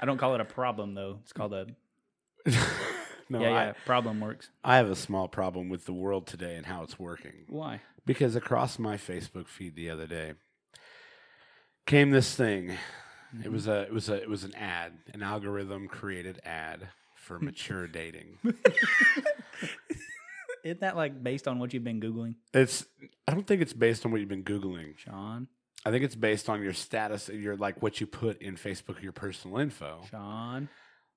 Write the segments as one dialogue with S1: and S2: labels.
S1: I don't call it a problem though. It's called a
S2: No,
S1: yeah, yeah. problem works.
S2: I, I have a small problem with the world today and how it's working.
S1: Why?
S2: Because across my Facebook feed the other day came this thing. It
S1: Mm-hmm.
S2: was a it was a it was an ad, an algorithm created ad for mature dating.
S1: Isn't that like based on what you've been googling,
S2: It's I don't think it's based on what you've been googling.
S1: Sean?
S2: I think it's based on your status, your like what you put in Facebook, your personal info.
S1: Sean,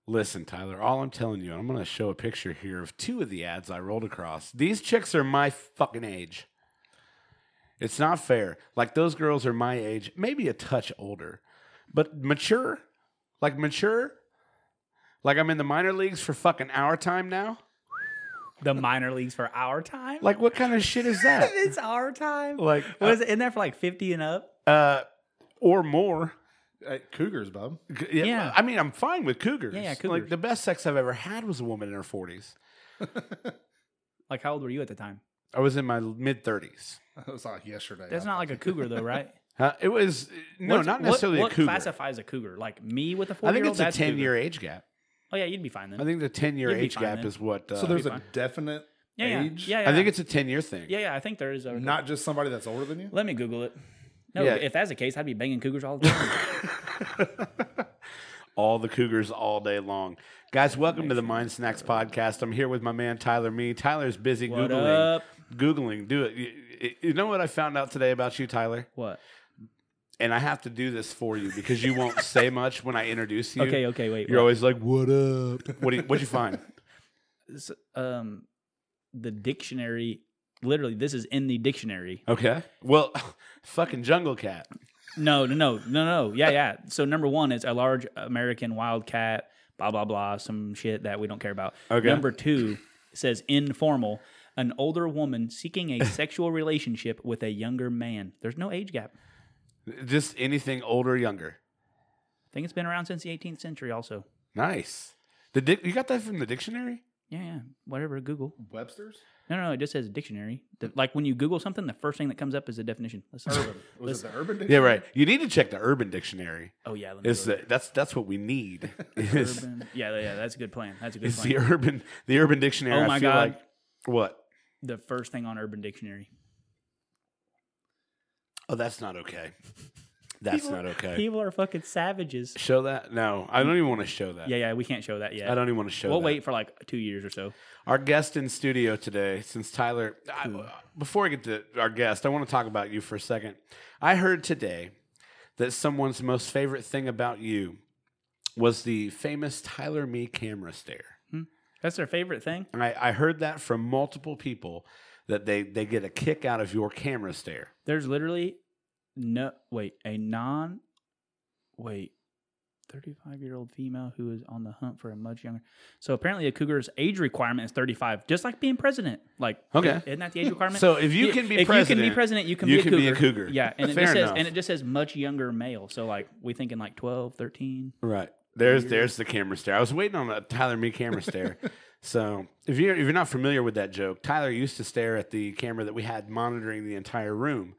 S2: Listen, Tyler, all I'm telling you, I'm going to show a picture here of two of the ads I rolled across. These chicks are my fucking age. It's not fair. Like, those girls are my age, maybe a touch older, but mature. Like, mature. Like, I'm in the minor leagues for fucking our time now.
S1: the minor leagues for our time.
S2: Like, what kind of shit is that?
S1: it's our time.
S2: Like,
S1: What is it? Isn't that for like fifty and up?
S2: uh, or more.
S3: Uh, Cougars, bub.
S2: G- Yeah,
S1: Yeah.
S2: I mean, I'm fine with cougars.
S1: Yeah, yeah,
S2: Like,
S1: cougars.
S2: the best sex I've ever had was a woman in her 40s.
S1: Like how old were you at the time?
S2: I was in my mid 30s.
S3: That was like yesterday.
S1: That's not like a cougar though, right?
S2: Huh? It was no,
S1: What's-
S2: not
S1: what-
S2: necessarily
S1: What
S2: a cougar.
S1: classifies a cougar? Like me with a four
S2: I think
S1: year
S2: it's
S1: old.
S2: a ten-year age gap.
S1: Oh yeah, you'd be fine then.
S2: I think the ten-year
S1: You'd be
S2: age
S1: fine
S2: gap
S1: then.
S2: is what. Uh,
S3: So there's
S1: be
S3: a
S1: fine.
S3: definite
S1: yeah, yeah,
S3: age.
S1: yeah, yeah.
S2: I think it's a ten-year thing.
S1: yeah, yeah. I think there is a.
S3: Not just somebody that's older than you.
S1: Let me Google it. No,
S2: Yeah.
S1: if that's the case, I'd be banging cougars all the time.
S2: all the cougars all day long, guys. Welcome to the Mind Snacks podcast. I'm here with my man Tyler. Me, Tyler's busy
S1: What
S2: googling.
S1: up?
S2: Googling. Do it. You- you- You know what I found out today about you, Tyler?
S1: What?
S2: And I have to do this for you because you won't say much when I introduce you.
S1: Okay, okay, wait.
S2: You're
S1: wait.
S2: always like, "What up? What do you, what'd you find?"
S1: S- um, the dictionary. Literally, this is in the dictionary.
S2: Okay. Well, fucking jungle cat.
S1: No, no, no, no, no. Yeah, yeah. So number one is a large American wildcat. Blah blah blah. Some shit that we don't care about.
S2: Okay.
S1: Number two says informal. An older woman seeking a sexual relationship with a younger man. There's no age gap. I
S2: Just anything older, or younger.
S1: think it's been around since the 18th century. Also,
S2: Nice. The dic- you got that from the dictionary?
S1: yeah, yeah. Whatever. Google.
S3: Webster's.
S1: No, no. It just says dictionary. The- like when you Google something, the first thing that comes up is the definition. Listen.
S3: Urban. Was it the urban?
S2: Yeah,
S3: Dictionary?
S2: right. You need to check the Urban Dictionary.
S1: Oh yeah. Let me
S2: Is
S1: go.
S2: the, that's that's what we need. Is,
S1: Urban- Yeah, yeah. That's a good plan. That's a good
S2: is the
S1: plan.
S2: Urban the Urban Dictionary?
S1: Oh
S2: I
S1: my
S2: feel
S1: God.
S2: like what?
S1: The first thing on Urban Dictionary.
S2: Oh, that's not okay. That's
S1: People-
S2: not okay.
S1: People are fucking savages.
S2: show that? No, I don't even want to show that.
S1: Yeah, yeah, we can't show that yet.
S2: I don't even want to show.
S1: we'll
S2: that.
S1: wait for like two years or so.
S2: Our guest in studio today, since Tyler, I, before I get to our guest, I want to talk about you for a second. I heard today that someone's most favorite thing about you was the famous Tyler Me camera stare.
S1: That's their favorite thing.
S2: And I, I heard that from multiple people that they, they get a kick out of your camera stare.
S1: There's literally no wait, a non wait, 35 year old female who is on the hunt for a much younger. So apparently, a cougar's age requirement is 35, just like being president. Like,
S2: Okay.
S1: isn't that the age requirement?
S2: So if you
S1: Yeah,
S2: can be
S1: if
S2: president,
S1: you can be president, you can,
S2: you
S1: be, a
S2: can be a cougar.
S1: Yeah, and it
S2: Fair
S1: just says,
S2: enough.
S1: and it just says much younger male. So like, we thinking like 12, 13.
S2: Right. There's there's the camera stare. I was waiting on a Tyler Me camera stare. so if you're if you're not familiar with that joke, Tyler used to stare at the camera that we had monitoring the entire room.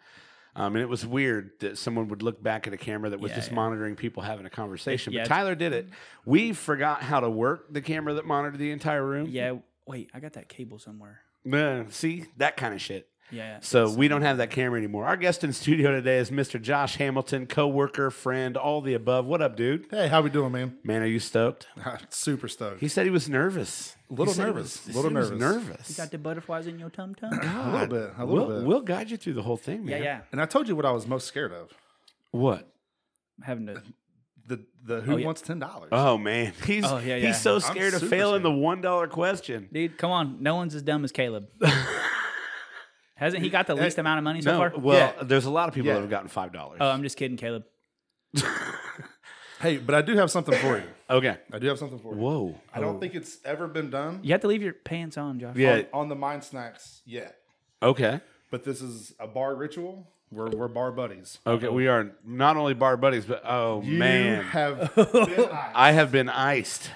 S2: Um, and it was weird that someone would look back at a camera that was
S1: Yeah,
S2: just
S1: yeah.
S2: monitoring people having a conversation.
S1: Yeah,
S2: but
S1: it's-
S2: Tyler did it. We forgot how to work the camera that monitored the entire room.
S1: Yeah, wait, I got that cable somewhere.
S2: Yeah, see that kind of shit.
S1: Yeah.
S2: So we don't have that camera anymore. Our guest in studio today is Mr. Josh Hamilton, coworker, friend, all the above. What up, dude?
S3: Hey, how we doing, man?
S2: Man, are you stoked?
S3: Super stoked.
S2: He said he was nervous. A
S3: Little nervous. Little nervous.
S1: You got the butterflies in your tum tum.
S3: a little bit. A little
S2: we'll,
S3: bit.
S2: we'll guide you through the whole thing,
S1: yeah,
S2: man.
S1: yeah.
S3: And I told you what I was most scared of.
S2: What?
S1: Having to
S3: The the who
S1: yeah. Uh,
S3: wants ten dollars.
S2: Oh man, he's
S1: Oh, yeah, yeah.
S2: he's so scared of
S3: super
S2: failing
S3: scared.
S2: the one dollar question.
S1: Dude, come on. No one's as dumb as Caleb. Hasn't he got the least amount of money so far?
S2: well,
S3: Yeah.
S2: there's a lot of people that
S3: Yeah.
S2: have gotten five dollars.
S1: oh, I'm just kidding, Caleb.
S3: Hey, but I do have something for you.
S2: okay.
S3: I do have something for you.
S2: Whoa.
S3: I don't think it's ever been done
S1: You have to leave your pants on, Josh.
S2: Yeah.
S3: on, on the Mind Snacks yet.
S2: Okay.
S3: But this is a bar ritual. We're we're bar buddies.
S1: Oh.
S2: Okay. We are not only bar buddies, but oh man,
S3: You have been eyed.
S2: I have been iced.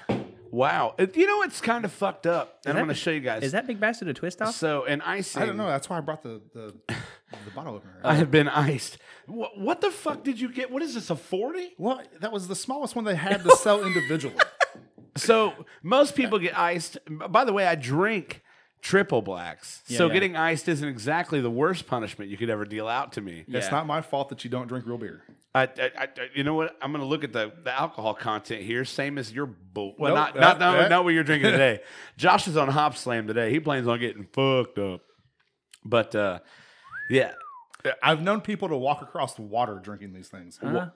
S2: Wow. It- You know what's kind of fucked up, and I'm
S1: that-
S2: going to show you guys.
S1: Is that Big Bastard a twist off?
S2: so? An icing.
S3: I don't know. That's why I brought the the the bottle opener.
S2: I have been iced. What, what the fuck did you get? What is this, a 40?
S3: well, that was the smallest one they had to sell individually.
S2: So most people get iced. By the way, I drink triple blacks. so
S1: yeah.
S2: getting iced isn't exactly the worst punishment you could ever deal out to me.
S1: Yeah.
S3: It's not my fault that you don't drink real beer.
S2: I, I, I, I- you know what? I'm going to look at the, the alcohol content here, same as your bull. Well,
S3: Nope,
S2: not,
S3: that-
S2: not, not,
S3: that-
S2: not what you're drinking today. Josh is on Hop Slam today. He plans on getting fucked up. But uh, yeah,
S3: I've known people to walk across water drinking these things.
S1: Huh?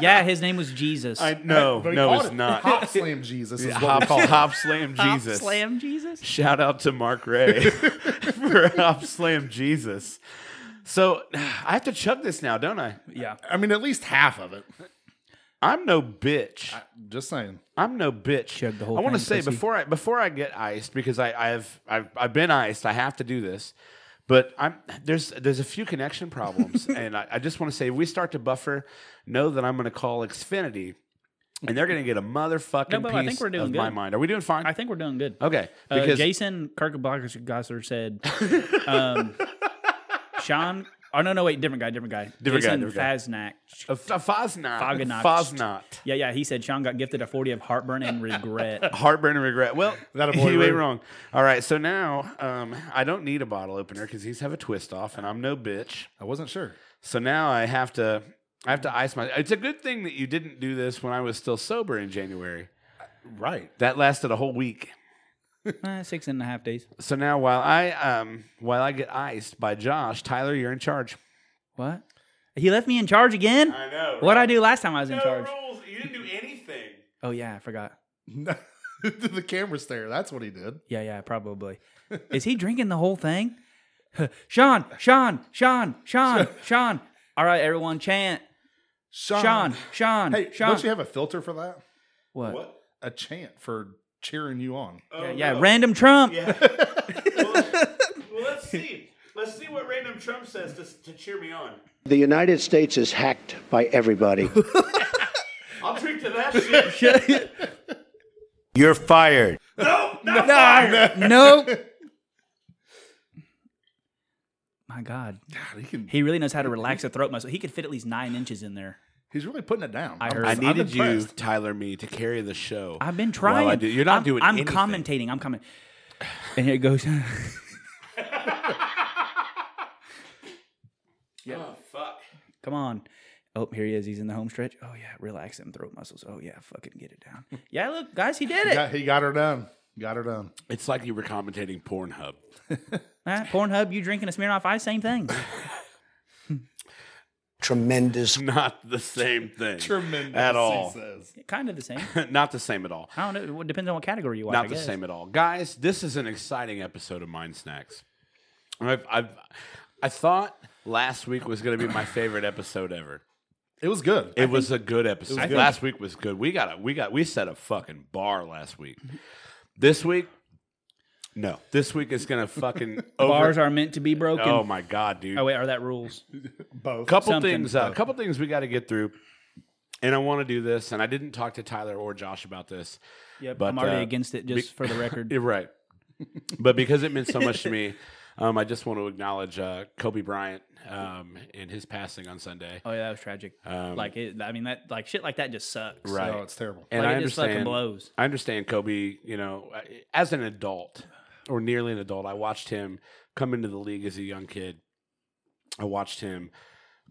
S1: yeah, his name was Jesus.
S2: I no,
S3: But he
S2: no,
S3: called
S2: it's
S3: it
S2: not.
S3: Hop slam Jesus is what
S2: Hop,
S3: we call it.
S2: Hop Slam Jesus.
S1: Hop slam Jesus.
S2: Shout out to Mark Ray for Hop Slam Jesus. So I have to chug this now, don't I?
S1: Yeah.
S3: I mean, at least half of it.
S2: I'm no bitch.
S3: Just saying.
S2: I'm no bitch.
S1: Chug the whole
S2: I want to
S1: thing,
S2: say
S1: pussy.
S2: before I before I get iced because I I've I've, I've been iced. I have to do this, but I'm there's there's a few connection problems, and I, I just want to say if we start to buffer. Know that I'm going to call Xfinity, and they're going to get a motherfucking
S1: No, but
S2: piece
S1: I think we're doing
S2: of my
S1: good.
S2: mind. Are we doing fine?
S1: I think we're doing good.
S2: okay,
S1: Uh,
S2: because
S1: Jason Kirkablacker said, um, Sean. Oh no, no, wait, different guy, different guy,
S2: Different guy,
S1: Jason
S2: different guy.
S1: Fasnacht.
S2: Uh, F- Fosnot.
S1: Fognotched.
S2: Fosnot.
S1: Yeah, yeah. He said Sean got gifted a forty of heartburn and regret.
S2: Heartburn and regret. Well,
S3: That a boy,
S2: you ain't
S3: Rube.
S2: wrong. All right, so now um, I don't need a bottle opener because these have a twist off, and I'm no bitch.
S3: I wasn't sure.
S2: So now I have to, I have to ice my. It's a good thing that you didn't do this when I was still sober in January.
S3: Right.
S2: That lasted a whole week.
S1: Eh, six and a half days.
S2: So now while I um, while I get iced by Josh, Tyler, you're in charge.
S1: What? He left me in charge again.
S2: know.
S1: What would I do last time I was in charge?
S2: rules. You didn't do anything.
S1: Oh yeah, I forgot.
S3: the camera stare. That's what he did.
S1: Yeah, yeah, probably. Is he drinking the whole thing? Sean, Sean, Sean, Sean, Sean. All right, everyone, chant.
S3: Sean.
S1: Sean, Sean,
S3: Hey,
S1: Sean.
S3: don't you have a filter for that?
S1: what?
S3: A chant for cheering you on.
S2: Oh,
S1: Yeah, yeah, random Trump.
S2: Well, let's see. Let's see what random Trump says to, to cheer me on.
S4: The United States is hacked by everybody.
S2: I'll drink to that shit.
S4: You're fired.
S1: Nope. My God,
S3: God, he can,
S1: he really knows how to relax a throat muscle. He could fit at least nine inches in there.
S3: he's really putting it down.
S1: I heard.
S2: I
S1: I'm
S2: needed you,
S3: impressed.
S2: Tyler, me to carry the show.
S1: I've been
S2: while I
S1: trying.
S2: do- You're not
S1: I'm,
S2: doing.
S1: I'm
S2: anything.
S1: commentating. I'm commenting. And here it goes.
S2: Oh fuck.
S1: Come on. Oh, here he is. He's in the home stretch. Oh yeah, relax them throat muscles. Oh yeah, fucking get it down. Yeah, look, guys, he did
S3: He
S1: it.
S3: got, he got her done. Got her done.
S2: It's like you were commentating Pornhub.
S1: Eh, Pornhub, you drinking a Smirnoff Ice, same thing.
S4: Tremendous.
S2: Not the same thing. At all.
S3: he says.
S1: kind of the same.
S2: Not the same at all.
S1: I don't know. It depends on what category you watch. I
S2: Not the
S1: guess.
S2: same at all, guys. This is an exciting episode of Mind Snacks. I've, I've I thought last week was going to be my favorite episode ever.
S3: It was good.
S2: It was a good episode.
S3: good.
S2: Last week was good. We got a we got we set a fucking bar last week. This week, no. This week is gonna fucking over.
S1: Bars are meant to be broken.
S2: oh
S1: Oh,
S2: my god, dude.
S1: wait, are that rules?
S3: Both.
S2: couple
S1: something.
S2: things. A couple things we got to get through. And I want to do this. And I didn't talk to Tyler or Josh about this.
S1: Yep.
S2: But,
S1: I'm already
S2: uh,
S1: against it, just for the record.
S2: You're right. but because it meant so much to me, um, I just want to acknowledge uh, Kobe Bryant um, and his passing on Sunday.
S1: oh yeah, that was tragic.
S2: Um,
S1: like it, I mean that, like shit, like that just sucks.
S2: Right.
S3: Oh, it's terrible.
S2: And
S1: Like,
S2: I
S1: it just fucking
S2: understand.
S1: blows.
S2: I understand Kobe. You know, uh, as an adult or nearly an adult, I watched him come into the league as a young kid. I watched him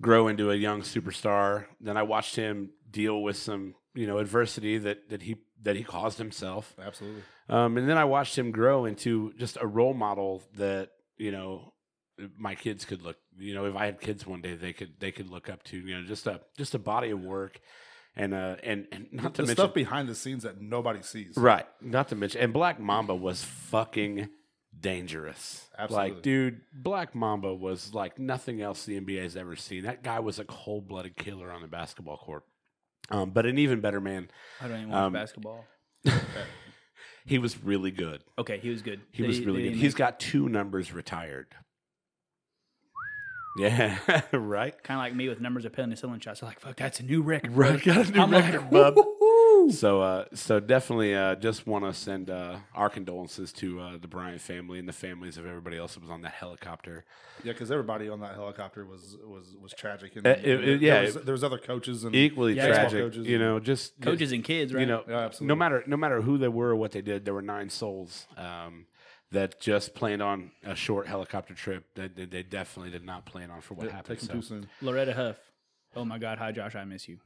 S2: grow into a young superstar. Then I watched him deal with some you know adversity that that he that he caused himself.
S3: Absolutely.
S2: Um, and then I watched him grow into just a role model that you know my kids could look. You know, if I had kids one day, they could they could look up to. You know, just a just a body of work, and uh, and and not to
S3: the
S2: mention
S3: stuff behind the scenes that nobody sees.
S2: Right. Not to mention, and Black Mamba was fucking dangerous.
S3: Absolutely.
S2: Like, dude, Black Mamba was like nothing else the NBA has ever seen. That guy was a cold blooded killer on the basketball court. Um, but an even better man,
S1: I don't even watch
S2: Um,
S1: basketball.
S2: he was really good.
S1: Okay, he was good.
S2: He was really good. He's got two numbers retired. Yeah, right.
S1: kind of like me with numbers of pen and selling shots. I'm like, fuck, that's a new record.
S2: Right, got a new
S1: I'm like,
S2: record, bub. So, uh, so definitely, uh, just want to send uh, our condolences to uh, the Bryant family and the families of everybody else that was on that helicopter.
S3: Yeah, because everybody on that helicopter was was was tragic. And
S2: Uh, it- it-
S3: there-
S2: yeah,
S3: there was,
S2: it-
S3: there was other coaches and
S2: Equally
S1: Yeah.
S2: tragic,
S3: Coaches.
S2: you know. Just
S1: Coaches and kids, right?
S2: you know,
S3: Yeah, absolutely.
S2: no matter no matter who they were or what they did, there were nine souls um, that just planned on a short helicopter trip that that they definitely did not plan on for what happened.
S3: take them
S2: So.
S3: too soon.
S1: Loretta Huff. Oh my God. Hi, Josh. I miss you.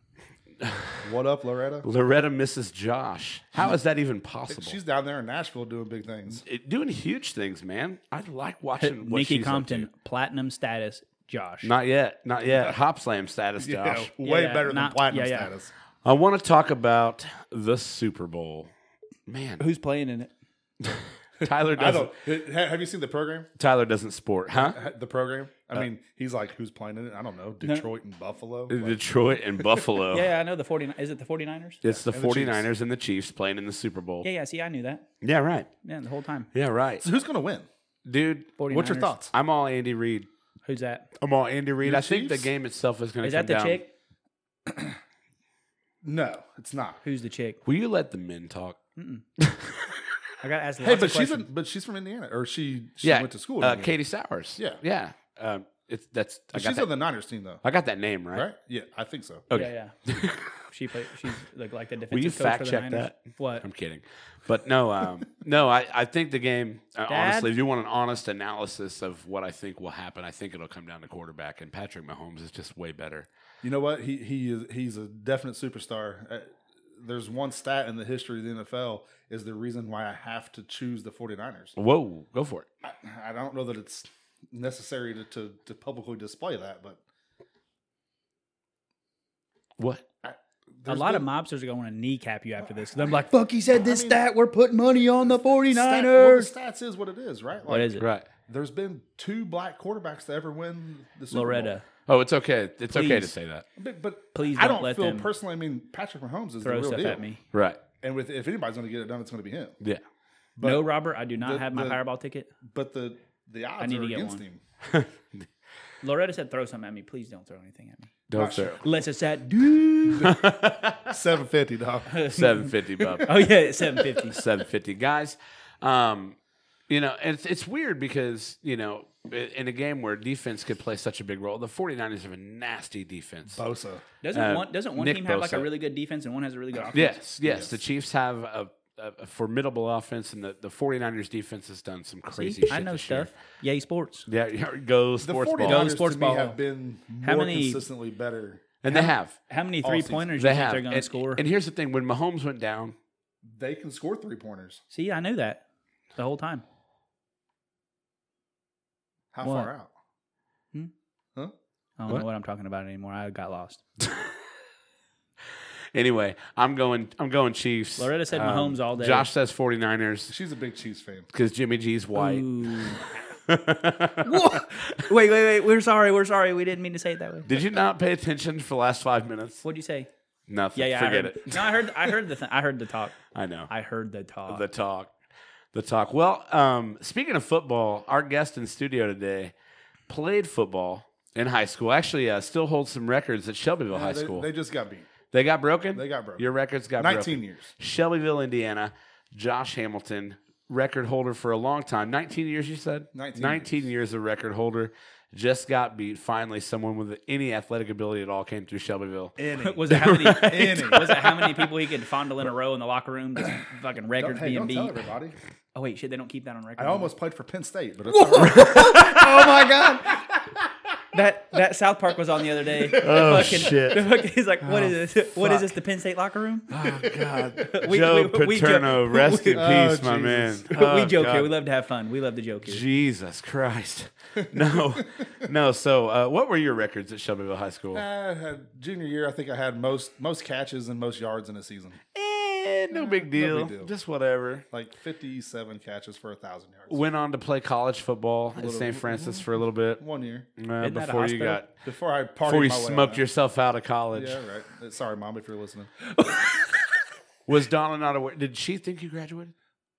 S3: What up, Loretta?
S2: Loretta misses Josh. How is that even possible?
S3: She's down there in Nashville doing big things.
S2: It- doing huge things, man. I like watching what
S1: Nikki
S2: she's up
S1: Compton,
S2: to.
S1: platinum status, Josh.
S2: Not yet, not yet. Hop slam status, Josh.
S3: Yeah, way
S1: Yeah,
S3: better
S1: not-
S3: than platinum
S1: yeah, yeah.
S3: status.
S2: I want to talk about the Super Bowl. Man,
S1: Who's playing in it?
S2: Tyler
S3: I don't.
S2: doesn't.
S3: ha- Have you seen the program?
S2: Tyler doesn't sport, huh?
S3: Ha- The program. I
S2: Uh,
S3: mean, he's like, who's playing in it? I don't know. Detroit and Buffalo. Like,
S2: Detroit and Buffalo.
S1: Yeah, I know the 49. Is it the 49ers?
S2: It's the
S3: the Chiefs.
S2: 49ers and the Chiefs playing in the Super Bowl.
S1: Yeah, yeah. See, I knew that.
S2: Yeah, right.
S1: Yeah, the whole time.
S2: Yeah, right.
S3: so who's gonna win?
S2: Dude,
S1: 49ers.
S3: What's your thoughts?
S2: I'm all Andy Reid.
S1: Who's that?
S2: I'm all Andy Reid.
S3: Your
S2: I think the
S3: Chiefs?
S2: game itself is going to
S1: Is
S2: come
S1: that the
S2: down.
S1: chick?
S3: No, it's not.
S1: Who's the chick?
S2: Will you let the men talk?
S1: I got to ask
S3: Hey,
S1: lots
S3: but
S1: of
S3: she's
S1: questions.
S3: in, but she's from Indiana, or she she went to school. in
S2: Uh,
S3: Indiana.
S2: Katie Sowers.
S3: Yeah.
S2: yeah. Um, it's that's. I
S3: But
S2: got,
S3: she's
S2: that,
S3: on the Niners team though,
S2: I got that name right.
S3: right? Yeah, I think so.
S2: Okay.
S1: Yeah, yeah. she played. She's like like the defensive
S2: you
S1: coach
S2: fact
S1: for the
S2: check
S1: Niners.
S2: that?
S1: What?
S2: I'm kidding, but no, um, no. I, I think the game. Uh,
S1: Dad?
S2: honestly, if you want an honest analysis of what I think will happen, I think it'll come down to quarterback, and Patrick Mahomes is just way better.
S3: You know what? He he is he's a definite superstar. Uh, There's one stat in the history of the NFL is the reason why I have to choose the 49ers.
S2: Whoa, go for it.
S3: I, I don't know that it's necessary to, to to publicly display that, but
S2: What?
S1: a
S3: there's
S1: lot of
S3: been-
S1: mobsters are going to kneecap you after this. They're like, "Fuck, he said this
S3: mean-
S1: stat. We're putting money on the
S3: stat, well, the
S1: 49ers."
S3: stats is what it is, right? Like,
S1: What is it?
S2: Right.
S3: There's been two black quarterbacks to ever win the Super
S1: Loretta,
S2: Oh, it's okay. It's okay to
S1: Please.
S2: say that.
S3: Bowl. But, but
S1: Please
S3: I
S1: don't
S3: don't
S1: let
S3: feel
S1: them
S3: personally. I mean, Patrick Mahomes is the
S1: throw
S3: real
S1: stuff
S3: deal.
S1: at me.
S2: Right.
S3: And with if anybody's going to get it done, it's going to be him.
S2: Yeah.
S1: no, Robert, I do not have my
S3: the-
S1: Powerball ticket.
S3: But the the odds
S1: need
S3: are
S1: to get
S3: against
S1: one.
S3: him.
S1: Loretta said, "Throw something at me, please. Don't throw anything at me." Oh,
S2: Don't throw.
S1: Unless it's that dude.
S3: Seven fifty, dog.
S2: Seven fifty, Bob.
S1: oh yeah, it's seven fifty.
S2: seven fifty guys. Um, you know, and it's, it's weird because you know, i- in a game where defense could play such a big role, the 49ers have a nasty defense.
S3: Bosa.
S1: Doesn't
S2: Uh,
S1: one doesn't one
S2: Nick
S1: team have like a
S2: Bosa.
S1: really good defense and one has a really good offense?
S2: Yes, yes, The Chiefs have a, a, a formidable offense, and the, the 49ers defense has done some crazy shit.
S1: I know
S2: this
S1: stuff. Yay Sports.
S2: Year. Yeah, here it goes
S3: The
S2: sports ball.
S3: 49ers
S1: Sports
S3: to me
S1: ball.
S3: have been more
S1: How many-
S3: consistently better.
S2: and they have.
S1: How many three pointers do you
S2: They
S1: think
S2: have.
S1: they're going to
S2: and,
S1: score?
S2: and here's the thing: when Mahomes went down,
S3: They can score three pointers.
S1: See, I knew that the whole time.
S3: How
S1: What?
S3: far out?
S1: Hmm? I
S3: Huh?
S1: don't
S2: What?
S1: know what I'm talking about anymore. I got lost.
S2: anyway, I'm going. I'm going Chiefs. Um,
S1: Loretta said Mahomes all day.
S2: Josh says 49ers
S3: She's a big Chiefs fan.
S2: because Jimmy G's white.
S1: Ooh. wait, wait, wait. We're sorry. We're sorry. We didn't mean to say it that way.
S2: Did you not pay attention for the last five minutes?
S1: What'd you say?
S2: Nothing.
S1: Yeah, yeah.
S2: Forget
S1: I heard,
S2: it.
S1: No, I heard. I heard the. Th- I heard the talk.
S2: I know.
S1: I heard the talk.
S2: the talk. The talk. Well, um, speaking of football, our guest in studio today played football in high school. Actually, uh, still holds some records at Shelbyville High
S3: they,
S2: School.
S3: They
S2: They,
S3: just got beat.
S2: got broken?
S3: They got broken.
S2: Your records got
S3: 19
S2: broken.
S3: years.
S2: Shelbyville, Indiana. Josh Hamilton, record holder for a long time. 19 years, you said?
S3: 19
S2: years. a record holder. Just got beat. Finally, someone with any athletic ability at all came through Shelbyville.
S3: Any.
S1: was it how many?
S3: Any.
S1: Was it how many people he could fondle in a row in the locker room? Just fucking
S3: Don't,
S1: records
S3: hey,
S1: being
S3: don't tell
S1: beat.
S3: everybody.
S1: Oh wait, shit! They don't keep that on record.
S3: I
S1: do they?
S3: almost played for Penn State, but it's all right.
S1: Oh my god. That that South Park was on the other day. Oh
S2: shit.
S1: he's like, what is
S3: Oh,
S1: this? What is this? The Penn State locker room?
S2: Oh
S3: uh,
S2: God,
S1: We-
S2: Joe
S1: we- we
S2: Paterno,
S1: joke-
S2: rest in
S3: Oh,
S2: peace, my man.
S3: Jesus.
S2: Oh,
S1: we joke
S2: God.
S1: here. We love to have fun. We love to joke here.
S2: Jesus Christ, no, no. So, uh, what were your records at Shelbyville High School?
S1: Uh,
S3: I had, junior year, I think I had most most catches and most yards in a season.
S2: Eh, no big deal,
S3: deal.
S2: just whatever.
S3: Like 57 catches for a 1,000 yards.
S2: Went on to play college football at St. Francis for a little bit
S3: One year.
S2: uh,
S1: that a
S2: before you
S1: hospital?
S2: got
S3: Before I partied
S2: before you
S3: my way out.
S2: smoked yourself out of college.
S3: Yeah, right. Uh, Sorry, Mom, if you're listening.
S2: Was Donna not aware? Did she think you graduated?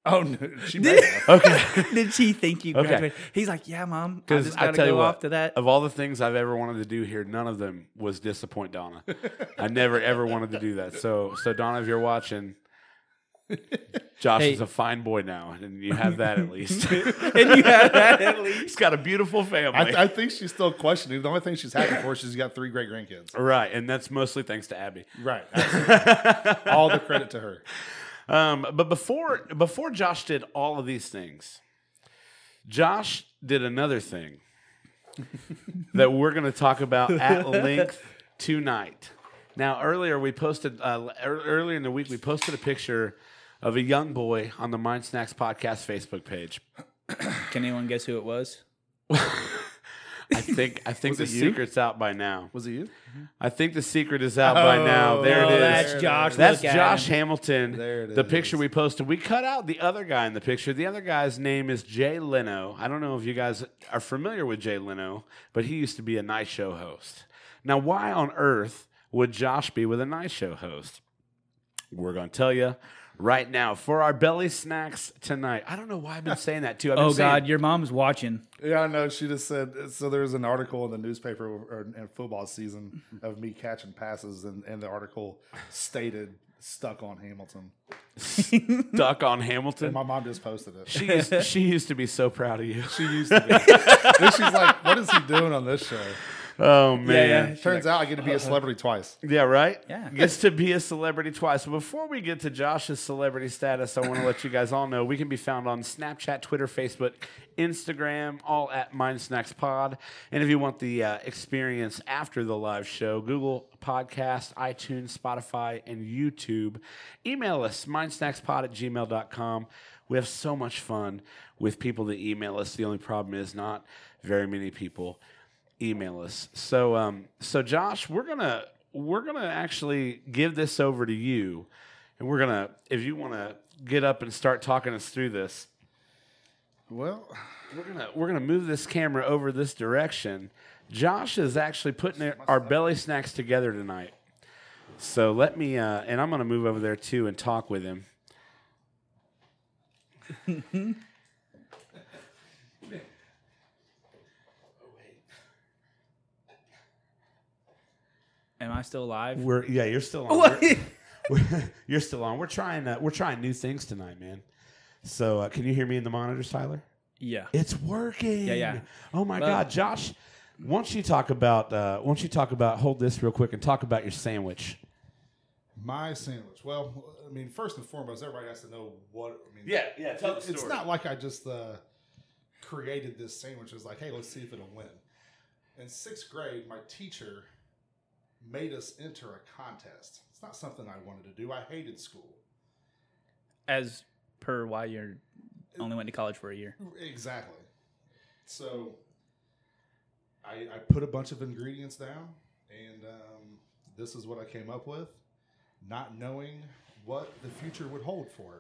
S3: Oh, no, she may have.
S2: Okay.
S1: Did she think you
S2: Okay.
S1: graduated? He's like, yeah, mom. I
S2: Because
S1: just
S2: I,
S1: gotta
S2: tell
S1: go
S2: you what,
S1: off to that.
S2: of all the things I've ever wanted to do here, none of them was disappoint Donna. I never ever wanted to do that. So, so Donna, if you're watching, Josh
S1: Hey.
S2: is a fine boy now, and you have that at least.
S1: and you had that at least.
S2: He's got a beautiful family,
S3: I, I think she's still questioning. The only thing she's happy for is she's got three great grandkids.
S2: right? And that's mostly thanks to Abby.
S3: Right. All the credit to her.
S2: Um, but before before Josh did all of these things, Josh did another thing that we're going to talk about at length tonight. Now, earlier we posted uh, ear- earlier in the week we posted a picture of a young boy on the Mind Snacks podcast Facebook page.
S1: Can anyone guess who it was?
S2: I think I think the
S3: it you?
S2: secret's out by now.
S3: Was it you?
S2: I think the secret is out
S3: Oh,
S2: by now. There
S1: no,
S2: it is.
S1: that's Josh.
S2: That's
S1: Look at
S2: Josh
S1: him.
S2: Hamilton.
S3: There it
S2: the
S3: is.
S2: picture we posted. We cut out the other guy in the picture. The other guy's name is Jay Leno. I don't know if you guys are familiar with Jay Leno, but he used to be a night show host. Now, why on earth would Josh be with a night show host? We're going to tell you right now for our belly snacks tonight. I don't know why I've been saying that too. I've been
S1: Oh
S2: saying-
S1: God, your mom's watching.
S3: Yeah, I know. She just said so. There was an article in the newspaper or in football season of me catching passes, and, and the article stated stuck on Hamilton.
S2: stuck on
S3: And
S2: Hamilton.
S3: my mom just posted it. She
S2: She used, she used to be so proud of you.
S3: used to be. then she's like, "What is he doing on this show?"
S2: Oh man.
S1: yeah.
S3: Turns out I get to be a celebrity twice.
S2: Yeah, right?
S1: Yeah.
S2: Gets to be a celebrity twice. So before we get to Josh's celebrity status, I want to let you guys all know we can be found on Snapchat, Twitter, Facebook, Instagram, all at Mind Snacks Pod. And if you want the uh, experience after the live show, Google Podcast, iTunes, Spotify, and YouTube. Email us, mindsnackspod at gmail.com. We have so much fun with people that email us. The only problem is not very many people email us. So um so Josh, we're gonna we're gonna actually give this over to you and we're gonna if you wanna get up and start talking us through this,
S3: Well,
S2: we're gonna we're gonna move this camera over this direction. Josh is actually putting our- our belly snacks together tonight. So let me uh and I'm gonna move over there too and talk with him.
S1: Am I still alive?
S2: We're yeah, you're still on. We're- we're- you're still on. We're trying uh, we're trying new things tonight, man. So uh, can you hear me in the monitors, Tyler?
S1: Yeah.
S2: It's working.
S1: Yeah, yeah.
S2: Oh my
S1: But-
S2: God, Josh. Once you talk about, uh, once you talk about, hold this real quick and talk about your sandwich.
S3: my sandwich. Well, I mean, first and foremost, everybody has to know what. I mean,
S2: yeah.
S3: It- it's not like I just uh, created this sandwich. It was like, hey, let's see if it'll win. In sixth grade, my teacher made us enter a contest. It's not something I wanted to do. I hated school.
S1: As per why you only went to college for a year.
S3: Exactly. So I, I put a bunch of ingredients down, and um, this is what I came up with, not knowing what the future would hold for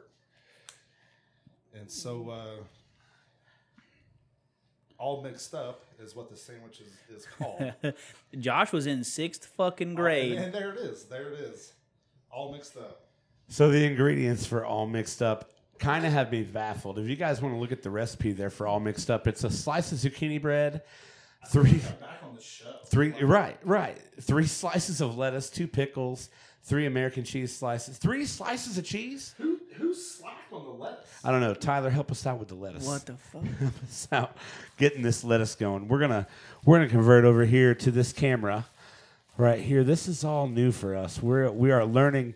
S3: it. And so, uh, all mixed up is what the sandwich is, is called.
S1: Josh was in sixth
S2: Oh,
S1: fucking
S3: and,
S1: grade.
S3: and there it is. There it is. All mixed up.
S2: So the ingredients for all mixed up kind of have me baffled. If you guys want to look at the recipe there for all mixed up, it's a slice of zucchini bread, three.
S3: Back on the show.
S2: Three right, right. Three slices of lettuce, two pickles, three American cheese slices, three slices of cheese.
S3: Who, who slacked on the lettuce?
S2: I don't know. Tyler, help us out with the lettuce.
S1: What the fuck?
S2: help us out getting this lettuce going. We're gonna we're gonna convert over here to this camera right here. This is all new for us. We're we are learning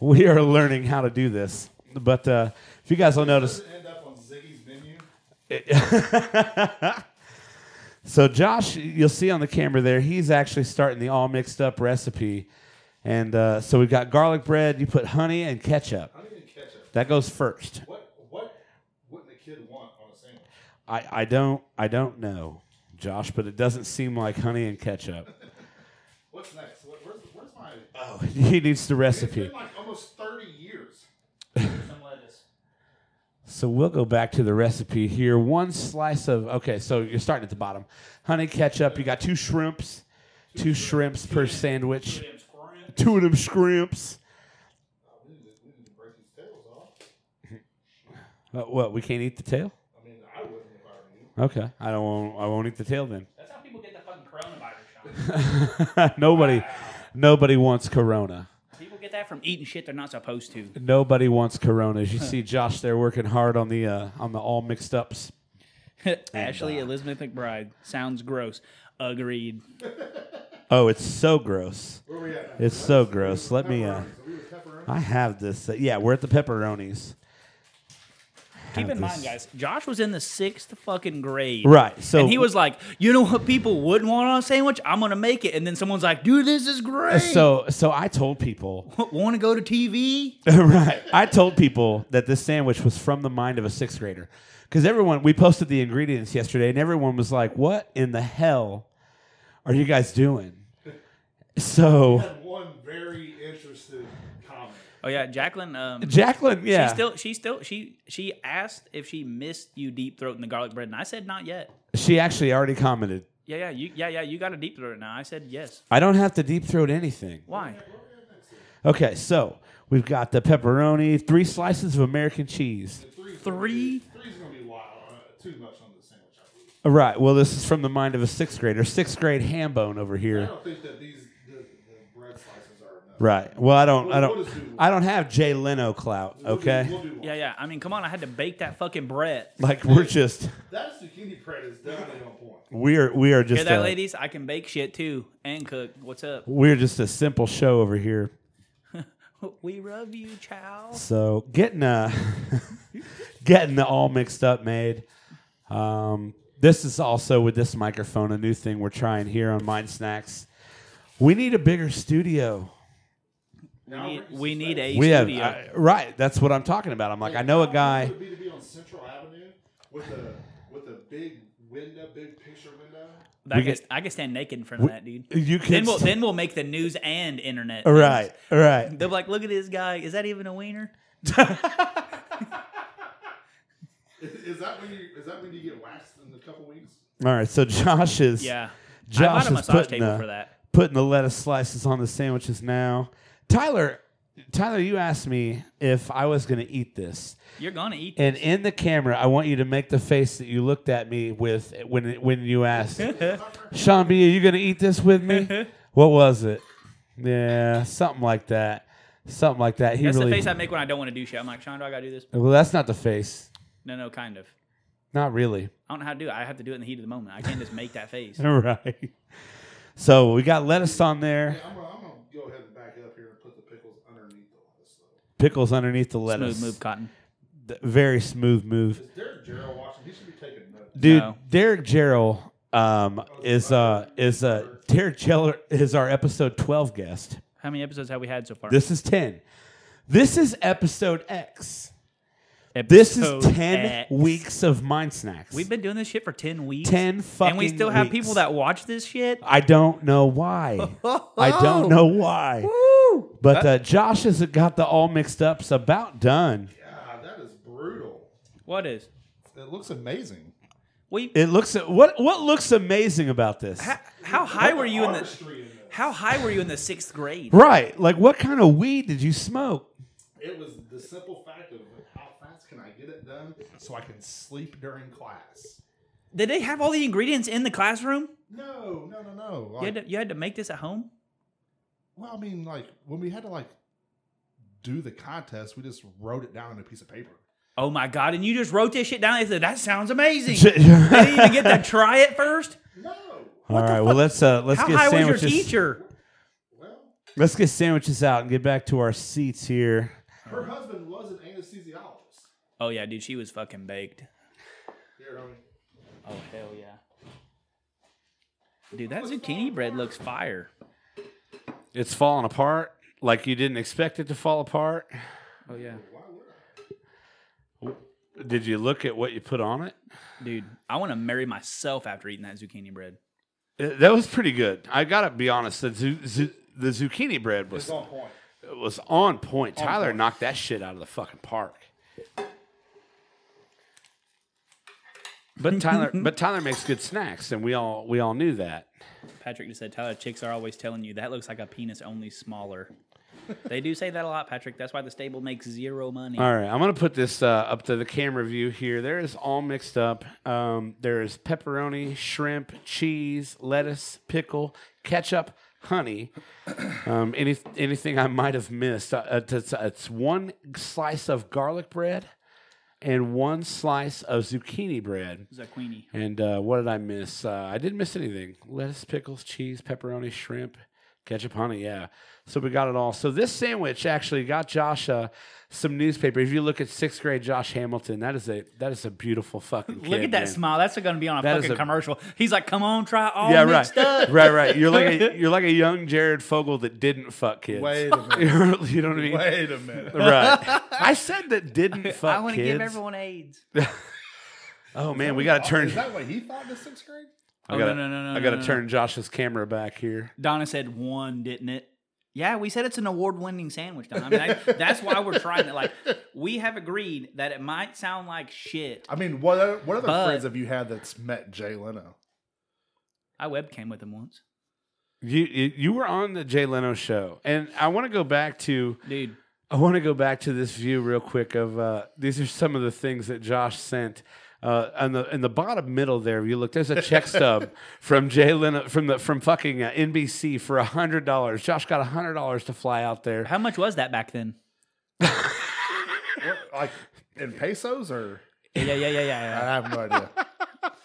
S2: we are learning how to do this. But uh, if you guys will notice,
S3: Does it end up on Ziggy's menu?
S2: so Josh, you'll see on the camera there, he's actually starting the all mixed up recipe. And uh, so we've got garlic bread. You put honey and ketchup.
S3: I don't even catch it.
S2: That goes first.
S3: What what wouldn't a kid want on a sandwich?
S2: I, I don't I don't know, Josh, but it doesn't seem like honey and ketchup.
S3: What's next? What, where's, where's my?
S2: Oh, he needs the
S3: It's
S2: recipe.
S3: been like almost thirty years.
S2: So we'll go back to the recipe here. One slice of okay, so you're starting at the bottom. Honey ketchup. You got two shrimps, two shrimps per sandwich. Two of them shrimps. Uh, what? We can't eat the tail?
S3: I mean, I wouldn't if I were you.
S2: Okay. I don't. Want, I won't eat the tail then.
S1: That's how people get the fucking coronavirus shot.
S2: nobody, nobody wants Corona.
S1: people get that from eating shit they're not supposed to.
S2: Nobody wants Coronas. You see Josh there working hard on the uh, on the all mixed ups.
S1: Ashley Elizabeth McBride sounds gross. Agreed.
S2: Oh, it's so gross.
S3: Where we at? now?
S2: It's so gross. Let me. Uh,
S3: So we were pepperoni.
S2: I have this. uh, yeah, we're at the pepperonis.
S1: Keep in
S2: this-
S1: mind, guys, Josh was in the sixth fucking grade.
S2: Right. So
S1: and he was like, you know what people wouldn't want on a sandwich? I'm going to make it. And then someone's like, dude, this is great.
S2: So so I told people.
S1: want to go to TV?
S2: right. I told people that this sandwich was from the mind of a sixth grader because everyone we posted the ingredients yesterday and everyone was like, "What in the hell are you guys doing?" So.
S3: One very interested comment.
S1: Oh yeah, Jacqueline. Um,
S2: Jacqueline, yeah.
S1: She still, she still, she she asked if she missed you deep throating the garlic bread, and I said not yet.
S2: She actually already commented.
S1: Yeah, yeah, you, yeah, yeah. You got a deep throat now. I said yes.
S2: I don't have to deep throat anything.
S1: Why?
S2: Okay, so we've got the pepperoni, three slices of American cheese.
S1: Three.
S3: Three's gonna be wild. Uh, too much on the sandwich. I believe.
S2: All right, well, this is from the mind of a sixth grader, sixth grade ham bone over
S3: I
S2: here.
S3: don't think that these the, the bread slices are enough.
S2: Right. Well, I don't, I
S3: What
S2: don't,
S3: is it?
S2: I don't have Jay Leno clout.
S3: We'll do-
S2: Okay,
S3: we'll do one.
S1: Yeah, yeah. I mean, come on. I had to bake that fucking bread.
S2: like we're just,
S3: That zucchini bread is definitely on point.
S2: we are, we are
S1: Hear
S2: just,
S1: that,
S2: a,
S1: ladies? I can bake shit too and cook. What's up?
S2: we're just a simple show over here.
S1: We love you, chow.
S2: So getting uh getting the all mixed up made. Um, this is also with this microphone a new thing we're trying here on Mind Snacks. We need a bigger studio.
S1: We need, we need a
S2: we
S1: studio.
S2: have I- right. That's what I'm talking about. I'm like, I know a guy.
S3: It would be to be on Central Avenue with a with a big window, big picture window.
S1: I,
S2: we
S1: can,
S2: get-
S1: I can stand naked in front of that dude.
S2: You can.
S1: Then we'll then we'll make the news and internet.
S2: All right. All right.
S1: They'll be like, look at this guy. Is that even a wiener?
S3: Is, is that when you is that when you get waxed in a couple weeks?
S2: All right. So Josh is.
S1: Yeah. I bought
S2: Josh
S1: a
S2: is
S1: massage
S2: putting
S1: table
S2: the-
S1: for that.
S2: putting the lettuce slices on the sandwiches now. Tyler, Tyler, you asked me if I was going to eat this.
S1: You're gonna eat.
S2: And in the camera, I want you to make the face that you looked at me with when when you asked, Sean B, are you going to eat this with me? what was it? Yeah, something like that. Something like that. He
S1: That's
S2: really.
S1: the face I make when I don't want to do shit. I'm like, Sean, do I gotta do this?
S2: well, that's not the face.
S1: No, no, kind of.
S2: Not really.
S1: I don't know how to do it. I have to do it in the heat of the moment. I can't just make that face.
S2: All right. So we got lettuce on there,
S3: I'm gonna, I'm gonna go ahead and back up here and put the pickles underneath the lettuce. Though.
S2: pickles underneath the lettuce.
S1: Smooth move, Cotton.
S2: Th- Very smooth move,
S3: Is Derek Jarrell watching? He should be taking notes.
S2: dude.
S1: No.
S2: Derek Jarrell um, is uh is uh Derek Jarrell is our episode twelve guest.
S1: How many episodes have we had so far?
S2: This is 10. This is episode X.
S1: Episode
S2: This is 10
S1: X.
S2: weeks of Mind Snacks.
S1: We've been doing this shit for ten weeks.
S2: 10 fucking
S1: and we still have
S2: weeks.
S1: people that watch this shit.
S2: I don't know why. I don't know why. But uh, Josh has got the all mixed ups about done.
S3: God, that is brutal.
S1: What is?
S3: It looks amazing.
S1: We.
S2: It looks what what looks amazing about this?
S1: How high were you in the?
S3: Artistry in this.
S1: How high were you in the sixth grade?
S2: Right. Like what kind of weed did you smoke?
S3: It was the simple fact of how fast can I get it done so I can sleep during class.
S1: Did they have all the ingredients in the classroom?
S3: No, no, no, no.
S1: You
S3: Like,
S1: had to, you had to make this at home.
S3: well, I mean, like when we had to like do the contest, we just wrote it down on a piece of paper.
S1: Oh my god! And you just wrote this shit down. I said, "That sounds amazing."
S2: J-
S1: I didn't even get to try it first.
S3: No.
S2: all right, well let's uh let's
S1: How
S2: get
S1: high
S2: sandwiches.
S1: was your teacher?
S3: Well,
S2: Let's get sandwiches out and get back to our seats here.
S3: her husband was an anesthesiologist.
S1: Oh yeah, dude, she was fucking baked.
S3: Here, homie.
S1: Oh hell yeah. Dude, that zucchini bread looks fire.
S2: It's falling apart like you didn't expect it to fall apart.
S1: Oh yeah.
S2: Did you look at what you put on it?
S1: Dude, I want to marry myself after eating that zucchini bread.
S2: Uh, That was pretty good. I gotta be honest. The, zu- zu- the zucchini bread was
S3: It's on point.
S2: was on point. Tyler
S3: point.
S2: knocked that shit out of the fucking park. But Tyler, but Tyler makes good snacks, and we all we all knew that.
S1: Patrick just said, Tyler, chicks are always telling you that looks like a penis only smaller. They do say that a lot, Patrick. That's why the stable makes zero money.
S2: All right, I'm gonna put this uh, up to the camera view here. There is all mixed up. Um, there is pepperoni, shrimp, cheese, lettuce, pickle, ketchup, honey. Um, any anything I might have missed. Uh, it's, it's- it's one slice of garlic bread and one slice of zucchini bread.
S1: Zucchini.
S2: And uh, what did I miss? Uh, I didn't miss anything. Lettuce, pickles, cheese, pepperoni, shrimp, ketchup, honey. Yeah. So we got it all. So this sandwich actually got Josh uh, some newspaper. If you look at sixth grade Josh Hamilton, that is a that is a beautiful fucking.
S1: Look
S2: kid,
S1: at that
S2: man.
S1: smile. That's going to be on a
S2: That is
S1: fucking
S2: a-
S1: commercial. He's like, "Come on, try all
S2: Yeah.
S1: mixed
S2: Right.
S1: up."
S2: right. Right. You're like a, you're like a young Jared Fogle that didn't fuck kids.
S3: Wait a
S2: you
S3: minute.
S2: know what I mean?
S3: Wait a minute.
S2: Right. I said that didn't fuck
S1: I want to
S2: kids.
S1: give everyone AIDS.
S2: oh man, we got to turn.
S3: Is that what he thought in sixth grade?
S2: I
S1: Oh,
S2: gotta,
S1: no, no, no, no,
S2: I got to
S1: no, no.
S2: turn Josh's camera back here.
S1: Donna said one, didn't it? Yeah, we said it's an award-winning sandwich, Donna. I mean, I, that's why we're trying it. Like, we have agreed that it might sound like shit.
S3: I mean, what other, what other
S1: But-
S3: friends have you had that's met Jay Leno?
S1: I webcam with him once,
S2: You you you were on the Jay Leno show, and I want to go back to
S1: dude.
S2: I want to go back to this view real quick. Of uh, these are some of the things that Josh sent. Uh, on the in the bottom middle there, if you look, there's a check stub from Jay Leno from the from fucking uh, NBC for hundred dollars. Josh got hundred dollars to fly out there.
S1: How much was that back then?
S3: What, like in pesos or
S1: Yeah, yeah, yeah, yeah,
S3: I
S1: yeah.
S3: have no idea.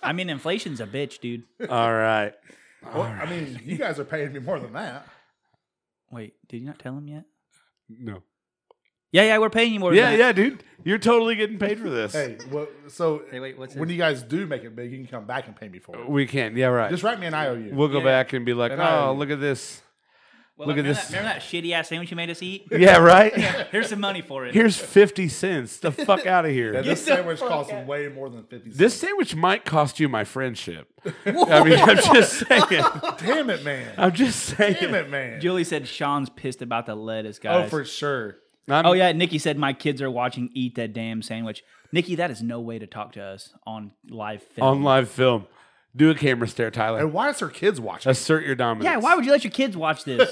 S1: I mean, inflation's a bitch, dude.
S2: All right,
S3: Well, I mean, you guys are paying me more than that.
S1: Wait, did you not tell him yet?
S2: no,
S1: Yeah, yeah, we're paying you more.
S2: yeah,
S1: than that.
S2: yeah, dude, you're totally getting paid for this.
S3: Hey, well, so
S1: Hey, wait, what's
S3: when
S1: this?
S3: you guys do make it big, you can come back and pay me for it.
S2: We can't. Yeah, right.
S3: Just write me an IOU.
S2: We'll go
S1: Yeah.
S2: back and be like,
S3: And I-
S2: oh, look at this.
S1: Well,
S2: Look at
S1: remember
S2: this.
S1: That, remember that shitty ass sandwich you made us eat?
S2: Yeah, right.
S1: Here's some money for it.
S2: Here's 50 cents. The fuck out of here.
S3: and this
S1: Get the
S3: sandwich
S1: fuck
S3: costs
S1: out.
S3: way more than fifty.
S2: This
S3: cents.
S2: sandwich might cost you my friendship. I mean, I'm just saying.
S3: damn it, man!
S2: I'm just
S3: Damn
S2: saying.
S3: it, man!
S1: Julie said Sean's pissed about the lettuce, guys.
S3: oh, for sure.
S2: I'm-
S1: Oh, yeah, Nikki said my kids are watching Eat That Damn Sandwich. Nikki, that is no way to talk to us on live film.
S2: On live film. Do a camera stare, Tyler.
S3: And why is her kids watching?
S2: Assert your dominance.
S1: yeah, why would you let your kids watch this?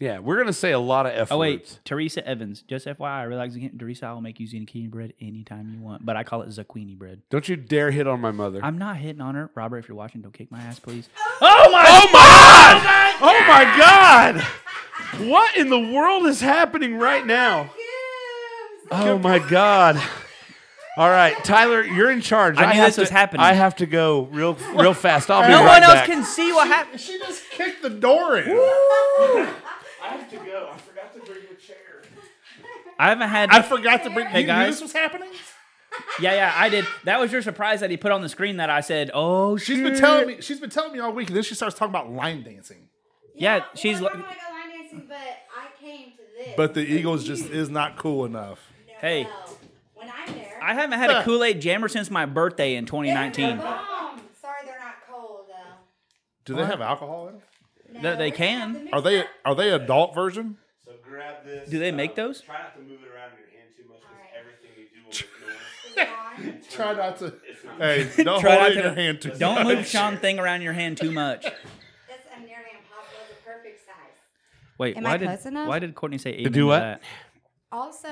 S2: Yeah, we're going to say a lot of F
S1: oh
S2: words.
S1: wait, Teresa Evans. Just FYI, I realize again, Teresa, I will make you zucchini bread anytime you want, but I call it zucchini bread.
S2: Don't you dare hit on my mother.
S1: I'm not hitting on her, Robert. If you're watching, don't kick my ass, please. Oh my!
S2: oh, my God! Oh, my God! What in the world is happening right now? Oh, my God. All right, Tyler, you're in charge.
S1: I knew
S2: have
S1: this
S2: to,
S1: was happening.
S2: I have to go real, real fast. I'll be
S1: No
S2: right
S1: one else
S2: back.
S1: can see what happened.
S3: She just kicked the door in.
S1: I haven't had.
S3: I forgot to bring.
S1: Hey,
S3: you
S1: guys.
S3: knew this was happening.
S1: yeah, yeah, I did. That was your surprise that he put on the screen that I said, "Oh,
S3: She's been telling me. She's been telling me all week, and then she starts talking about line dancing.
S1: Yeah, she's
S5: Well,
S1: like-
S5: I'm gonna go line dancing, but I came to this.
S3: But the Eagles just is not cool enough.
S5: No,
S1: Hey.
S5: no. When I'm there.
S1: I haven't had a Kool Aid Jammer since my birthday in 2019."
S5: Bomb. Sorry, they're not cold though.
S3: Do they have alcohol in it?
S5: No,
S1: They- they
S5: we have
S1: can.
S5: the
S3: Are they are they adult version?
S6: So grab this.
S1: Do they make
S2: um,
S1: those?
S6: Try not to move it around in your hand too much because
S5: Alright.
S6: everything you do will make noise.
S5: mixed
S3: Try
S5: wine.
S3: not to. Hey, don't
S1: Try
S3: hold
S1: not
S3: it in
S1: to-
S3: your hand too.
S1: Don't
S3: much.
S1: move Sean thing around your hand too much.
S5: That's a nearly impossible. It's a perfect size.
S1: Wait,
S5: Am
S1: why
S5: I
S1: did
S5: close enough?
S1: why did Courtney say amen
S2: do
S1: to
S2: what?
S1: that?
S5: Also,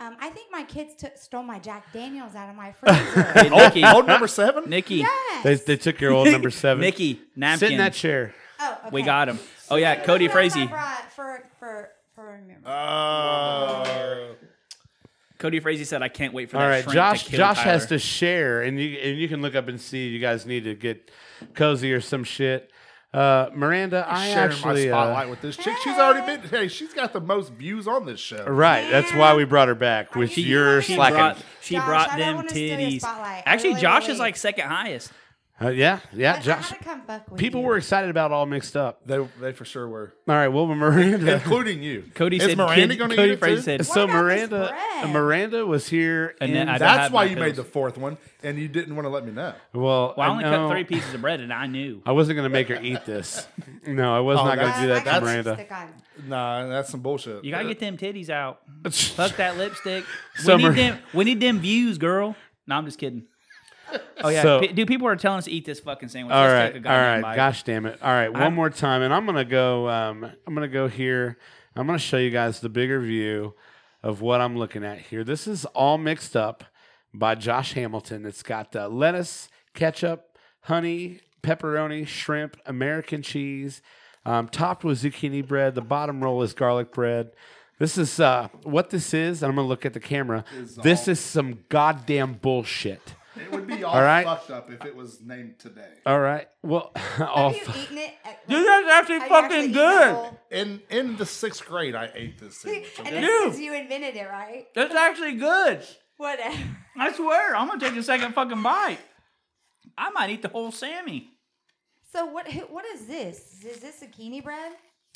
S5: um, I think my kids took, stole my Jack Daniels out of my freezer.
S1: Hey, Nikki,
S3: Old number seven.
S1: Nikki,
S5: yes.
S2: They, they took your old number seven.
S1: Nikki, napkin.
S2: sit in that chair.
S5: oh, okay.
S1: we got him. Oh yeah, Cody
S5: What else I
S1: Frazee.
S5: brought For for for remember.
S1: Oh,
S3: Uh,
S1: Cody Frazee said, "I can't wait for that."
S2: All right,
S1: shrink
S2: Josh.
S1: To kill
S2: Josh
S1: Tyler."
S2: has to share, and you and you can look up and see. You guys need to get cozy or some shit. Uh, Miranda, I
S3: sharing
S2: actually
S3: my
S2: uh,
S3: spotlight with this chick. She's already been. Hey, she's got the most views on this show.
S2: right. That's why we brought her back with
S5: She-
S2: your
S5: she
S2: slacking.
S1: brought, she
S5: Josh,
S1: brought
S5: I don't
S1: them
S5: wanna steal your
S1: titties.
S5: spotlight. I
S1: Actually,
S5: really,
S1: Josh
S5: really-
S1: is like second highest.
S2: Uh, yeah, yeah,
S5: But I
S2: Josh.
S5: had to come fuck with
S2: People
S5: you. Uh,
S2: were excited about all mixed up.
S3: They they for sure were,
S2: All right, well, Miranda.
S3: including you.
S1: Cody
S3: is
S1: said,
S3: Miranda
S1: kid-
S3: going to
S1: Cody
S3: eat it
S1: Frazee
S3: too?
S1: said,
S2: So
S5: about this
S2: Miranda,
S5: bread?
S2: Miranda was here.
S1: And then
S2: in-
S1: I don't have
S3: That's why
S1: my
S3: you made
S1: pills.
S3: the fourth one, and you didn't want to let me know.
S2: well,
S1: "Well, I only
S2: know-
S1: cut three pieces of bread, and I knew."
S2: I wasn't gonna make her eat this. No, I was
S3: Oh,
S2: not gonna
S5: Uh,
S2: do
S5: I
S2: that
S5: got
S2: to
S5: my
S2: Miranda.
S5: lipstick on.
S3: Nah, that's some bullshit.
S1: You gotta get them titties out. Fuck that lipstick. We
S2: Summer.
S1: need them. We need them views, girl. No, I'm just kidding. Oh yeah,
S2: So-
S1: P- dude. People are telling us to eat this fucking sandwich.
S2: all
S1: Let's
S2: right,
S1: take a
S2: all
S1: goddamn
S2: right.
S1: bite.
S2: Gosh damn it! All right, one
S1: I'm-
S2: more time, and I'm gonna go. Um, I'm gonna go here. I'm going to show you guys the bigger view of what I'm looking at here. This is all mixed up by Josh Hamilton. It's got uh, lettuce, ketchup, honey, pepperoni, shrimp, American cheese, um, topped with zucchini bread. The bottom roll is garlic bread. This is uh, what this is. and I'm going to look at the camera. This is some goddamn bullshit.
S3: It would be all,
S2: All right.
S3: fucked up if it all named today.
S2: All right. Well, all
S5: Have you
S2: fu-
S5: eaten it? at-
S1: Dude, that's actually
S5: Have you
S1: fucking
S5: eaten
S1: good.
S5: the whole-
S3: In in the sixth grade, I ate this sandwich.
S5: and
S3: okay?
S5: that's
S1: Dude.
S5: because you invented it, right?
S1: That's actually good.
S5: Whatever.
S1: I swear, I'm gonna take a second fucking bite. I might eat the whole Sammy.
S5: So what? Who, what is this? Is this zucchini bread?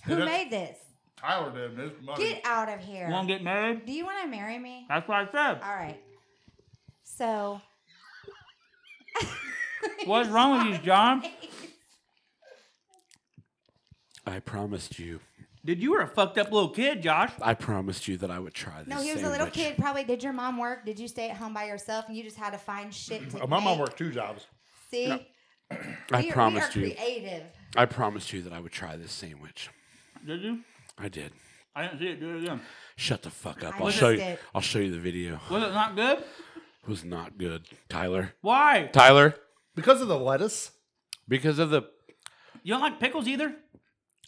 S5: Who
S3: Yeah.
S5: made this?
S3: Tyler did this money.
S5: Get out of here.
S1: Won't get married.
S5: Do you want to marry me?
S1: That's what I said.
S5: All right. So
S1: What's wrong with you, John?
S2: I promised you.
S1: Dude, you were a fucked up little kid, Josh.
S2: I promised you that I would try this.
S5: no, he was a little
S2: sandwich.
S5: kid. Probably did your mom work? Did you stay at home by yourself and you just had to find shit to?
S3: Oh, my mom
S5: make?
S3: worked two jobs.
S5: See,
S2: I
S5: we, are-
S2: promised
S5: we are
S2: you.
S5: creative.
S2: I promised you that I would try this sandwich.
S1: Did you?
S2: I did.
S1: I didn't see it. Do it again.
S2: Shut the fuck up.
S5: I
S2: I'll show you.
S5: missed it.
S2: I'll show you the video.
S1: Was it not good?
S2: It was not good, Tyler.
S1: Why?
S2: Tyler,
S3: Because of the lettuce?
S2: because of the
S1: You don't like pickles either?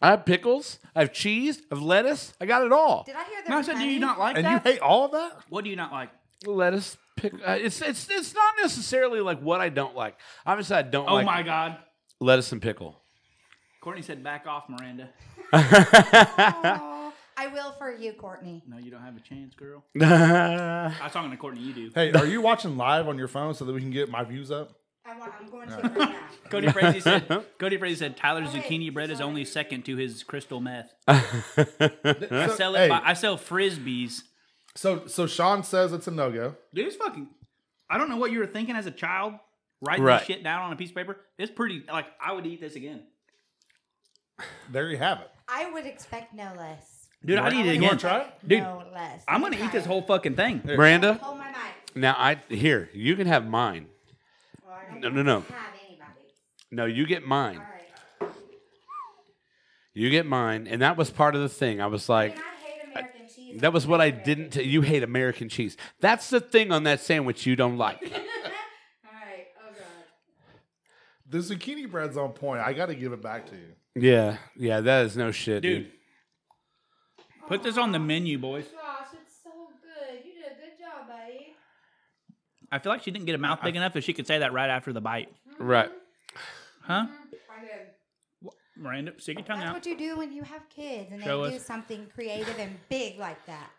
S2: I have pickles, I have cheese, I have lettuce. I got it all.
S5: Did I hear that?
S1: No, I said, do you not like
S3: And you
S1: that?
S3: hate all of that?
S1: what do you not like?
S2: Lettuce, pick. Uh, it's it's it's not necessarily like what I don't like. Obviously, I don't
S1: Oh
S2: like
S1: my God.
S2: lettuce and pickle.
S1: Courtney said, back off, Miranda.
S5: Aw, I will for you, Courtney.
S1: No, you don't have a chance, girl.
S2: That's
S1: I was talking to Courtney, you do.
S3: Hey, are you watching live on your phone so that we can get my views up?
S5: I want, I'm going to right now.
S1: Cody Frazee said, Cody Frazee said, Tyler's
S5: wait,
S1: zucchini bread is
S5: sorry.
S1: only second to his crystal meth.
S3: So,
S1: I sell it
S3: hey,
S1: by, I sell frisbees.
S3: so so Sean says it's a no go.
S1: Dude, it's fucking. I don't know what you were thinking as a child, writing
S2: Right.
S1: this shit down on a piece of paper. It's pretty. Like I would eat this again,
S3: There you have it.
S5: I would expect no less.
S1: dude. I'd eat it
S3: You
S1: again.
S3: want to try it?
S1: Dude,
S5: no less.
S1: I'm gonna eat this whole fucking thing.
S2: Miranda.
S5: Hold my mic.
S2: Now I here you can have mine.
S5: Well, I don't
S2: No, no, no,
S5: have anybody.
S2: no. You get mine.
S5: All right.
S2: You get mine. And that was part of the thing. I was like,
S5: And I hate American cheese.
S2: that was what I didn't. T- you hate American cheese. That's the thing on that sandwich you don't like.
S5: All right. Oh god.
S3: The zucchini bread's on point. I got to give it back to you.
S2: yeah, yeah. That is no shit, dude.
S1: Dude. Put this on the menu, boys.
S5: Gosh, it's so good. You did a good job, buddy.
S1: I feel like she didn't get a mouth big enough if she could say that right after the bite,
S2: Right.
S1: huh?
S5: I did.
S1: Miranda, stick your tongue
S5: That's
S1: out.
S5: what you do when you have kids and
S1: Show
S5: they do
S1: us.
S5: something creative and big like that.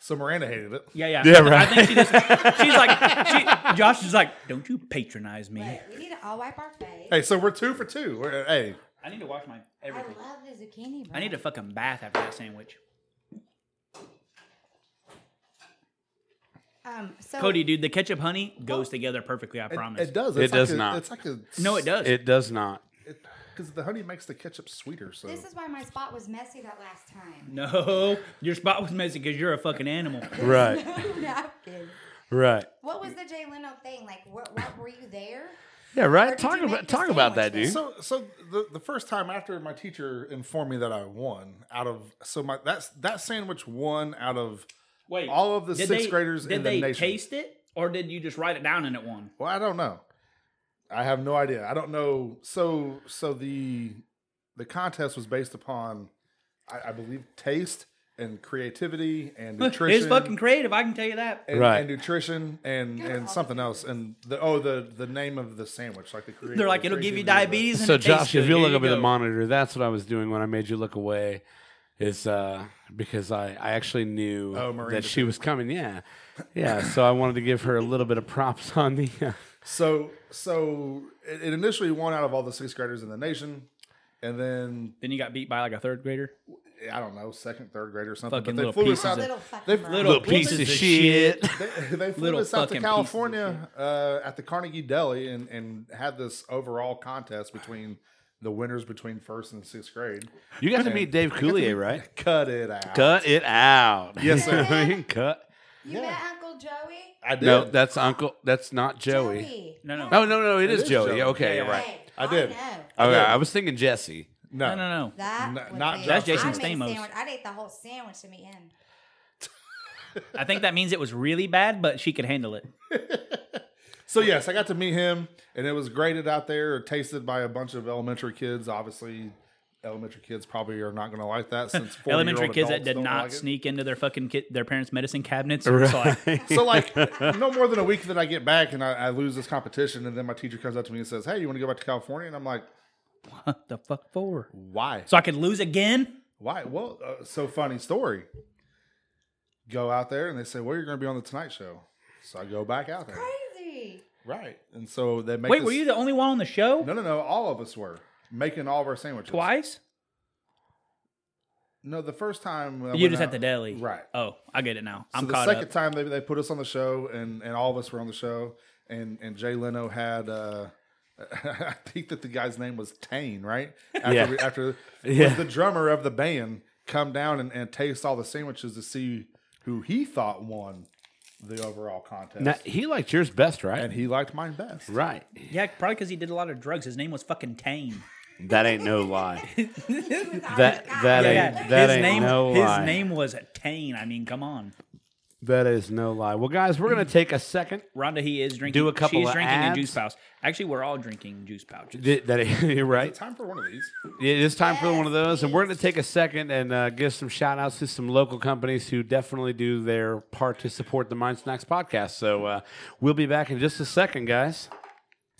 S3: So Miranda hated it.
S1: Yeah, yeah,
S2: Yeah,
S1: I think she just, she's like, she, Josh is like, don't you patronize me.
S5: But we need to all wipe our face.
S3: Hey, so we're two for two. We're, hey,
S1: I need to wash my
S5: I
S1: everything.
S5: love the zucchini. Bread.
S1: I need a fucking bath after that sandwich.
S5: Um. So
S1: Cody, dude, the ketchup honey goes together perfectly. I promise.
S3: it does.
S2: It
S3: It's
S2: does
S3: like a-
S2: not.
S3: It's like a
S1: no, it does.
S2: It does not.
S3: because the honey makes the ketchup sweeter. So
S5: This is why my spot was messy that last time.
S1: No, your spot was messy because you're a fucking animal.
S2: Right.
S5: Napkins.
S2: Right.
S5: What was the Jay Leno thing like? What, what were you there?
S2: Yeah.
S5: Or
S2: Right.
S5: did
S2: Talk
S5: you make
S2: about
S5: the
S2: talk about that,
S5: sandwich
S2: dude.
S3: So, so the, the first time after my teacher informed me that I won out of so my that's that sandwich won out of
S1: Wait,
S3: All of the
S1: did
S3: sixth
S1: they-
S3: graders
S1: did
S3: in the
S1: they
S3: nation.
S1: taste it, or did you just write it down and it won?
S3: well I don't know I have no idea I don't know so so the the contest was based upon I, I believe taste and creativity and nutrition
S1: It's fucking creative. I can tell you that.
S3: and,
S2: Right.
S3: and nutrition and and something else and the oh the the name of the sandwich like the creative,
S1: They're like, it'll give you
S3: creativity
S1: diabetes. And
S2: So
S1: it tastes
S2: Josh, if
S1: good.
S2: you
S1: Here
S2: look up at the
S1: go.
S2: monitor, that's what I was doing when I made you look away. Is uh because I, I actually knew
S3: Oh, Miranda
S2: that she was coming. Yeah. Yeah. So I wanted to give her a little bit of props on the uh,
S3: So so it, it initially won out of all the sixth graders in the nation, and then
S1: Then you got beat by like a third grader.
S3: I don't know second third grade or something.
S1: Fucking
S3: but they
S1: little
S3: flew us
S1: pieces
S3: out.
S5: Little
S3: They,
S5: fucking
S1: Little,
S2: little piece of
S1: pieces of
S2: shit.
S3: they, they flew
S1: little
S3: us out to
S1: fucking pieces of
S3: California uh, at the Carnegie Deli and and had this overall contest between the winners between first and sixth grade.
S2: You got to meet Dave Coulier, right?
S3: Cut it out.
S2: Cut it out.
S3: Yes, sir.
S2: I mean, cut.
S5: You met Uncle Joey?
S3: I did.
S2: No, that's Uncle. That's not Joey.
S5: Joey.
S1: No, no.
S2: Oh no, no, it is,
S3: is
S2: Joey.
S3: Joey.
S2: Okay, you're right.
S5: Hey,
S3: I did.
S5: Oh, know.
S2: Okay, I was thinking Jesse.
S1: No, no, no.
S5: That
S3: Not-
S5: would
S3: not
S5: be-
S3: That's
S1: Jason
S5: I'd make a
S1: Stamos.
S5: sandwich. I'd eat the whole sandwich to me in.
S1: I think that means it was really bad, but she could handle it.
S3: So yes, I got to meet him, and it was graded out there or tasted by a bunch of elementary kids. Obviously, elementary kids probably are not going to like that since 40-year-old
S1: Elementary kids that
S3: adults
S1: did
S3: don't
S1: not
S3: like it.
S1: sneak into their fucking kid, their parents' medicine cabinets. It's like,
S3: So like, no more than a week that I get back and I, I lose this competition, and then my teacher comes up to me and says, "Hey, you want to go back to California?" And I'm like,
S1: what the fuck for?
S3: "Why?
S1: So I could lose again?
S3: Why? Well, uh, so funny story. Go out there and they say, "Well, you're going to be on the Tonight Show." So I go back out there,
S5: Crazy.
S3: right? And so they make
S1: Wait,
S3: us-
S1: were you the only one on the show
S3: No, no, no. All of us were making all of our sandwiches
S1: twice?
S3: No, the first time I
S1: You
S3: went
S1: just at
S3: out-
S1: the deli,
S3: right?
S1: Oh, I get it now. I'm
S3: so the
S1: caught
S3: second
S1: up.
S3: time they, they put us on the show and, and all of us were on the show and, and Jay Leno had uh, I think that the guy's name was Tane, right? After
S2: Yeah.
S3: we, after
S2: Yeah.
S3: was the drummer of the band come down and, and taste all the sandwiches to see who he thought won the overall contest.
S2: Now, he liked yours best, right?
S3: and he liked mine best.
S2: right.
S1: Yeah, probably because he did a lot of drugs. His name was fucking Tame.
S2: That ain't no lie.
S5: that
S2: That that
S1: Yeah,
S2: ain't that
S1: his
S2: ain't
S1: name,
S2: no
S1: his
S2: lie.
S1: name was Tane. I mean, come on,
S2: That is no lie. Well, guys, we're gonna take a second.
S1: Rhonda. He is drinking.
S2: a couple
S1: She's
S2: of
S1: drinking
S2: abs.
S1: a juice pouch. Actually, we're all drinking juice pouches.
S2: Th- That you're right.
S3: Time for one of these.
S2: It is time for one of those, and we're going to take a second and uh, give some shout outs to some local companies who definitely do their part to support the Mind Snacks podcast. So uh, we'll be back in just a second, guys.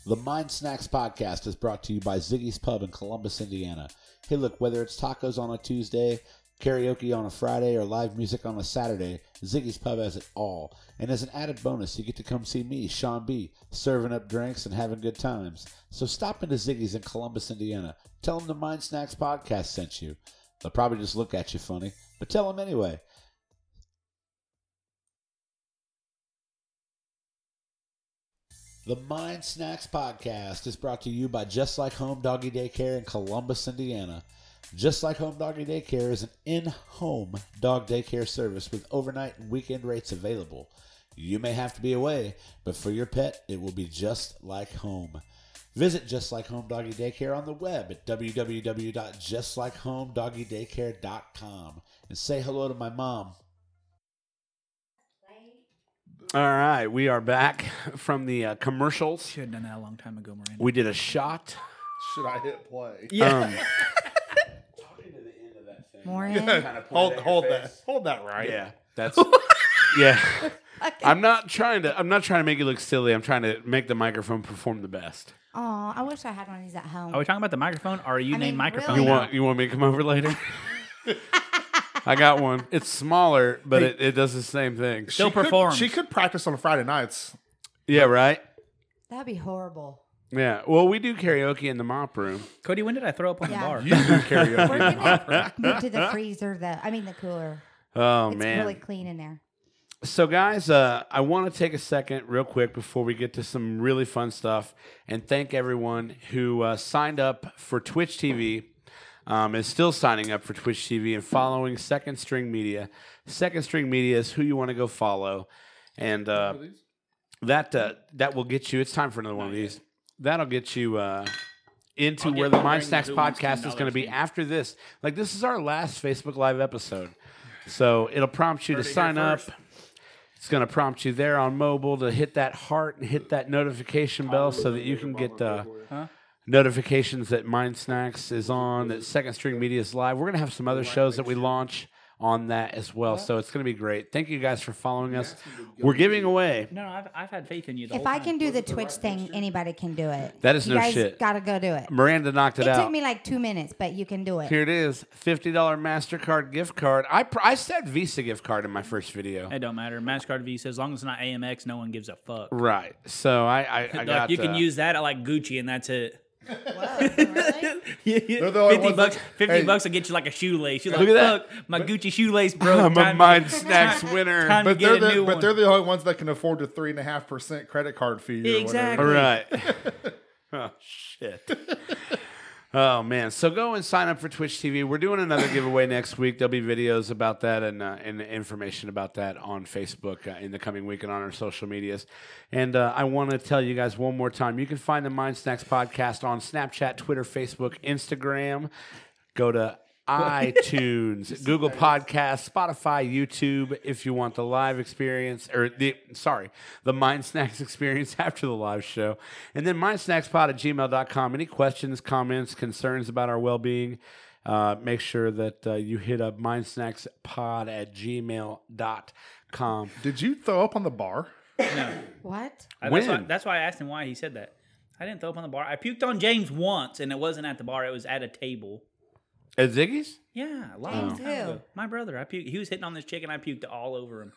S7: The Mind Snacks podcast is brought to you by Ziggy's Pub in Columbus, Indiana. Hey, look, whether it's tacos on a Tuesday, karaoke on a Friday, or live music on a Saturday, Ziggy's Pub has it all. And as an added bonus, you get to come see me, Sean B., serving up drinks and having good times. So stop into Ziggy's in Columbus, Indiana. Tell them the Mind Snacks podcast sent you. They'll probably just look at you funny, but tell them anyway. The Mind Snacks Podcast is brought to you by Just Like Home Doggy Daycare in Columbus, Indiana. Just Like Home Doggy Daycare is an in home dog daycare service with overnight and weekend rates available. You may have to be away, but for your pet, it will be just like home. Visit Just Like Home Doggy Daycare on the web at www.justlikehomedoggydaycare.com and say hello to my mom.
S2: All right, we are back from the uh, commercials.
S1: Should have done that a long time ago, Miranda.
S2: We did a shot. Um,
S3: Should I hit play?
S2: Yeah.
S5: More
S3: hold hold that. Hold that right.
S2: yeah, that's yeah. I'm not trying to. I'm not trying to make you look silly. I'm trying to make the microphone perform the best.
S5: Oh, I wish I had one of these at home.
S1: Are we talking about the microphone? Or are you
S5: I
S1: named
S5: mean,
S1: microphone?
S3: Oh,
S5: really?
S2: You
S1: now?
S2: want you want me to come over later? I got one. It's smaller, but it, it does the same thing.
S1: Still perform.
S3: She could practice on Friday nights.
S2: Yeah, right.
S5: That'd be horrible.
S2: Yeah. Well, we do karaoke in the mop room.
S1: Cody, when did I throw up on
S5: Yeah.
S1: the bar?
S3: You do karaoke.
S5: We're gonna move to the freezer, though. I mean the cooler.
S2: Oh
S5: It's
S2: man.
S5: really clean in there.
S2: So, guys, uh, I want to take a second, real quick, before we get to some really fun stuff, and thank everyone who uh, signed up for Twitch TV, um, is still signing up for Twitch TV, and following Second String Media. Second String Media is who you want to go follow, and uh, that uh, that will get you. It's time for another one of these. That'll get you. Uh, into where the Mind Snacks podcast is going to be after this. Like, this is our last Facebook Live episode. So it'll prompt you to sign up. It's going to prompt you there on mobile to hit that heart and hit that notification bell so that you can get uh, notifications that Mind Snacks is on, that Second String Media is live. We're going to have some other shows that we launch on that as well. So it's going to be great. Thank you guys for following us. We're giving away.
S1: No, I've, I've had faith in you. The
S5: If
S1: whole
S5: I
S1: time.
S5: can do the Twitch thing, anybody can do it.
S2: That is
S5: you
S2: no
S5: guys
S2: shit.
S5: Gotta go do it.
S2: Miranda knocked it,
S5: It
S2: out.
S5: took me like two minutes, but you can do it.
S2: Here it is, fifty dollar Mastercard gift card. I pr- I said Visa gift card in my first video.
S1: It don't matter. Mastercard Visa, as long as it's not AMX, no one gives a fuck.
S2: Right. So I I, I
S1: Like,
S2: got
S1: you can
S2: uh,
S1: use that at like Gucci, and that's it.
S3: the only
S1: fifty
S3: ones
S1: bucks.
S3: that-
S1: Fifty
S3: Hey.
S1: bucks will get you like a shoelace. You're
S2: Look
S1: like,
S2: at
S1: fuck, my Gucci shoelace broke.
S2: I'm a
S1: Time-
S2: Mind Snacks winner.
S1: time to
S3: But they're
S1: get a
S3: the
S1: new
S3: but
S1: one.
S3: they're the only ones that can afford the three and a half percent credit card fee. or
S1: Exactly.
S2: All
S3: whatever.
S2: right. oh shit. Oh man! So go and sign up for Twitch TV. We're doing another giveaway next week. There'll be videos about that and uh, and information about that on Facebook uh, in the coming week and on our social medias. And uh, I want to tell you guys one more time: you can find the Mind Snacks podcast on Snapchat, Twitter, Facebook, Instagram. Go to iTunes, Google Podcasts, Spotify, YouTube if you want the live experience or the sorry, the Mind Snacks experience after the live show. And then mindsnackspod at gmail.com. Any questions, comments, concerns about our well being? Uh, make sure that uh, you hit up mindsnackspod at gmail.com.
S8: Did you throw up on the bar?
S5: What?
S1: I- That's why,
S2: When?
S1: that's why I asked him why he said that. I didn't throw up on the bar. I puked on James once, and it wasn't at the bar. It was at a table.
S2: At Ziggy's?
S1: Yeah, a lot
S5: James
S1: of time
S5: who?
S1: ago. My brother. I puked. He was hitting on this chick, and I puked all over him.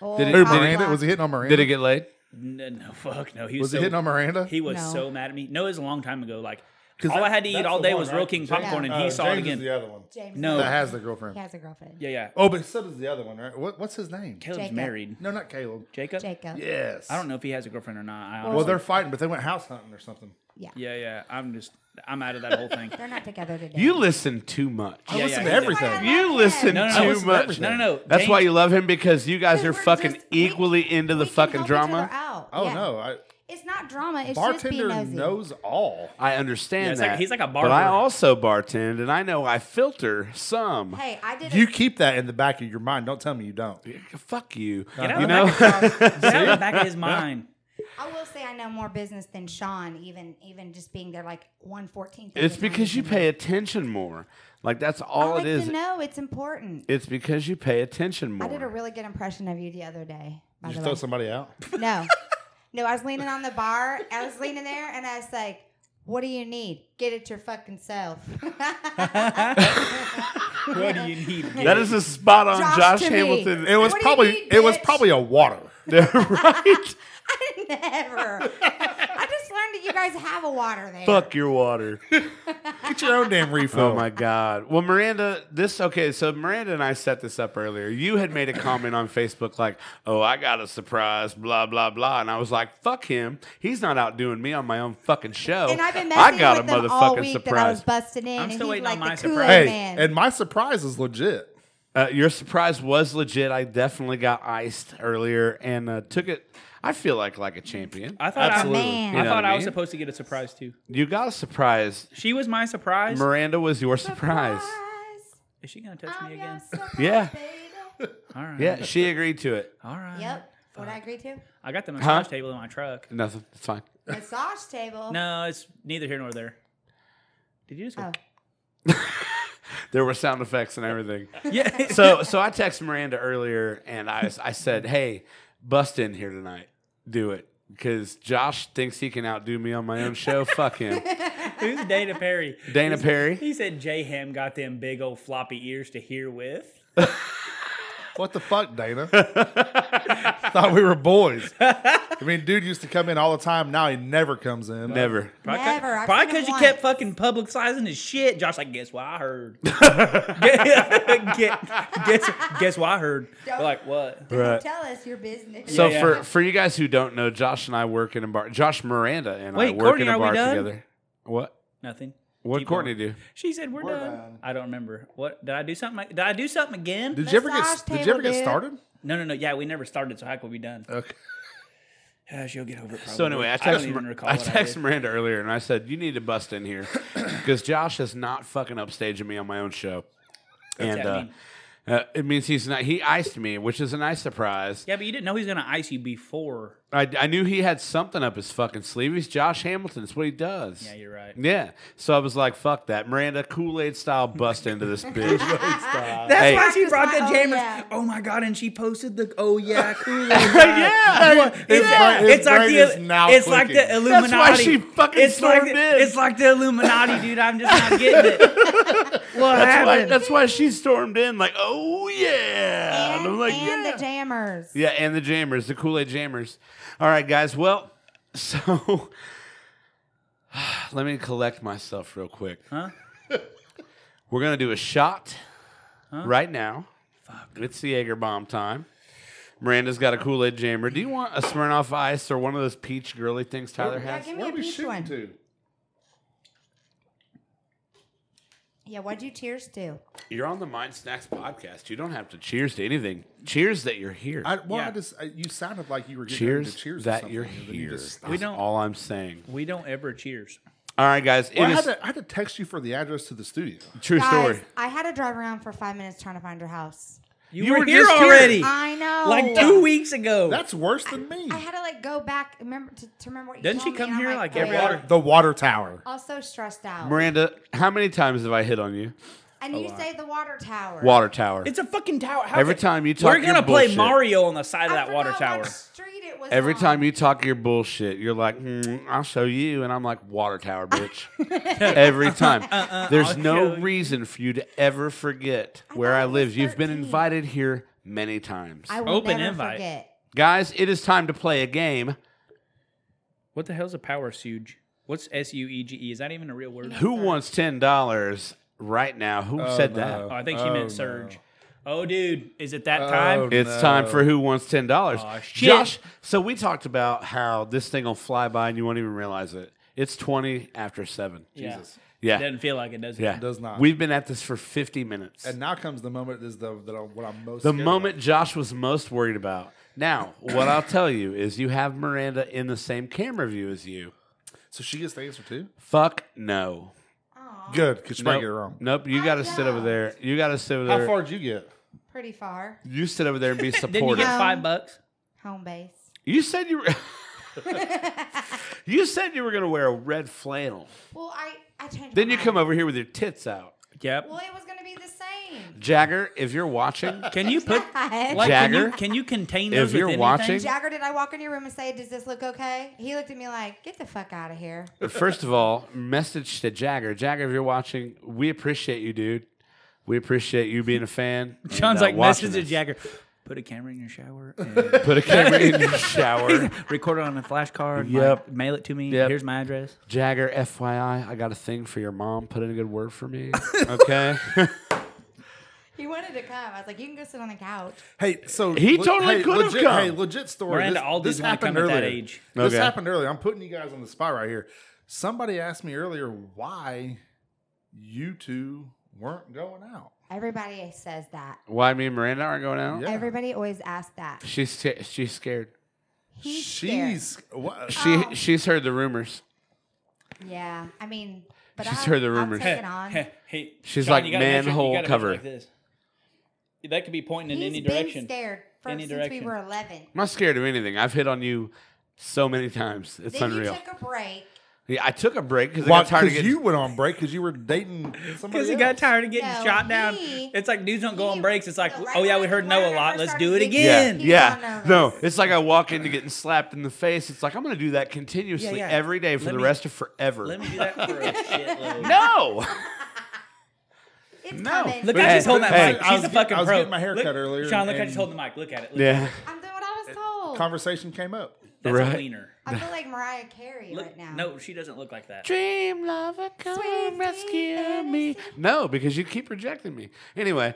S5: Oh,
S2: Did it-
S8: Or
S5: my
S8: Miranda?
S5: God.
S8: Was he hitting on Miranda?
S2: Did it get laid?
S1: No, no fuck, no. He was,
S8: Was
S1: so,
S8: he hitting on Miranda?
S1: He was
S5: No.
S1: so mad at me. No, it was a long time ago. Like
S8: 'Cause
S1: all
S8: that-
S1: I had to eat
S3: That's
S1: all
S3: the
S1: day
S3: one,
S1: was
S3: right?
S1: Roking
S3: James-
S1: popcorn, and he
S3: uh,
S1: saw
S3: James
S1: it again.
S3: Is the other one.
S5: James
S1: No.
S8: that has the
S5: He
S8: girlfriend.
S5: has a girlfriend.
S1: yeah, yeah.
S8: Oh, but so does the other one, right? What, what's his name?
S1: Caleb's
S5: Jacob.
S1: married.
S8: No, not Caleb.
S1: Jacob.
S5: Jacob.
S8: Yes.
S1: I don't know if he has a girlfriend or not. I
S8: Well,
S1: honestly-
S8: they're fighting, but they went house hunting or something.
S1: yeah, yeah. I'm just, I'm out of that whole thing.
S5: They're not together today.
S2: You listen too much.
S8: I
S1: Yeah,
S8: listen
S1: yeah,
S8: to
S1: yeah.
S8: everything.
S2: You listen
S1: No, no, no. I
S2: too
S1: listen to
S2: much.
S1: everything. No, no, no.
S2: That's why
S1: James-
S2: you love him because you guys
S5: Because
S2: are
S5: we're
S2: fucking
S5: just- we-
S2: equally into
S5: we
S2: the
S5: can
S2: fucking
S5: help each other
S2: drama.
S5: out.
S8: Oh
S5: Yeah.
S8: no, I,
S5: It's not drama. It's
S8: bartender
S5: just be nosy.
S8: knows all.
S2: I
S1: Yeah,
S2: understand
S1: it's like-
S2: that.
S1: he's like a
S2: But I
S1: barber.
S2: also bartend, and I know I filter some.
S5: Hey, I did.
S8: You
S5: a,
S8: keep that in the back of your mind. Don't tell me you don't.
S2: Fuck you.
S1: Get out,
S2: you
S1: of
S2: know.
S1: the back of, get out of the back of his mind.
S5: I will say I know more business than Sean. Even even just being there, like one fourteenth.
S2: It's because you pay attention more. Like that's all
S5: I like
S2: it is.
S5: To know it's important.
S2: It's because you pay attention more.
S5: I did a really good impression of you the other day. By
S8: Did you
S5: the way,
S8: throw somebody out?
S5: no, no, I was leaning on the bar. I was leaning there, and I was like, "What do you need? Get it your fucking self."
S1: What do you need?
S2: that is a spot on Josh,
S5: Josh to me.
S2: Hamilton.
S8: It was
S5: What do you
S8: probably
S5: need,
S8: it was
S5: bitch?
S8: probably a water.
S2: right.
S5: I never. I just learned that you guys have a water there.
S2: Fuck your water.
S8: Get your own damn refill.
S2: Oh my god. Well, Miranda, this okay. So Miranda and I set this up earlier. You had made a comment on Facebook like, "Oh, I got a surprise," blah blah blah, and I was like, "Fuck him. He's not outdoing me on my own fucking show."
S5: And I've been messing
S2: Oh, I got
S5: with
S2: a
S5: them
S2: motherfucking
S5: all week that I was
S2: surprise.
S5: busted in, and
S1: still
S5: he's
S1: waiting on
S5: like
S1: my
S5: the Kool
S1: surprise.
S5: Aid
S8: Hey,
S5: man.
S8: and my surprise is legit.
S2: Uh, your surprise was legit. I definitely got iced earlier and uh, took it. I feel like like a champion.
S1: I thought
S5: Absolutely.
S1: I,
S5: Man.
S1: I
S5: You
S2: know
S1: thought
S2: what
S1: I
S2: mean?
S1: was supposed to get a surprise too.
S2: You got a surprise.
S1: She was my surprise.
S2: Miranda was your surprise.
S1: Is she gonna touch me
S5: I'm your
S1: again?
S5: surprise,
S2: Yeah.
S5: baby.
S1: All right.
S2: Yeah, she agreed to it.
S1: All right.
S5: Yep. Would I agree to?
S1: I got the massage
S2: Huh?
S1: table in my truck.
S2: Nothing. It's fine.
S5: Massage table.
S1: No, it's neither here nor there. Did you just? Go?
S5: Oh.
S2: There were sound effects and everything.
S1: Yeah.
S2: so so I texted Miranda earlier and I I said, "Hey, bust in here tonight. Do it." Cuz Josh thinks he can outdo me on my own show. Fuck him.
S1: Who's Dana Perry?
S2: Dana Perry.
S1: He said J Ham got them big old floppy ears to hear with.
S8: What the fuck, Dana? Thought we were boys. I mean, dude used to come in all the time. Now he never comes in.
S2: Never.
S5: Never. I've
S1: Probably
S5: seen him
S1: because you
S5: once.
S1: kept fucking publicizing his shit. Josh, like, guess what I heard? Get- guess, guess what I heard? They're like, what?
S2: Right.
S5: Tell us your business.
S2: So
S1: Yeah, yeah.
S2: for for you guys who don't know, Josh and I work in a bar. Josh Miranda and I
S1: Wait,
S2: work
S1: Courtney,
S2: in a
S1: are we
S2: bar
S1: done?
S2: together. What?
S1: Nothing.
S2: What
S1: Keep
S2: Courtney
S1: going.
S2: do?
S1: She said, we're, done.
S3: done.
S1: I don't remember. What? Did I do something? like- Did I do something again?
S8: Did you ever
S5: Massage
S8: get Did you
S5: table,
S8: ever get
S5: dude.
S8: started?
S1: no, no, no. Yeah, we never started, so how could we be done?
S8: Okay.
S1: Uh, she'll get over it. Probably.
S2: So anyway, I
S1: I
S2: text
S1: don't even recall.
S2: I,
S1: what I
S2: text
S1: did.
S2: Miranda earlier and I said, "You need to bust in here because Josh is not fucking upstaging me on my own show." and
S1: that
S2: uh,
S1: mean?
S2: uh, it means he's not. He iced me, which is a nice surprise.
S1: Yeah, but you didn't know he was gonna ice you before.
S2: I, I knew he had something up his fucking sleeve. He's Josh Hamilton. It's what he does.
S1: Yeah, you're right.
S2: Yeah. So I was like, "Fuck that, Miranda Kool Aid style, bust into this bitch."
S1: That's
S2: Hey.
S1: why she brought the
S5: Oh,
S1: jammers.
S5: yeah.
S1: Oh my god! And she posted the oh yeah, cool. yeah,
S8: His
S1: it's,
S8: brain- his
S1: it's like
S8: brain
S1: the
S8: is now
S1: it's like the
S8: clicking.
S1: Illuminati.
S2: why she fucking
S1: it's like
S2: stormed
S1: the,
S2: in.
S1: It's like the Illuminati, dude. I'm just not getting it. What
S2: That's why,
S1: happened?
S2: that's why she stormed in like, "Oh yeah,"
S5: and,
S2: I'm like,
S5: and
S2: "Yeah."
S5: the jammers.
S2: Yeah, and the Jammers, the Kool Aid Jammers. All right, guys. Well, so let me collect myself real quick.
S1: Huh?
S2: We're gonna do a shot right now. It's the Jaeger bomb time. Miranda's got a Kool Aid Jammer. Do you want a Smirnoff Ice or one of those peach girly things Tyler
S5: Yeah,
S2: has?
S5: give
S3: Where
S5: me
S3: are
S5: a
S3: we
S5: peach
S3: shooting
S5: one.
S3: to?
S5: Yeah, what'd you cheers to?
S2: You're on the Mind Snacks podcast. You don't have to cheers to anything. Cheers that you're here.
S8: I, well,
S1: Yeah.
S8: I just I, you sounded like you were getting ready
S2: cheers,
S8: to cheers or
S2: that
S8: something,
S2: you're
S8: and then you
S2: here.
S8: just
S2: we
S1: don't-
S2: all I'm saying.
S1: We don't ever cheers.
S2: All right, guys.
S8: Well, I,
S2: it
S8: had
S2: is
S8: to, I had to text you for the address to the studio.
S2: true
S5: Guys,
S2: story.
S5: I had to drive around for five minutes trying to find your house.
S1: You,
S2: You
S1: were,
S2: were
S1: here
S2: just here.
S1: already.
S5: I know.
S1: Like two weeks
S2: Oh.
S1: ago.
S8: That's worse than me.
S5: I had to like go back remember to, to remember what you
S1: Doesn't she
S5: told me,
S1: come
S5: and I'm
S1: here, like, every
S5: oh,
S1: other-
S8: the water tower.
S5: Also stressed out.
S2: Miranda, how many times have I hit on you?
S5: and you say the water tower.
S2: Water tower.
S1: it's a fucking tower. How
S2: Every
S1: could-
S2: time you talk
S1: We're
S2: your
S1: gonna play
S2: bullshit.
S1: Mario on the side of
S5: I
S1: that water
S5: forgot
S1: tower.
S5: What street it was
S2: Every
S5: on.
S2: time you talk your bullshit, you're like, "Mm, I'll show you. And I'm like, water tower, bitch. Every time. There's
S1: I'll
S2: no
S1: show you.
S2: reason for you to ever forget where
S5: thought
S2: I
S5: it was
S2: live. You've been
S5: 13.
S2: invited here many times.
S5: I will
S1: Open
S5: never
S1: invite.
S5: forget.
S2: Guys, it is time to play a game.
S1: What the hell's a power suge? What's S U E G E? Is that even a real word?
S2: Who wants $10 right now? Who said
S1: Oh,
S2: that?
S1: I think she
S8: Oh,
S1: meant surge. Oh, dude, is it that time?
S2: It's time
S8: no.
S2: for who wants ten dollars.
S1: Aw, shit.
S2: Josh. So we talked about how this thing will fly by and you won't even realize it. It's twenty after seven.
S1: Yeah.
S2: Yeah.
S1: Doesn't feel like it, does it?
S2: yeah.
S8: does not.
S2: We've been at this for fifty minutes.
S8: And now comes the moment is the that I'm, what I'm most
S2: the
S8: scared
S2: moment Josh was most worried about. Now, what I'll tell you is you have Miranda in the same camera view as you.
S8: about. So she gets the answer too.
S2: Fuck no.
S8: Good, because she might
S2: Nope.
S8: get it wrong.
S2: Nope. You gotta sit over
S5: don't.
S2: there. You gotta sit over
S8: How
S2: there.
S8: far did you get?
S5: Pretty far.
S2: You sit over there and be
S1: Didn't you
S2: supportive.
S1: get five bucks?
S5: Home base.
S2: you said you were You said you were gonna wear a red flannel.
S5: Well, I I changed.
S2: Then
S5: my
S2: you
S5: mind.
S2: come over here with your tits out.
S1: Yep.
S5: Well, it was gonna be the same.
S2: Jagger, if you're watching,
S1: Can you put
S5: God.
S1: like can you,
S2: Jagger,
S1: can you contain
S2: if
S1: those with
S2: you're
S1: anything?
S2: watching-
S5: Jagger, did I walk in your room and say, "Does this look okay?" He looked at me like, "Get the fuck out of here."
S2: first of all, message to Jagger. Jagger, if you're watching, we appreciate you, dude. We appreciate you being a fan. and,
S1: John's
S2: uh,
S1: like
S2: watching
S1: message to
S2: us.
S1: Jagger. Put a camera in your shower. And
S2: Put a camera in your shower.
S1: record it on a flashcard.
S2: Yep.
S1: Like, mail it to me.
S2: Yep.
S1: Here's my address.
S2: Jagger, FYI, I got a thing for your mom. Put in a good word for me. Okay.
S5: He wanted to come. I was like, "You can go sit on the couch."
S8: Hey, so
S2: He totally
S8: hey,
S2: could've
S8: legit,
S2: come.
S8: Hey, legit story.
S1: Miranda,
S8: this,
S1: all
S8: this
S1: dudes wanna
S8: happened
S1: come at
S8: earlier.
S1: that age.
S8: This
S2: Okay.
S8: happened earlier. I'm putting you guys on the spot right here. Somebody asked me earlier why you two weren't going out.
S5: Everybody says that.
S2: Why me and Miranda aren't going out?
S8: Yeah.
S5: Everybody always asks that.
S2: She's sca- she's scared.
S5: He's scared.
S8: She's what?
S2: She
S5: Oh.
S2: she's heard the rumors.
S5: Yeah, I mean, but
S2: She's
S5: I'll-
S2: heard the
S5: I'll
S2: rumors.
S5: take it on.
S1: hey,
S2: She's
S1: John,
S2: like,
S1: you gotta make sure- you
S2: manhole
S1: gotta make
S2: cover.
S1: it this. That could be pointing in any
S5: He's been
S1: direction.
S5: scared for,
S1: Any
S5: since
S1: direction.
S5: we were 11.
S2: I'm not scared of anything. I've hit on you so many times. It's
S5: then
S2: unreal.
S5: you took a break.
S2: yeah, I took a break because I
S8: Why?
S2: got tired of
S8: Because
S2: getting
S8: you went on break because you were dating somebody.
S1: Because he
S8: else.
S1: got tired of getting
S5: No,
S1: shot down.
S5: he-
S1: it's like dudes don't go on
S5: he-
S1: breaks. It's like,
S5: no, right
S1: oh yeah,
S5: when
S1: we
S5: I-
S1: heard no
S5: right
S1: a
S5: when I
S1: lot.
S5: first
S1: Let's
S5: started
S1: do it
S5: dating-
S2: Yeah,
S1: again.
S5: He got
S2: yeah.
S5: nervous.
S2: No, it's like I walk into getting slapped in the face. It's like I'm going to do that continuously
S1: Yeah, yeah.
S2: every day for
S1: Let
S2: the
S1: me-
S2: rest of forever.
S1: Let me do that for a shitload.
S2: no.
S5: It's
S2: No.
S5: coming.
S1: Look,
S2: But
S1: I
S2: hey,
S1: just hold that
S2: hey,
S1: mic.
S8: I
S1: She's
S8: was
S1: a
S8: get-
S1: fucking
S8: I was
S1: pro.
S8: getting my hair
S1: Look-
S8: cut earlier,
S1: Sean, look, I
S8: and-
S1: just hold the mic. Look at it. Look,
S2: yeah.
S5: I'm doing what I was told.
S8: Conversation came up.
S1: That's
S2: Right.
S1: a wiener.
S5: I feel like Mariah Carey
S1: Look,
S5: right now.
S1: no, she doesn't look like that.
S2: Dream lover, come
S5: Sweet
S2: rescue
S5: fantasy.
S2: me. No, because you keep rejecting me. Anyway.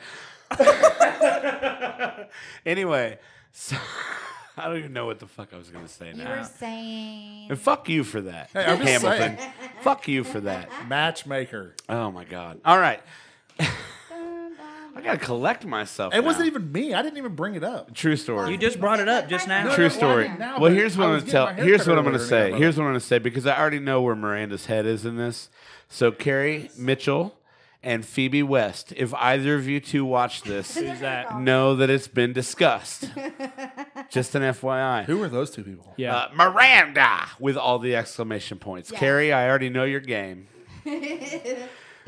S2: anyway. So, I don't even know what the fuck I was going to say
S5: You
S2: now.
S5: were saying.
S2: And fuck you for that,
S8: Hey, I'm just
S2: Hamilton. Fuck you for that.
S8: Matchmaker.
S2: Oh my god. All right. I gotta collect myself.
S8: It wasn't
S2: now.
S8: even me. I didn't even bring it up.
S2: True story.
S1: You just brought it up just now.
S5: No,
S2: True
S5: no,
S2: story.
S5: why
S8: now?
S2: well,
S8: But
S2: here's what
S8: I
S2: I'm
S8: was getting
S2: gonna tell.
S8: my hair
S2: Here's
S8: cut
S2: what I'm gonna
S8: earlier
S2: say.
S8: today,
S2: Here's what I'm gonna say because I already know where Miranda's head is in this. So Carrie Mitchell and Phoebe West, if either of you two watch this,
S1: Who's that?
S2: know that it's been discussed. just an FYI.
S8: Who are those two people?
S1: Yeah.
S2: Uh, Miranda with all the exclamation points.
S5: Yeah.
S2: Carrie, I already know your game.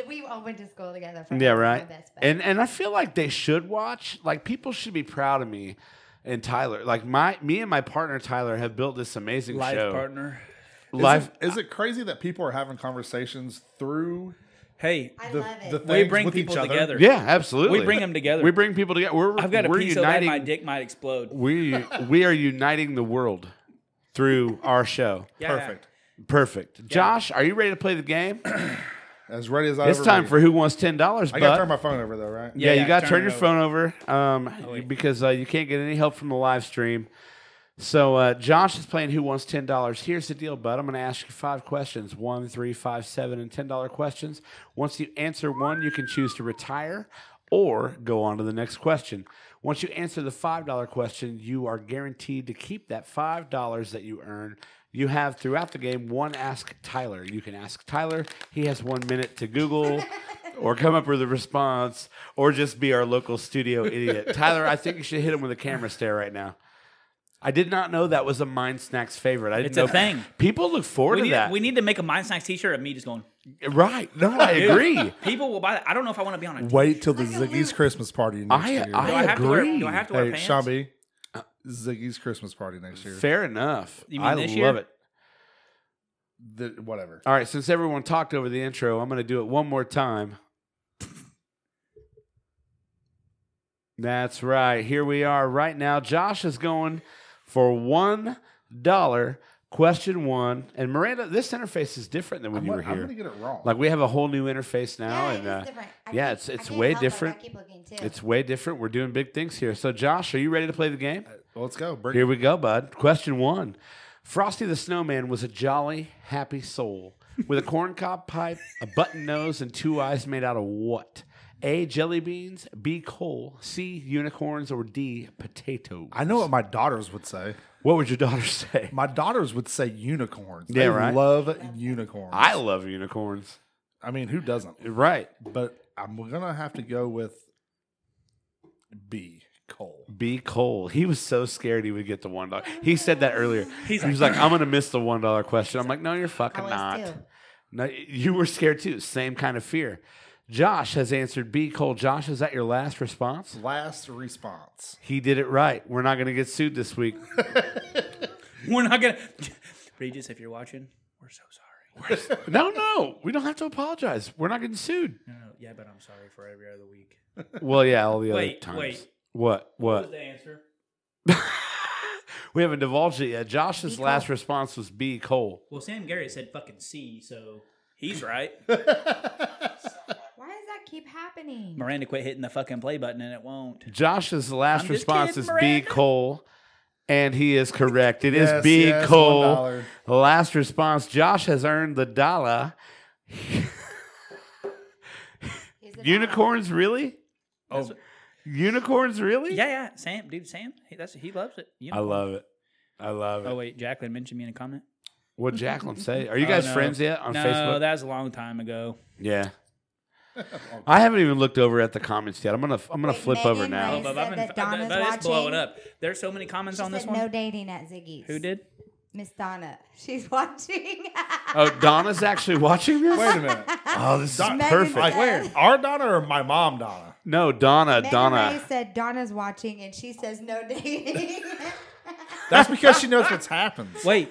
S5: we all went to school together. For
S2: Yeah,
S5: my
S2: right.
S5: best friend.
S2: And and I feel like they should watch. Like people should be proud of me and Tyler. Like my me and my partner Tyler have built this amazing
S1: Life
S2: show.
S1: partner.
S2: Life.
S8: Is it- is it crazy that people are having conversations through
S1: Hey,
S5: I
S8: the,
S5: love it.
S8: the
S1: we
S8: things
S1: bring
S8: with
S1: people
S8: each other?
S1: together.
S2: Yeah, absolutely.
S1: We bring them together.
S2: We bring people together. We're,
S1: I've got a
S2: we're
S1: piece
S2: uniting,
S1: of that. My dick might explode.
S2: We we are uniting the world through our show.
S1: Yeah,
S8: Perfect.
S2: Perfect. Josh, are you ready to play the game?
S8: As ready as I
S2: it's
S8: ever
S2: time
S8: be.
S2: for who wants ten dollars.
S8: I gotta turn my phone over though, right?
S2: yeah,
S1: Yeah,
S2: you
S1: yeah,
S2: got to
S1: turn
S2: turn,
S1: it
S2: your phone over um,
S1: Oh,
S2: because uh, you can't get any help from the live stream. So uh, Josh is playing Who Wants Ten Dollars. Here's the deal, bud. I'm going to ask you five questions: one, three, five, seven, and ten dollar questions. Once you answer one, you can choose to retire or go on to the next question. Once you answer the $5 question, you are guaranteed to keep that $5 that you earn. You have throughout the game one Ask Tyler. You can ask Tyler. He has one minute to Google or come up with a response or just be our local studio idiot. Tyler, I think you should hit him with a camera stare right now. I did not know that was a Mind Snacks favorite. I didn't
S1: It's a
S2: know-
S1: thing.
S2: People look forward
S1: We
S2: to
S1: need,
S2: that.
S1: we need to make a Mind Snacks t-shirt of me just going,
S2: right. No, I agree.
S1: people will buy that. I don't know if I want to be on a
S8: Wait till the
S5: Like a
S8: Ziggy's
S5: loop.
S8: Christmas party next
S2: I-
S8: year.
S2: I- Uh,
S1: do I, have to wear,
S2: agree.
S1: do I have to wear
S8: hey,
S1: pants?
S8: Sean B, Ziggy's Christmas party next year.
S2: Fair enough.
S1: You mean
S2: I
S1: this
S2: love
S1: year?
S2: it.
S8: The- whatever.
S2: All right, since everyone talked over the intro, I'm going to do it one more time. That's right. Here we are right now. Josh is going for one dollar. Question one, and Miranda, this interface is different than when
S8: I'm,
S2: you
S8: gonna-
S2: were
S8: I'm
S2: here.
S8: gonna get it wrong.
S2: Like we have a whole new interface now,
S5: Yeah, it
S2: and
S5: is
S2: uh,
S5: different. I
S2: yeah,
S5: can't-
S2: it's-
S5: I
S2: it's
S5: can't
S2: way
S5: help it. I
S2: different.
S5: keep looking, too.
S2: it's way different. We're doing big things here. So, Josh, are you ready to play the game?
S8: well, let's go. Bring
S2: Uh, Here we go, bud. Question one. Frosty the Snowman was a jolly, happy soul with a corncob pipe, a button nose, and two eyes made out of what? A. Jelly beans. B. Coal. C. Unicorns. Or D. Potatoes.
S8: I know what my daughters would say.
S2: What would your daughter say?
S8: My daughters would say unicorns.
S2: Yeah,
S8: they
S2: right.
S8: love unicorns.
S2: I love unicorns.
S8: I mean, who doesn't?
S2: Right.
S8: But I'm gonna have to go with B. Cole.
S2: B. Cole. He was so scared he would get the one dollar. He said that earlier. he was like, "I'm gonna miss the one dollar question." I'm like, "No, you're
S5: I
S2: fucking
S5: always
S2: not."
S5: do.
S2: No, you were scared too. Same kind of fear. Josh has answered B. Cole. Josh, is that your last response?
S8: Last response.
S2: He did it right. We're not going to get sued this week.
S1: We're not gonna. Regis, if you're watching, we're so sorry.
S2: no, no. We don't have to apologize. We're not getting sued.
S1: No, no, uh, yeah, but I'm sorry for every other week.
S2: Well, yeah, all the
S1: Wait,
S2: other times.
S1: wait.
S2: What?
S1: What was
S2: What?
S1: the answer?
S2: We haven't divulged it yet. Josh's
S5: B. Cole.
S2: last response was B. Cole.
S1: Well, Sam Gary said fucking C, so he's right.
S5: Why does that keep happening?
S1: Miranda quit hitting the fucking play button and it won't.
S2: Josh's last
S1: I'm just
S2: response
S1: kidding,
S2: is B.
S1: Miranda.
S2: Cole. And he is correct. It is
S8: Yes,
S2: B.
S8: yes,
S2: Cole.
S8: $1.
S2: Last response. Josh has earned the dollar.
S5: Is it
S2: Unicorns, really?
S1: Oh.
S2: Unicorns, really?
S1: Yeah, yeah. Sam, dude, Sam, he, that's he loves it. You
S2: I love it. I love it.
S1: Oh wait, Jacqueline mentioned me in a comment.
S2: What Jacqueline say? Are you guys
S1: Oh, no.
S2: friends yet on
S1: no,
S2: Facebook?
S1: that was a long time ago.
S2: yeah. I haven't even looked over at the comments yet. I'm gonna I'm gonna
S5: Wait,
S2: flip over
S5: Megan
S2: now.
S5: Ryan- He said that Donna's
S1: it's blowing
S5: watching.
S1: up. There's so many comments
S5: She
S1: on this
S5: said
S1: one.
S5: no dating at Ziggy's.
S1: Who did?
S5: Miss Donna. She's watching.
S2: Oh, Donna's actually watching this.
S8: Wait a minute.
S2: Oh, this is
S8: Don-
S5: Megan
S2: perfect.
S5: said-
S8: Like where? Our Donna or my mom Donna?
S2: No, Donna,
S5: Megan
S2: Donna.
S5: Ray said Donna's watching and she says no dating.
S8: That's because she knows what's happened.
S1: Wait,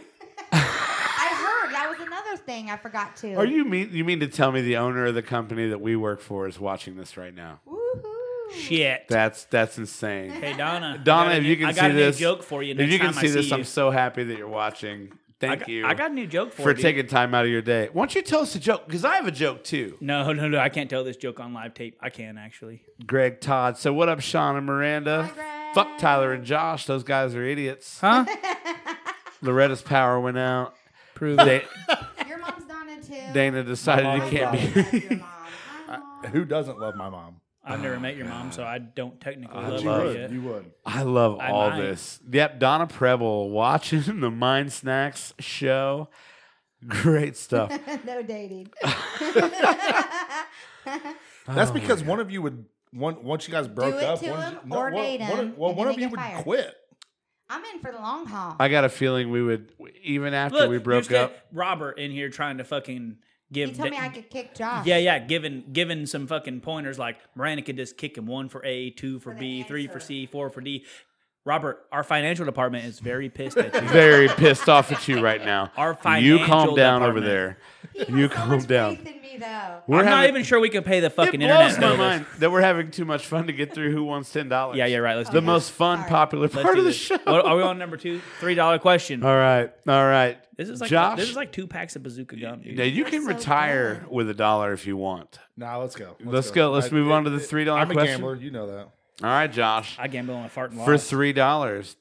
S5: I heard that was another thing I forgot to.
S2: Are you mean you mean to tell me the owner of the company that we work for is watching this right now?
S5: Woohoo.
S1: shit.
S2: That's that's insane.
S1: hey Donna. I
S2: Donna,
S1: got a
S2: if
S1: new-
S2: you can
S1: I
S2: see
S1: got a new
S2: this,
S1: joke for you.
S2: if
S1: Next
S2: you can
S1: time
S2: see
S1: I see
S2: this,
S1: you.
S2: I'm so happy that you're watching.
S1: I
S2: Thank
S1: got,
S2: you.
S1: I got a new joke for,
S2: for
S1: you. dude.
S2: taking time out of your day. Why don't you tell us a joke? Because I have a joke too.
S1: No, no, no. I can't tell this joke on live tape. I can actually.
S2: Greg Todd. So what up, Sean and Miranda?
S5: Hi, Greg.
S2: Fuck Tyler and Josh. Those guys are idiots.
S1: Huh?
S2: Loretta's power went out.
S1: Prove
S2: Da-
S5: Your mom's Donna too.
S2: Dana decided
S8: Mom
S2: he
S5: I
S2: can't be.
S5: love your mom. Hi, Mom.
S8: Who doesn't love my mom?
S1: I've never met your mom, so I don't technically love,
S8: you
S2: love
S1: her
S8: would.
S1: yet.
S8: You would.
S2: I love
S1: I
S2: all
S1: might.
S2: this. Yep, Donna Preble watching the Mind Snacks show. Great stuff.
S5: no dating.
S2: Oh
S8: That's because one of you would one once you guys broke
S5: it
S8: up,
S5: to
S8: one,
S5: him
S8: no,
S5: or
S8: one-
S5: date
S8: one of-
S5: him,
S8: well,
S5: and
S8: one
S5: then
S8: of
S5: they
S8: you
S5: get
S8: would
S5: fired.
S8: quit.
S5: I'm in for the long haul.
S2: I got a feeling we would even after
S1: Look,
S2: we broke
S1: you
S2: up.
S1: said Robert in here trying to fucking give.
S5: he told me
S1: da-
S5: I could kick Josh.
S1: Yeah, yeah, giving giving some fucking pointers like Miranda could just kick him one for A, two for
S5: For the
S1: B, three for
S5: answer.
S1: C, four for D. Robert, our financial department is very pissed at you.
S2: Very pissed off at you right now.
S1: Our
S2: you calm
S1: financial
S2: down over
S1: department.
S2: there.
S5: He has
S2: You
S5: so
S2: calm
S5: much
S2: down.
S5: faith in me though.
S2: We're
S1: I'm not
S2: having-
S1: even sure we can pay the fucking
S2: it
S1: internet.
S2: blows my
S1: bill.
S2: mind that we're having too much fun to get through who wants ten dollars.
S1: Yeah, yeah, right. Let's do
S2: The
S1: this.
S2: most fun,
S5: Sorry.
S2: popular
S1: Let's
S2: part
S1: do
S2: of the
S1: this.
S2: show.
S1: What- are we on number two? Three dollar question.
S2: All right, all right.
S1: This is like
S2: Josh.
S1: this is like two packs of bazooka gum. Dude.
S2: now you can
S5: so
S2: retire
S5: good.
S2: with a dollar if you want.
S8: Nah, let's go.
S2: Let's go. Let's move on to the $3
S8: I'm
S2: question.
S8: a gambler. You know that.
S2: All right, Josh.
S1: I gamble on a fart and
S2: For
S1: lost.
S2: three dollars,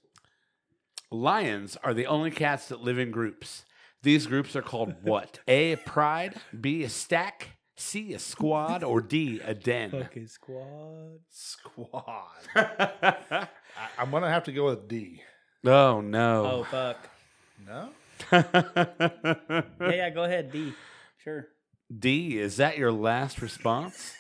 S2: lions are the only cats that live in groups. These groups are called what? A. Pride. B. Stack. C, a squad, or D, a den?
S1: Fucking squad.
S8: Squad. I, I'm gonna have to go with D.
S2: Oh,
S1: Oh
S2: no.
S1: fuck.
S8: No.
S2: Oh.
S1: Yeah, yeah. Go ahead, D. Sure.
S2: D, is that your last response?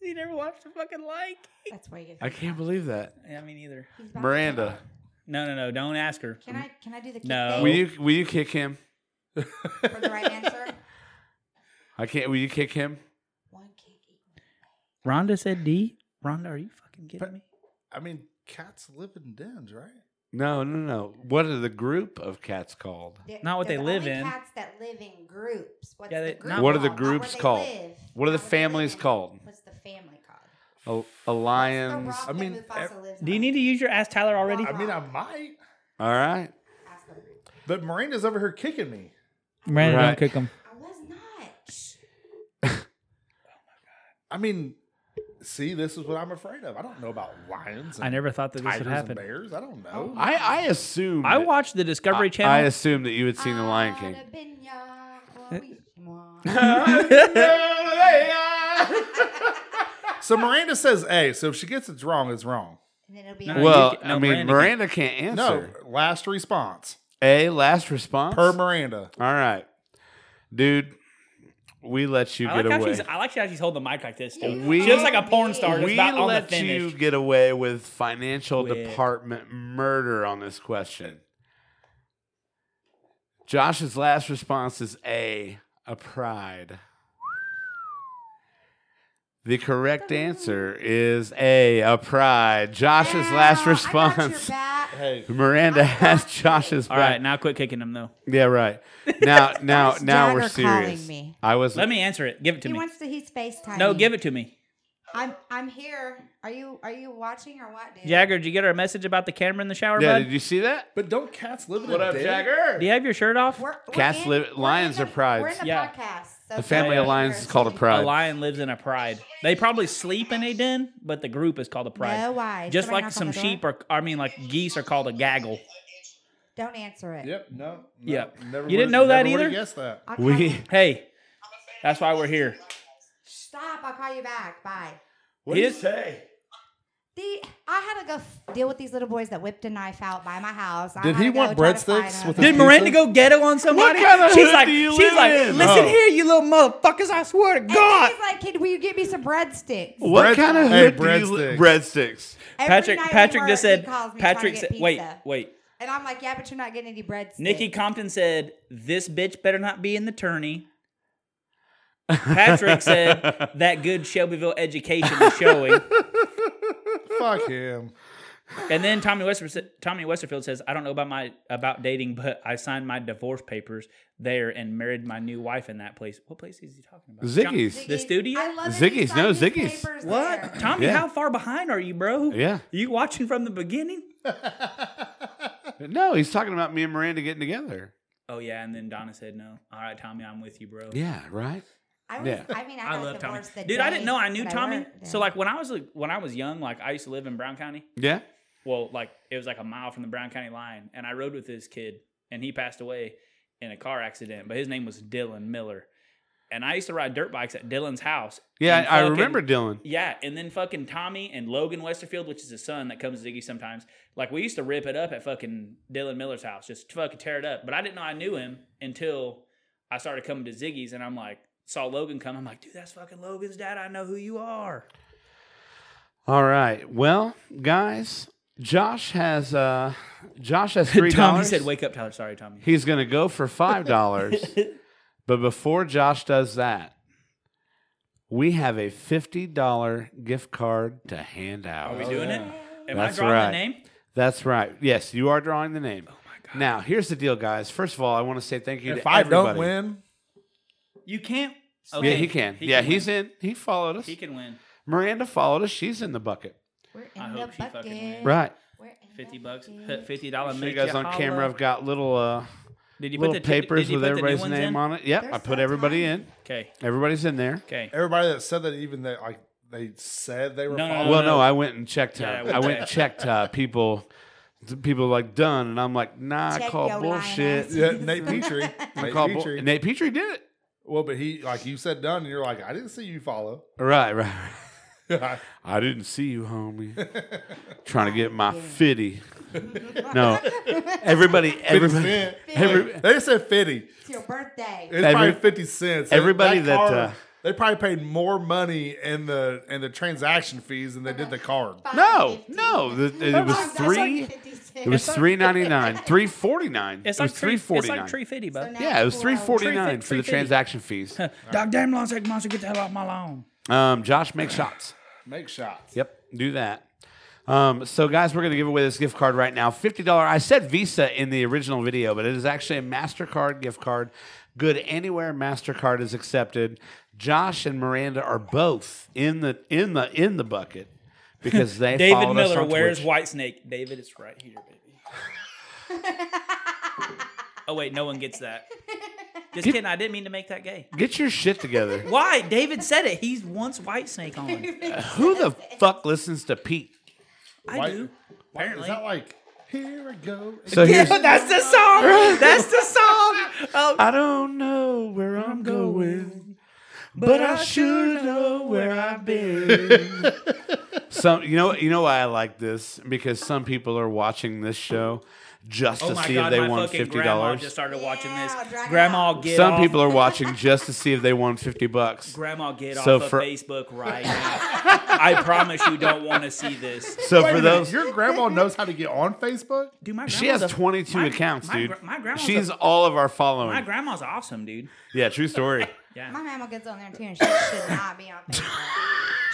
S1: You never watched the fucking like.
S5: That's why you
S2: I
S5: get.
S2: can't believe that.
S1: Yeah, me neither.
S5: He's about to-
S2: Miranda,
S1: No, no, no. Don't ask her.
S5: Can I can I do the kick
S1: No.
S2: will
S1: We-
S2: you will you kick him?
S5: thing for the right answer?
S2: I can't. Will you kick him?
S5: One kick. equals-
S1: Rhonda said D. Rhonda, are you fucking kidding me?
S8: I mean, cats live in dens, right?
S2: No, no, no. What are the group of cats called?
S5: They're-
S1: Not what
S5: they're
S1: they
S5: the
S1: live
S5: only
S1: in.
S5: Cats that live in groups. What's
S1: Yeah,
S5: the
S1: they-
S5: group
S1: not-
S2: What are the
S5: called? Not where
S2: groups
S5: they
S2: called?
S5: live,
S2: What are the
S5: not where they
S2: families
S5: live in.
S2: called?
S5: What's the family called?
S2: Oh,
S5: The
S2: Alliance.
S5: rock
S8: I
S5: that
S8: mean,
S5: Mufasa
S8: ev-
S5: lives
S1: Do you
S5: on.
S1: need to use your ass, Tyler, already?
S8: I mean, I might,
S2: All right.
S5: Ask them.
S8: but Miranda's over here kicking me.
S1: Miranda,
S2: Right.
S1: kick him.
S5: I was not. Shh.
S8: I mean, see, this is what I'm afraid of. I don't know about lions. And
S1: I never thought that this
S8: tigers
S1: would
S8: and
S1: happen.
S8: bears. I don't know.
S2: I I assume
S1: I watched the Discovery Channel.
S2: I assume that you had seen The Lion King.
S5: I'da been ya,
S1: Eh.
S5: moi,
S8: So Miranda says A. So if she gets it wrong, it's wrong.
S5: and then it'll be
S1: No,
S5: like,
S2: Well,
S1: you can-
S2: I
S1: no,
S2: mean, Miranda
S1: Miranda
S2: can't
S8: No,
S2: answer.
S8: last response
S2: A last response.
S8: per Miranda.
S2: All right, dude. We let you
S1: I like,
S2: get
S1: how
S2: away.
S1: she's, I like how she's holding the mic like this. Too.
S5: Yeah.
S2: We-
S1: She looks like a porn star. Just
S2: we
S1: about on the
S2: let you
S1: finish.
S2: get away with financial
S1: With-
S2: department murder on this question. Josh's last response is A, a pride. The correct answer is A, a pride. Josh's
S5: "Ow,
S2: last
S5: I got your
S2: response.
S5: back."
S8: Hey,
S2: Miranda has
S5: got you.
S2: Josh's
S1: All
S2: back.
S1: right, now quit kicking him though.
S2: Yeah, right. Now, now,
S5: Josh
S2: now we're
S5: Jagger calling
S2: serious.
S5: me.
S2: I was.
S1: Let me answer it. Give it to
S5: He
S1: me.
S5: wants to. He's FaceTime.
S1: No, give it to me.
S5: I'm I'm here. Are you Are you watching or what, dude?
S1: Jagger, did you get our message about the camera in the shower,
S2: Yeah,
S1: bud?
S2: did you see that?
S8: but don't cats live in
S2: What
S8: a
S2: up,
S8: den?
S2: Jagger?
S1: Do you have your shirt off?
S5: We're, we're
S2: Cats
S5: in-
S2: live-
S5: we're in
S2: lions
S5: the-
S2: are prides.
S5: We're in the
S1: Yeah.
S5: podcast. So
S2: The family
S1: Yeah.
S2: alliance is called a
S1: A
S2: pride.
S1: lion lives in a pride. They probably sleep in a den, but the group is called a pride.
S5: No, why?
S1: Just
S5: Somebody
S1: like
S5: knock on
S1: some
S5: the door?
S1: sheep are, I mean, like geese are called a gaggle.
S5: Don't answer it.
S8: Yep. No. no
S1: Yep.
S8: Never
S1: You didn't
S8: would've-
S1: know that
S8: never would've
S1: either?
S8: Guessed that.
S5: I'll call
S2: We
S5: you-
S1: Hey, that's why we're here.
S5: stop. I'll call you back. Bye.
S2: What
S1: He
S2: did you
S1: is-
S2: say?
S5: The I had to go f- deal with these little boys that whipped a knife out by my house. I
S8: Did
S5: had
S8: he
S5: to go
S8: want
S5: try to find
S8: breadsticks
S5: them.
S8: with his
S1: Did Miranda go ghetto on somebody?
S2: kind of
S1: she's
S2: hood
S1: like,
S2: do you
S1: she's
S2: live
S1: like,
S2: in?
S1: listen
S8: Oh.
S1: here, you little motherfuckers! I swear to
S5: And
S1: God.
S5: He's like, "Can we get me some breadsticks?"
S2: What
S8: Bread-
S2: kind of
S8: Hey,
S2: hood do you li-
S8: breadsticks.
S2: breadsticks?
S5: Every
S1: Patrick,
S5: night at
S1: Patrick
S5: work,
S1: just
S5: he
S1: said.
S5: calls me trying
S1: Patrick
S5: to
S1: said.
S5: get
S1: Wait,
S5: pizza.
S1: wait.
S5: and I'm like, "Yeah, but you're not getting any breadsticks."
S1: Nikki Compton said, "This bitch better not be in the tourney." Patrick said that good Shelbyville education is showing,
S8: Fuck him.
S1: and then Tommy Westerfield, Tommy Westerfield says, "I don't know about my about dating, but I signed my divorce papers there and married my new wife in that place. What place is he talking about? John-
S2: Ziggy's.
S1: the studio?
S5: I love it.
S2: Ziggy's,
S5: He
S2: no,
S5: signed his
S2: Ziggy's.
S5: papers there.
S1: What, Tommy?
S2: Yeah.
S1: How far behind are you, bro?
S2: Yeah.
S1: you watching from the beginning?
S2: No, he's talking about me and Miranda getting together.
S1: Oh yeah, and then Donna said no. All right, Tommy, I'm with you, bro.
S2: Yeah, right?
S5: I, was,
S2: Yeah.
S5: I mean, I,
S1: I
S5: got
S1: love Tommy,
S5: divorced the
S1: dude. I didn't
S5: day
S1: know I knew
S5: that
S1: Tommy.
S5: worked
S1: So
S5: there.
S1: like when I was like, when I was young, like I used to live in Brown County.
S2: Yeah.
S1: Well, like it was like a mile from the Brown County line, and I rode with this kid, and he passed away in a car accident. But his name was Dylan Miller, and I used to ride dirt bikes at Dylan's house.
S2: Yeah,
S1: and
S2: I, I
S1: fucking-
S2: remember Dylan.
S1: Yeah, and then fucking Tommy and Logan Westerfield, which is his son that comes to Ziggy sometimes. Like we used to rip it up at fucking Dylan Miller's house, just fucking tear it up. But I didn't know I knew him until I started coming to Ziggy's, and I'm like, saw Logan come. I'm like, dude, that's fucking Logan's dad. I know who you are.
S2: All right. Well, guys, Josh has uh Josh has three
S1: Tommy
S2: dollars.
S1: said, "Wake up, Tyler." Sorry, Tommy.
S2: He's gonna go for five dollars. but before Josh does that, we have a fifty dollar gift card to hand out.
S1: Are we doing
S8: yeah.
S1: it? Am
S2: That's
S1: I drawing
S2: right.
S1: the name?
S2: That's right. Yes, you are drawing the name. Oh my god. Now, here's the deal, guys. First of all, I want to say thank you
S8: If
S2: to
S8: I
S2: everybody.
S8: don't win,
S1: You can't.
S2: Yeah, he can. yeah, he's in. He followed us.
S1: He can win.
S2: Miranda followed us. She's in the bucket.
S5: We're in
S1: I
S5: the
S1: hope she fucking
S5: bucket.
S1: wins.
S2: Right.
S5: We're in
S1: Fifty
S5: the
S1: bucks.
S5: bucket.
S1: Fifty dollar.
S2: So you guys on camera, I've got little uh
S1: Did you put
S2: little
S1: the
S2: papers
S1: did you put
S2: with
S1: the new
S2: everybody's
S1: ones
S2: name
S1: in?
S2: on it. Yep,
S5: They're
S2: I put
S5: so
S2: everybody
S5: tiny.
S2: in.
S1: Okay.
S2: Everybody's in there.
S1: Okay.
S8: everybody that said that even that like they said they were
S1: No, no,
S8: following
S2: Well, no,
S1: no.
S2: I went and checked. Uh,
S1: Yeah,
S2: I went and checked uh, people. People like done, and I'm like, nah, I
S5: Check
S2: call
S5: your
S2: bullshit.
S5: lioness.
S8: Yeah, Nate Petrie.
S2: I
S8: Nate
S2: call bull-
S8: Petrie.
S2: Nate Petrie did it.
S8: Well, but he, like you said, done, and you're like, I didn't see you follow.
S2: Right, right.
S8: I
S2: I didn't see you, homie. Trying to get my fitty. No, everybody, everybody,
S8: cent.
S2: every,
S8: They said 50.
S5: It's your birthday.
S8: It's
S2: Every-
S8: probably 50 cents.
S2: everybody that,
S8: card,
S2: uh,
S8: they probably paid more money in the in the transaction fees than they did the card.
S2: No,
S5: $5.50.
S2: no. The, it, was
S5: That's like
S2: three.
S5: $56.
S2: It was three ninety nine, three forty nine.
S1: It's
S2: it
S1: like
S2: was
S1: three.
S2: three
S1: It's
S2: forty
S1: like
S2: nine.
S1: three fifty,
S5: So
S1: buddy.
S5: now
S2: Yeah, it was
S5: it's
S2: three forty
S1: 350,
S2: nine for the
S1: 350.
S2: transaction fees.
S1: Dog damn long take monster, get the hell off my lawn.
S2: Um, Josh, make shots.
S8: Make shots.
S2: Yep, do that. Um, so, guys, we're going to give away this gift card right now. $50. I said Visa in the original video, but it is actually a MasterCard gift card. Good anywhere MasterCard is accepted. Josh and Miranda are both in the in the in the bucket because they
S1: David
S2: followed us
S1: Miller,
S2: on
S1: where's
S2: Twitch.
S1: White Snake? David, it's right here, baby. oh wait, no one gets that. Just kidding. I didn't mean to make that gay.
S2: Get your shit together.
S1: Why? David said it. He wants White Snake on.
S5: oh.
S2: Uh, Who the fuck listens to Pete?
S1: I
S8: White-
S1: do.
S8: Is
S1: Apparently.
S8: that like, here I go?
S2: So here's
S1: Yeah, that's the song. That's the song. Oh,
S2: I don't know where I'm going, but I sure know where I've been. some, you know, you know why I like this because some people are watching this show just to
S1: oh my
S2: see
S1: god,
S2: if they
S1: my
S2: won
S1: fucking
S2: fifty
S1: grandma just
S2: dollars.
S1: started watching
S5: Yeah,
S1: this.
S5: drag it
S1: Grandma
S5: out.
S1: get
S2: Some
S1: off.
S2: people are watching just to see if they won fifty bucks.
S1: Grandma get
S2: So
S1: off of
S2: for-
S1: Facebook right now. I promise you don't want to see this.
S2: So
S8: Wait a minute,
S2: for those,
S8: your grandma knows how to get on Facebook?
S1: Dude, my
S2: she
S1: grandma's
S2: has
S1: a-
S2: twenty two
S1: my-
S2: accounts,
S1: my
S2: dude.
S1: gra- My grandma's
S2: She's
S1: a-
S2: all of our
S1: my
S2: following.
S1: grandma's awesome, dude.
S2: Yeah, true story.
S5: My mama gets on there too, and she should not be on Facebook.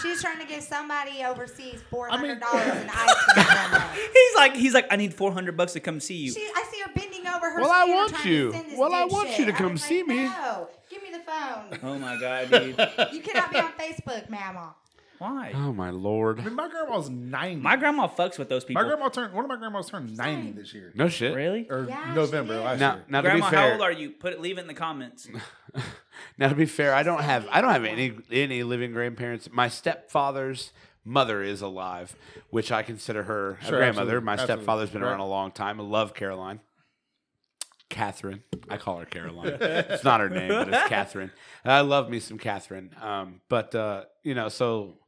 S5: She's trying to give somebody overseas four hundred dollars in ice cream. from her.
S1: He's like, he's like, I need four hundred bucks to come see you.
S5: She, I see her bending over her.
S2: Well, I
S5: scooter
S2: want
S5: trying to
S2: you.
S5: send this
S2: Well, I
S5: dude
S2: want
S5: shit.
S2: you to
S5: I
S2: come
S5: was
S2: see
S5: like,
S2: me.
S5: No, give me the phone.
S1: oh my god, dude,
S5: You cannot be on Facebook, mama.
S1: why?
S2: Oh my lord.
S8: I mean, my grandma's 90.
S1: My grandma fucks with those people.
S8: My grandma turned one of my grandmas turned ninety this year
S2: No shit.
S1: really?
S8: or
S5: Yeah, she
S8: November
S5: did.
S8: last
S2: Now,
S8: year.
S2: now to be
S1: grandma,
S2: fair,
S1: how old are you? Put it, leave it in the comments.
S2: Now to be fair, I don't have I don't have any any living grandparents. My stepfather's mother is alive, which I consider her a
S8: Sure,
S2: grandmother.
S8: absolutely,
S2: My
S8: absolutely.
S2: stepfather's been
S8: Right.
S2: around a long time. I love Caroline. Catherine. I call her Caroline. it's not her name, but it's Catherine. And I love me some Catherine. Um, but uh, you know, so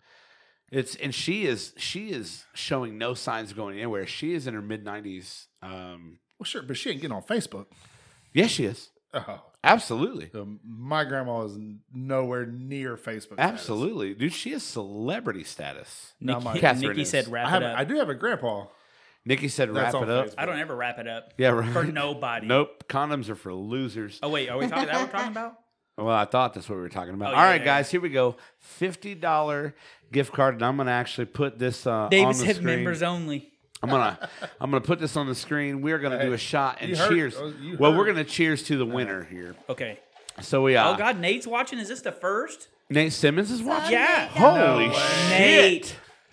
S2: it's and she is she is showing no signs of going anywhere. She is in her mid nineties. Um,
S8: Well, sure, but she ain't getting on Facebook.
S2: yes, she is
S8: Oh,
S2: absolutely.
S8: so my grandma is nowhere near Facebook. status.
S2: Absolutely, dude. She is celebrity status.
S8: Now my-
S1: Nikki,
S2: Catherine
S1: Nikki
S2: is.
S1: said,
S8: I
S1: "Wrap
S8: have.
S1: it up."
S8: I do have a grandpa.
S2: Nikki said,
S8: That's
S2: "Wrap
S8: on
S2: it up."
S8: Facebook.
S1: I don't ever wrap it up
S2: Yeah, right.
S1: for nobody.
S2: Nope. Condoms are for losers.
S1: Oh wait, are we talking that we're talking about?
S2: Well, I thought that's what we were talking about.
S1: Oh,
S2: All
S1: yeah,
S2: right,
S1: yeah,
S2: guys, here we go. Fifty dollar gift card, and I'm gonna actually put this uh, on
S1: David
S2: the
S1: said
S2: screen.
S1: members only.
S2: I'm gonna I'm gonna put this on the screen. We're gonna do a shot and
S8: you heard-
S2: cheers.
S8: oh, you
S2: well,
S8: heard.
S2: we're gonna cheers to the winner here.
S1: Okay.
S2: So we uh,
S1: Oh god, Nate's watching. Is this the first?
S2: Nate Simmons is watching.
S1: Yeah.
S2: Holy
S8: No
S2: shit!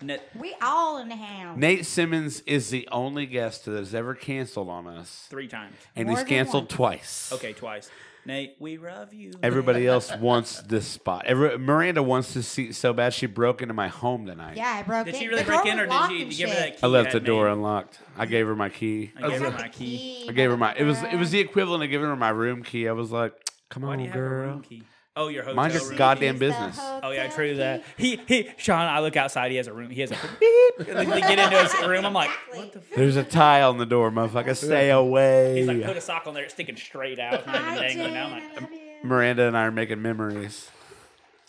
S1: Nate. Na-
S5: We all in the house.
S2: Nate Simmons is the only guest that has ever canceled on us,
S1: three times.
S2: and
S5: More
S2: he's
S5: than
S2: canceled
S5: one.
S2: twice.
S1: Okay, twice. Nate, we love you.
S2: Everybody else wants this spot. Every, Miranda wants this seat so bad she broke into my home tonight.
S5: yeah, I broke
S1: Did
S5: in.
S1: she really
S5: The door
S1: break in, or
S5: was
S1: did
S5: locked
S1: she did
S5: and
S1: you give her
S5: shit.
S1: that key?
S2: I left
S1: that
S2: the door
S1: man-
S2: unlocked. I gave her my key.
S1: I gave her
S5: Got
S1: my
S5: the
S1: key.
S2: I gave her my. It was it was the equivalent of giving her my room key. I was like, "Come
S1: Why do
S2: on,
S1: you have a
S2: girl."
S1: room key? Oh, your hotel
S2: Mind your
S1: room.
S2: goddamn
S5: He's the
S2: business.
S1: Oh yeah,
S5: hotel
S1: true that.
S5: key.
S1: He he. Sean, I look outside. He has a room. He has a beep. Like, they get into his room. I'm like, what the? F-?
S2: There's a tie on the door, motherfucker. Stay away.
S1: He's like, put a sock on there. It's sticking straight out. It's not even
S5: Hi,
S1: dangling.
S5: Jen,
S1: I'm
S5: I
S1: like,
S5: love you.
S2: Miranda and I are making memories.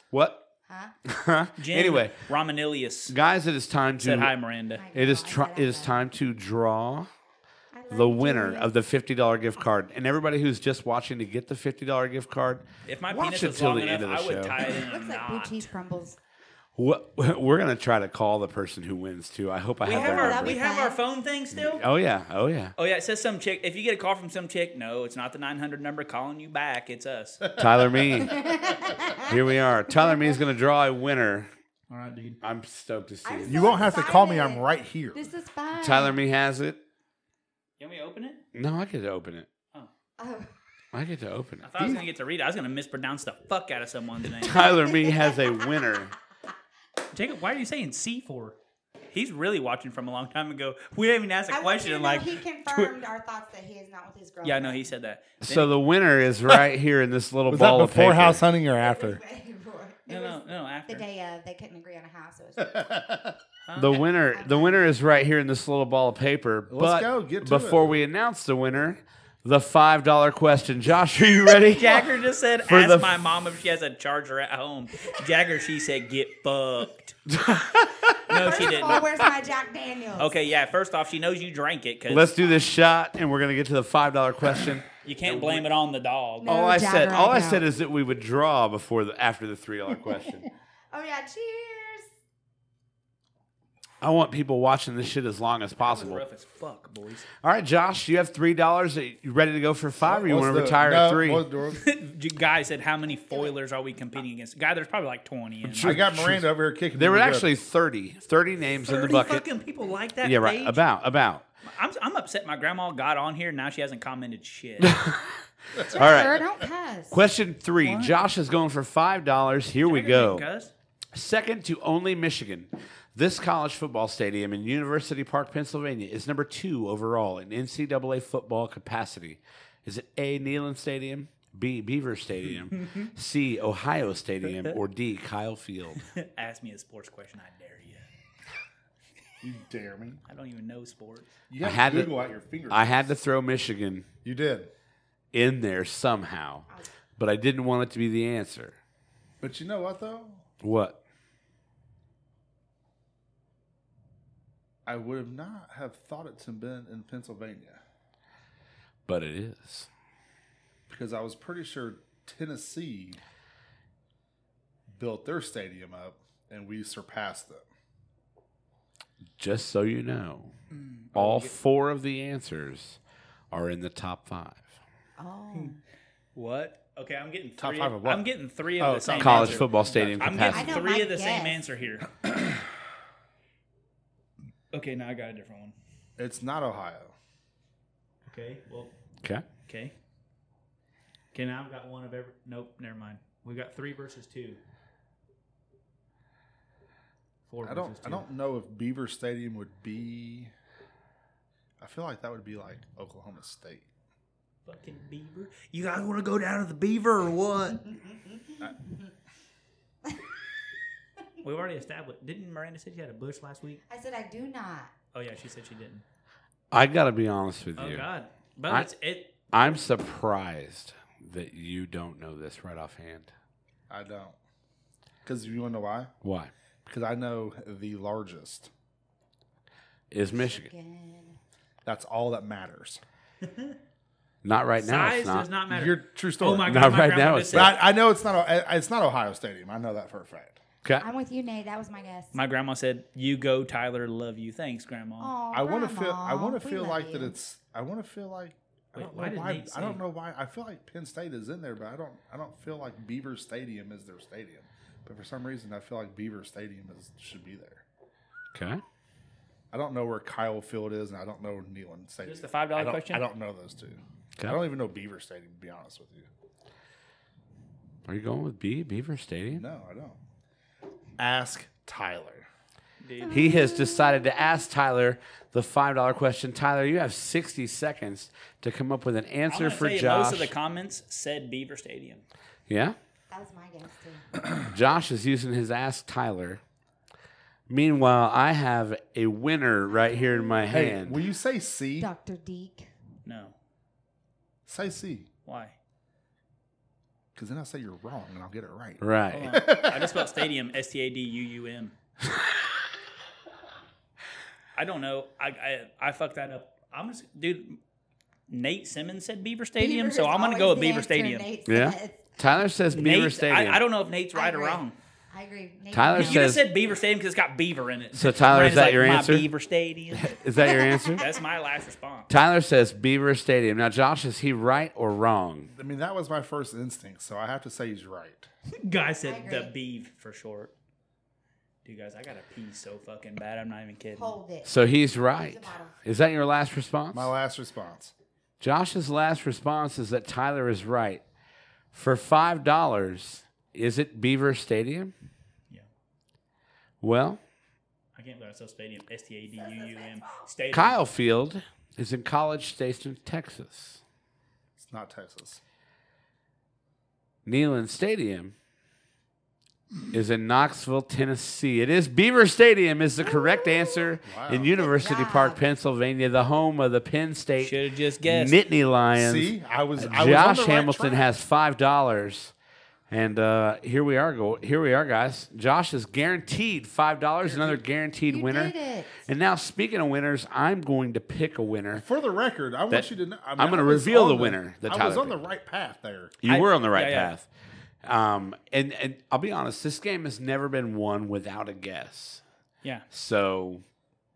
S2: What? Huh?
S1: Jen
S2: anyway,
S1: Romanilius
S2: guys, it is time to.
S1: said hi, Miranda.
S2: It is tr- it is time to draw
S5: I love
S2: the
S5: you,
S2: winner
S5: Jen.
S2: of the fifty dollar gift card, and everybody who's just watching to get the fifty dollar gift card.
S1: If my
S2: Watch
S1: penis
S2: it
S1: was
S2: till
S1: long
S2: the
S1: enough,
S2: end
S1: I
S2: of the
S1: would
S2: show.
S1: tie it in a
S5: Looks like blue
S1: knot.
S5: cheese crumbles.
S2: What we're gonna try to call the person who wins too. I hope I
S1: We
S2: have,
S1: have
S2: their
S1: our
S5: that'd
S1: we
S5: be
S2: number.
S1: have our
S5: fun.
S1: phone thing still.
S2: Oh yeah, oh yeah.
S1: Oh yeah, it says some chick. If you get a call from some chick, no, it's not the 900 number calling you back. It's us.
S2: Tyler Mean. Here we are. Tyler Mean's gonna draw a winner.
S1: All right, dude.
S2: I'm stoked to see
S5: I'm
S2: it.
S5: so
S8: You won't have to call me. I'm
S5: excited.
S8: right here.
S5: This is fun.
S2: Tyler Mean has it.
S1: Can we open it?
S2: No, I get to open it.
S5: Oh,
S2: I get to open
S1: I
S2: it.
S1: thought I was gonna get to read it. I was gonna mispronounce the fuck out of someone's name.
S2: Tyler Mean has a winner.
S1: Jacob, why are you saying C for? he's really watching from a long time ago. We didn't even ask a
S5: I want
S1: question.
S5: you to know
S1: like,
S5: he confirmed our thoughts that he is not with his girlfriend.
S1: yeah, no, he said that. Then
S2: So the winner is right here in this little
S3: Was that
S2: ball
S3: before
S2: of paper.
S3: house hunting or
S5: It was
S3: after?
S5: way before-
S1: he-
S5: it
S1: no, no,
S5: was
S1: no. After
S5: The day of, they couldn't agree on a house. It was
S1: Huh?
S2: The winner, the winner is right here in this little ball of paper.
S3: Let's
S2: but
S3: go, get to
S2: before
S3: it.
S2: we announce the winner, the five dollar question. Josh, are you ready?
S1: Jagger just said,
S2: For
S1: "Ask
S2: the-
S1: my mom if she has a charger at home." Jagger, she said, "Get fucked." no, she
S5: First of all,
S1: didn't.
S5: where's my Jack Daniels?
S1: Okay, yeah. First off, she knows you drank it because
S2: Let's do this shot, and we're gonna get to the five dollar question.
S1: you can't blame it on the dog.
S5: No,
S2: all I
S5: Jagger,
S2: said, all I
S5: don't.
S2: said is that we would draw before the after the three dollar question.
S5: Oh yeah, cheers.
S2: I want people watching this shit as long as
S1: It's
S2: possible.
S1: Oh, rough as fuck, boys.
S2: All right, Josh, you have three dollars. You ready to go for five, or you
S3: Let's
S2: want
S3: do
S2: to
S3: it.
S2: retire
S3: No,
S2: at three?
S3: let's do it.
S1: J- Guy said, "How many foilers are we competing against?" Guy, there's probably like twenty. In.
S3: I got Miranda over here kicking.
S2: There were
S3: me good.
S2: actually 30, 30 names in the
S1: Thirty
S2: bucket.
S1: fucking people like that.
S2: Yeah, right.
S1: page?
S2: About about.
S1: I'm, I'm upset. My grandma got on here. Now she hasn't commented shit.
S5: All
S2: right.
S5: don't cuss.
S2: Question three. Josh is going for five dollars. Here we go.
S1: Cuz.
S2: Second to only Michigan. This college football stadium in University Park, Pennsylvania is number two overall in NCAA football capacity. Is it A. Neyland Stadium, B. Beaver Stadium, C. Ohio Stadium, or D. Kyle Field?
S1: Ask me a sports question. I dare you.
S3: You dare me?
S1: I don't even know sports.
S3: You
S2: I had
S3: have to
S2: to-
S3: Google out your fingers.
S2: I had to throw Michigan
S3: You did,
S2: in there somehow, but I didn't want it to be the answer.
S3: but you know what though?
S2: What?
S3: I would have not have thought it's been in Pennsylvania
S2: But it is.
S3: because I was pretty sure Tennessee built their stadium up and we surpassed them.
S2: Just so you know, all four of the answers are in the top five.
S5: Oh,
S1: What? Okay, I'm getting
S3: Top
S1: three
S3: five of what?
S1: I'm getting three of the
S3: Oh, top
S1: same
S3: five.
S2: College
S1: answer.
S2: football stadium
S1: I'm
S2: capacity.
S1: getting
S5: I know
S1: three
S5: my
S1: of the same
S5: guess.
S1: answer here. okay, now I got a different one.
S3: It's not Ohio.
S1: Okay, well,
S2: Okay.
S1: okay. Okay, now I've got one of every. Nope, never mind. We got three versus two. Four
S3: I don't.
S1: versus two.
S3: I don't know if Beaver Stadium would be. I feel like that would be like Oklahoma State.
S1: Fucking beaver. You guys want to go down to the beaver or what? We've already established. Didn't Miranda say she had a bush last week?
S5: I said I do not.
S1: Oh yeah, she said she didn't.
S2: I got to be honest with
S1: Oh
S2: you.
S1: God, but
S2: I-
S1: it's, it.
S2: I'm surprised that you don't know this right offhand.
S3: I don't. Because you want to know why?
S2: Why?
S3: Because I know the largest.
S2: Is Michigan.
S3: That's all that matters.
S2: Not right now.
S1: Size
S2: It's not.
S1: does not matter.
S3: Your true story.
S1: oh my
S2: Not
S1: God, my
S2: right
S1: grandma
S2: now,
S1: just
S2: it's not.
S1: said,
S3: But I, I know it's not. O- It's not Ohio Stadium. I know that for a fact.
S2: Okay.
S5: I'm with you, Nate. That was my guess.
S1: My grandma said, "You go, Tyler. Love you. Thanks, Grandma."
S5: Aw,
S3: I want to
S5: Oh,
S3: feel.
S5: Grandma,
S3: I want to
S5: we
S3: feel
S5: love
S3: like
S5: you.
S3: that. It's. I want to feel like. I
S1: Wait,
S3: don't
S1: why
S3: know
S1: did
S3: why.
S1: Nate
S3: I
S1: say-
S3: don't know why. I feel like Penn State is in there, but I don't. I don't feel like Beaver Stadium is their stadium. But for some reason, I feel like Beaver Stadium is should be there.
S2: Okay.
S3: I don't know where Kyle Field is, and I don't know Neyland Stadium.
S1: Just the $5
S3: I don't-
S1: question?
S3: I don't know those two.
S2: Okay.
S3: I don't even know Beaver Stadium. To be honest with you,
S2: Are you going with B Beaver Stadium?
S3: no, I don't. Ask Tyler.
S2: He has decided to ask Tyler the five dollar question. Tyler, you have sixty seconds to come up with an
S1: I'm
S2: answer
S1: gonna
S2: for
S1: tell you,
S2: Josh.
S1: Most of the comments said Beaver Stadium.
S2: yeah.
S5: That was my guess too.
S2: Josh is using his ass Tyler. Meanwhile, I have a winner right here in my
S3: Hey,
S2: hand.
S3: will you say C?
S5: Doctor Deke.
S1: No,
S3: Say C,
S1: why?
S3: because then I say you're wrong, and I'll get it right.
S2: right.
S1: I just spelled stadium S T A D U U M. I don't know. I, I I fucked that up. I'm just dude. Nate Simmons said Beaver Stadium,
S5: Beaver
S1: so
S5: is
S1: I'm gonna
S5: always
S1: go with
S5: the
S1: Beaver
S5: answer,
S1: Stadium.
S5: Nate
S2: Yeah.
S5: says.
S2: Tyler says Beaver
S1: Nate-
S2: Stadium.
S1: I, I don't know if Nate's right or
S5: agree.
S1: wrong.
S5: I agree. Nate,
S2: Tyler
S5: you
S1: You
S2: said-
S5: know-
S1: just said Beaver Stadium because it's got beaver in it.
S2: So, Tyler,
S1: Miranda's
S2: is that
S1: like,
S2: your
S1: "My
S2: answer?"
S1: Beaver Stadium.
S2: Is that your answer?
S1: That's my last response.
S2: Tyler says Beaver Stadium. Now, Josh, is he right or wrong?
S3: I mean, that was my first instinct, so I have to say he's right.
S1: Guy
S5: I
S1: said
S5: agree.
S1: the beef for short. Dude, guys, I gotta pee so fucking bad. I'm not even kidding.
S5: hold it.
S2: So he's right. Is that your last response?
S3: My last response.
S2: Josh's last response is that Tyler is right. For five dollars, is it Beaver Stadium?
S1: Yeah.
S2: Well,
S1: I I can't believe I said stadium. S T A D U U M. Stadium.
S2: Kyle Field is in College Station, Texas.
S8: It's not Texas.
S2: Neyland Stadium is in Knoxville, Tennessee. It is Beaver Stadium is the correct answer in University Park, Pennsylvania, the home of the Penn State
S1: Should have just guessed.
S2: Nittany Lions.
S8: See, I was. I was on
S2: Josh
S8: the right
S2: Hamilton
S8: track.
S2: has five dollars, and uh, here we are. Go here we are, guys. Josh is guaranteed five dollars. Another guaranteed
S5: You
S2: winner.
S5: did it.
S2: And now, speaking of winners, I'm going to pick a winner.
S8: For the record, I want
S2: That-
S8: you to know. I
S2: I'm gonna
S8: I was
S2: reveal
S8: on
S2: the winner that
S8: I was
S2: Tyler
S8: on the
S2: picked.
S8: right path there.
S2: You
S1: I-
S2: were on the
S1: yeah,
S2: right
S1: yeah.
S2: path. Um, and and I'll be honest, this game has never been won without a guess.
S1: Yeah.
S2: So,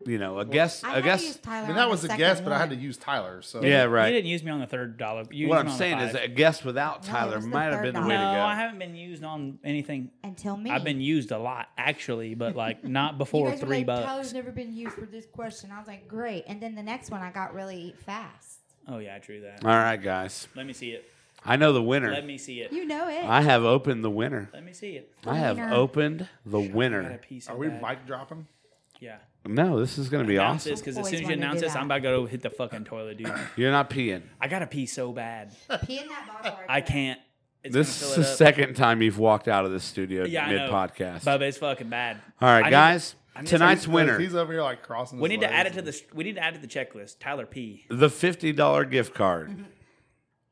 S2: you know, a guess,
S5: I
S2: a
S5: had to
S2: guess.
S5: use Tyler
S8: I mean,
S5: on
S8: that
S5: the
S8: was a
S5: Oh, second
S8: guess, but I had to
S5: one.
S8: use Tyler. So
S2: Yeah,
S1: You
S2: right.
S1: didn't use me on the third dollar. You used me
S2: What I'm
S1: on the
S2: saying is,
S1: five.
S2: a guess without
S5: No, it
S2: Tyler
S5: was the
S2: might have
S5: third
S2: been the
S5: dollar.
S2: way to
S1: no,
S2: go.
S1: I haven't been used on anything.
S5: Until me.
S1: I've been used a lot actually, but like not before
S5: You guys were
S1: three
S5: like,
S1: bucks.
S5: Tyler's never been used for this question. I was like, great. And then the next one, I got really fast.
S1: Oh yeah, I drew that.
S2: All right, guys.
S1: Let me see it.
S2: I know the winner.
S1: Let me see it.
S5: You know it.
S2: I have opened the winner.
S1: Let me see it.
S2: I have
S5: Winner.
S2: opened the
S1: I got a
S2: winner.
S1: piece.
S8: are
S1: of
S8: we
S1: that.
S8: mic dropping?
S1: Yeah.
S2: No, this is going to be
S1: announce
S2: awesome.
S1: this because as
S5: Always
S1: soon as you
S5: wanted to
S1: announce
S5: do
S1: this,
S5: that.
S1: I'm about to go to hit the fucking toilet, dude.
S2: You're not peeing.
S1: I gotta pee so bad.
S5: Pee in that bottle. right
S1: I
S5: there.
S1: can't. It's
S2: this
S1: gonna
S2: is
S1: fill
S2: the
S1: it up.
S2: second time you've walked out of the studio
S1: Yeah, I
S2: mid
S1: know.
S2: podcast.
S1: Bubba, it's fucking bad.
S2: All
S1: I
S2: right,
S1: need-
S2: guys.
S1: I need to-
S2: Tonight's
S8: Because
S2: winner.
S8: He's over here like crossing.
S1: We
S8: his
S1: need to add it
S8: legs.
S1: to the. We need to add it to the checklist. Tyler P.
S2: the fifty dollar gift card.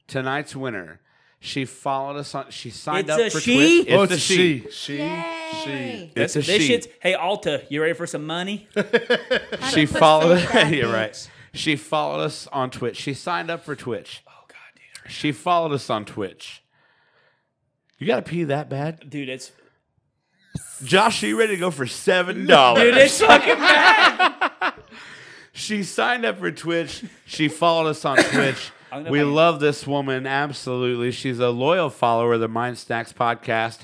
S2: Tonight's winner. She followed us on. She
S1: It's
S2: signed up
S1: a
S2: for
S1: she?
S2: Twitch.
S8: Oh, it's a she. She.
S5: Yay.
S2: It's a
S1: this
S2: she.
S1: shit's. Hey, Alta, you ready for some money?
S2: She followed.
S5: that
S2: you're
S5: bitch.
S2: right. She followed us on Twitch. She signed up for Twitch.
S1: Oh god, dude.
S2: She followed us on Twitch. You gotta pee that bad,
S1: Dude, it's.
S2: Josh? Are you ready to go for seven dollars?
S1: Dude, it's fucking.
S2: She signed up for Twitch. She followed us on Twitch.
S1: gonna
S2: We
S1: find-
S2: love this woman absolutely. She's a loyal follower of the Mind Snacks podcast.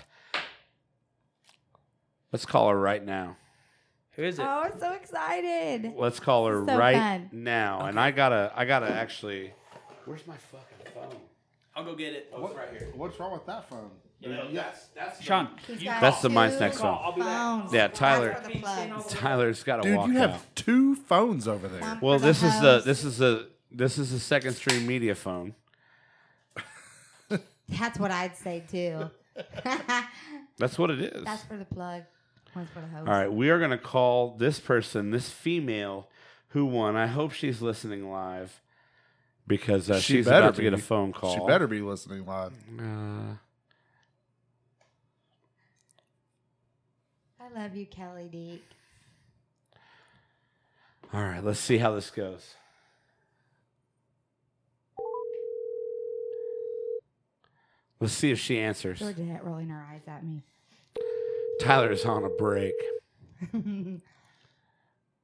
S2: Let's call her right now.
S1: Who is it?
S5: Oh, I'm so excited.
S2: Let's call her
S5: So
S2: right
S5: fun.
S2: now. And I gotta, I gotta actually. Where's my fucking phone?
S1: I'll go get it.
S8: What- What's wrong with that phone?
S2: that's that's
S1: Sean,
S5: He's
S1: you
S5: got
S2: That's the Mind
S5: two
S2: Snacks song.
S1: I'll be back.
S5: phones.
S2: Yeah,
S5: One's
S2: Tyler.
S5: for the plugs.
S2: Tyler's gotta
S8: Dude,
S2: walk
S8: you have
S2: out.
S8: two phones over there.
S5: One
S2: Well,
S5: for
S2: this is the
S5: hoes.
S2: this is the this is the second stream media phone.
S5: That's what I'd say too.
S2: That's what it is.
S5: That's for the plug. One's for the host.
S2: All right, we are going to call this person, this female who won. I hope she's listening live because uh,
S8: She
S2: she's
S8: better
S2: about to get a
S8: be.
S2: phone call.
S8: She better be listening live.
S2: Uh,
S5: I love you, Kelly Deek.
S2: all right, let's see how this goes. Let's see if she answers.
S5: Georgette rolling her eyes at me.
S2: Tyler's on a break.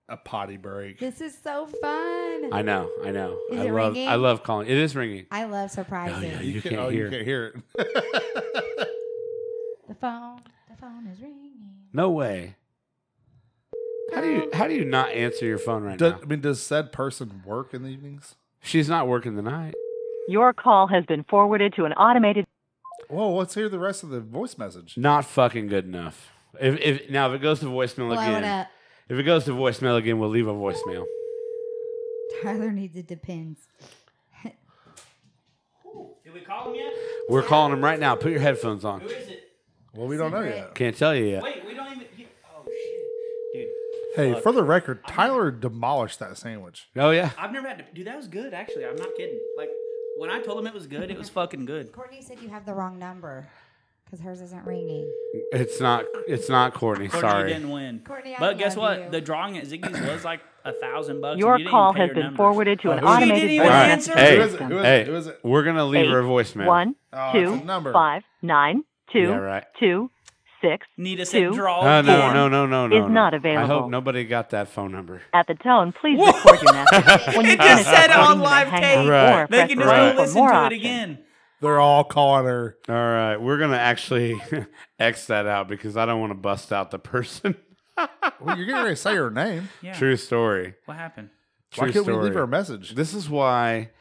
S8: A potty break.
S5: This is so fun. I,
S2: I know, I know.
S5: Is
S2: I
S5: it
S2: love,
S5: ringing?
S2: I love calling. It is ringing.
S5: love surprises.
S2: Oh, yeah, you,
S8: can-
S2: can't
S8: oh,
S2: hear.
S8: You can't hear it.
S5: The phone, the phone is ringing.
S2: No way. How do you, how do you not answer your phone right
S8: Does,
S2: now?
S8: I mean, does said person work in the evenings?
S2: She's not working tonight.
S9: Your call has been forwarded to an automated
S8: Whoa, let's hear the rest of the voice message.
S2: Not fucking good enough. If, if now if it goes to voicemail
S5: Blow it
S2: again,
S5: up.
S2: if it goes to voicemail again, we'll leave a voicemail.
S5: Tyler needs it depends.
S1: Did we call him yet?
S2: We're calling him right now. Put your headphones on.
S1: Who is it?
S8: Well, we don't know yet.
S2: Can't tell you yet.
S1: Wait, we don't even. You, oh shit, dude.
S8: Hey,
S1: Fuck.
S8: for the record, Tyler demolished that sandwich.
S2: Oh yeah,
S1: I've never had to. Dude, that was good. Actually, I'm not kidding. Like when I told him it was good, it was fucking good.
S5: Courtney said you have the wrong number because hers isn't ringing.
S2: it's not. It's not Courtney.
S1: Courtney you
S2: Sorry.
S1: didn't win.
S5: Courtney, I
S1: but guess
S5: love
S1: what?
S5: you.
S1: The drawing at Ziggy's was like a thousand bucks. and
S9: Your
S1: you didn't
S9: call
S1: pay
S9: has
S1: your
S9: been
S1: numbers.
S9: forwarded to an
S1: Who didn't
S9: automated
S1: even
S2: All right.
S1: answer?
S2: Hey,
S8: Who is it? Who is
S2: hey,
S8: it? Who is it?
S2: we're gonna leave her a voicemail.
S9: one
S8: Oh,
S9: two
S8: it's a number.
S9: five nine two
S2: Yeah, right.
S9: two six.
S1: Need a set
S9: Two.
S1: draw.
S2: Oh, no,
S1: Four.
S2: no, no, no, no.
S9: Is
S2: no.
S9: not
S2: I hope
S9: available.
S2: nobody got that phone number.
S9: At the tone, please record your message. When you
S1: It just
S9: finish
S1: said
S9: recording,
S1: on
S9: you may
S1: live
S9: hang
S1: tape.
S9: up
S2: Right.
S9: or
S1: They
S9: press
S1: can
S9: the button
S1: just go
S2: Right.
S9: for
S1: listen
S9: more
S1: to it
S9: options.
S1: again.
S8: They're all calling her.
S2: All right, we're gonna actually X that out because I don't want to bust out the person.
S8: Well, you're getting ready to say her name.
S1: Yeah.
S2: True story.
S1: What happened?
S8: Why
S2: True
S8: can't
S2: story.
S8: we leave her a message?
S2: This is why.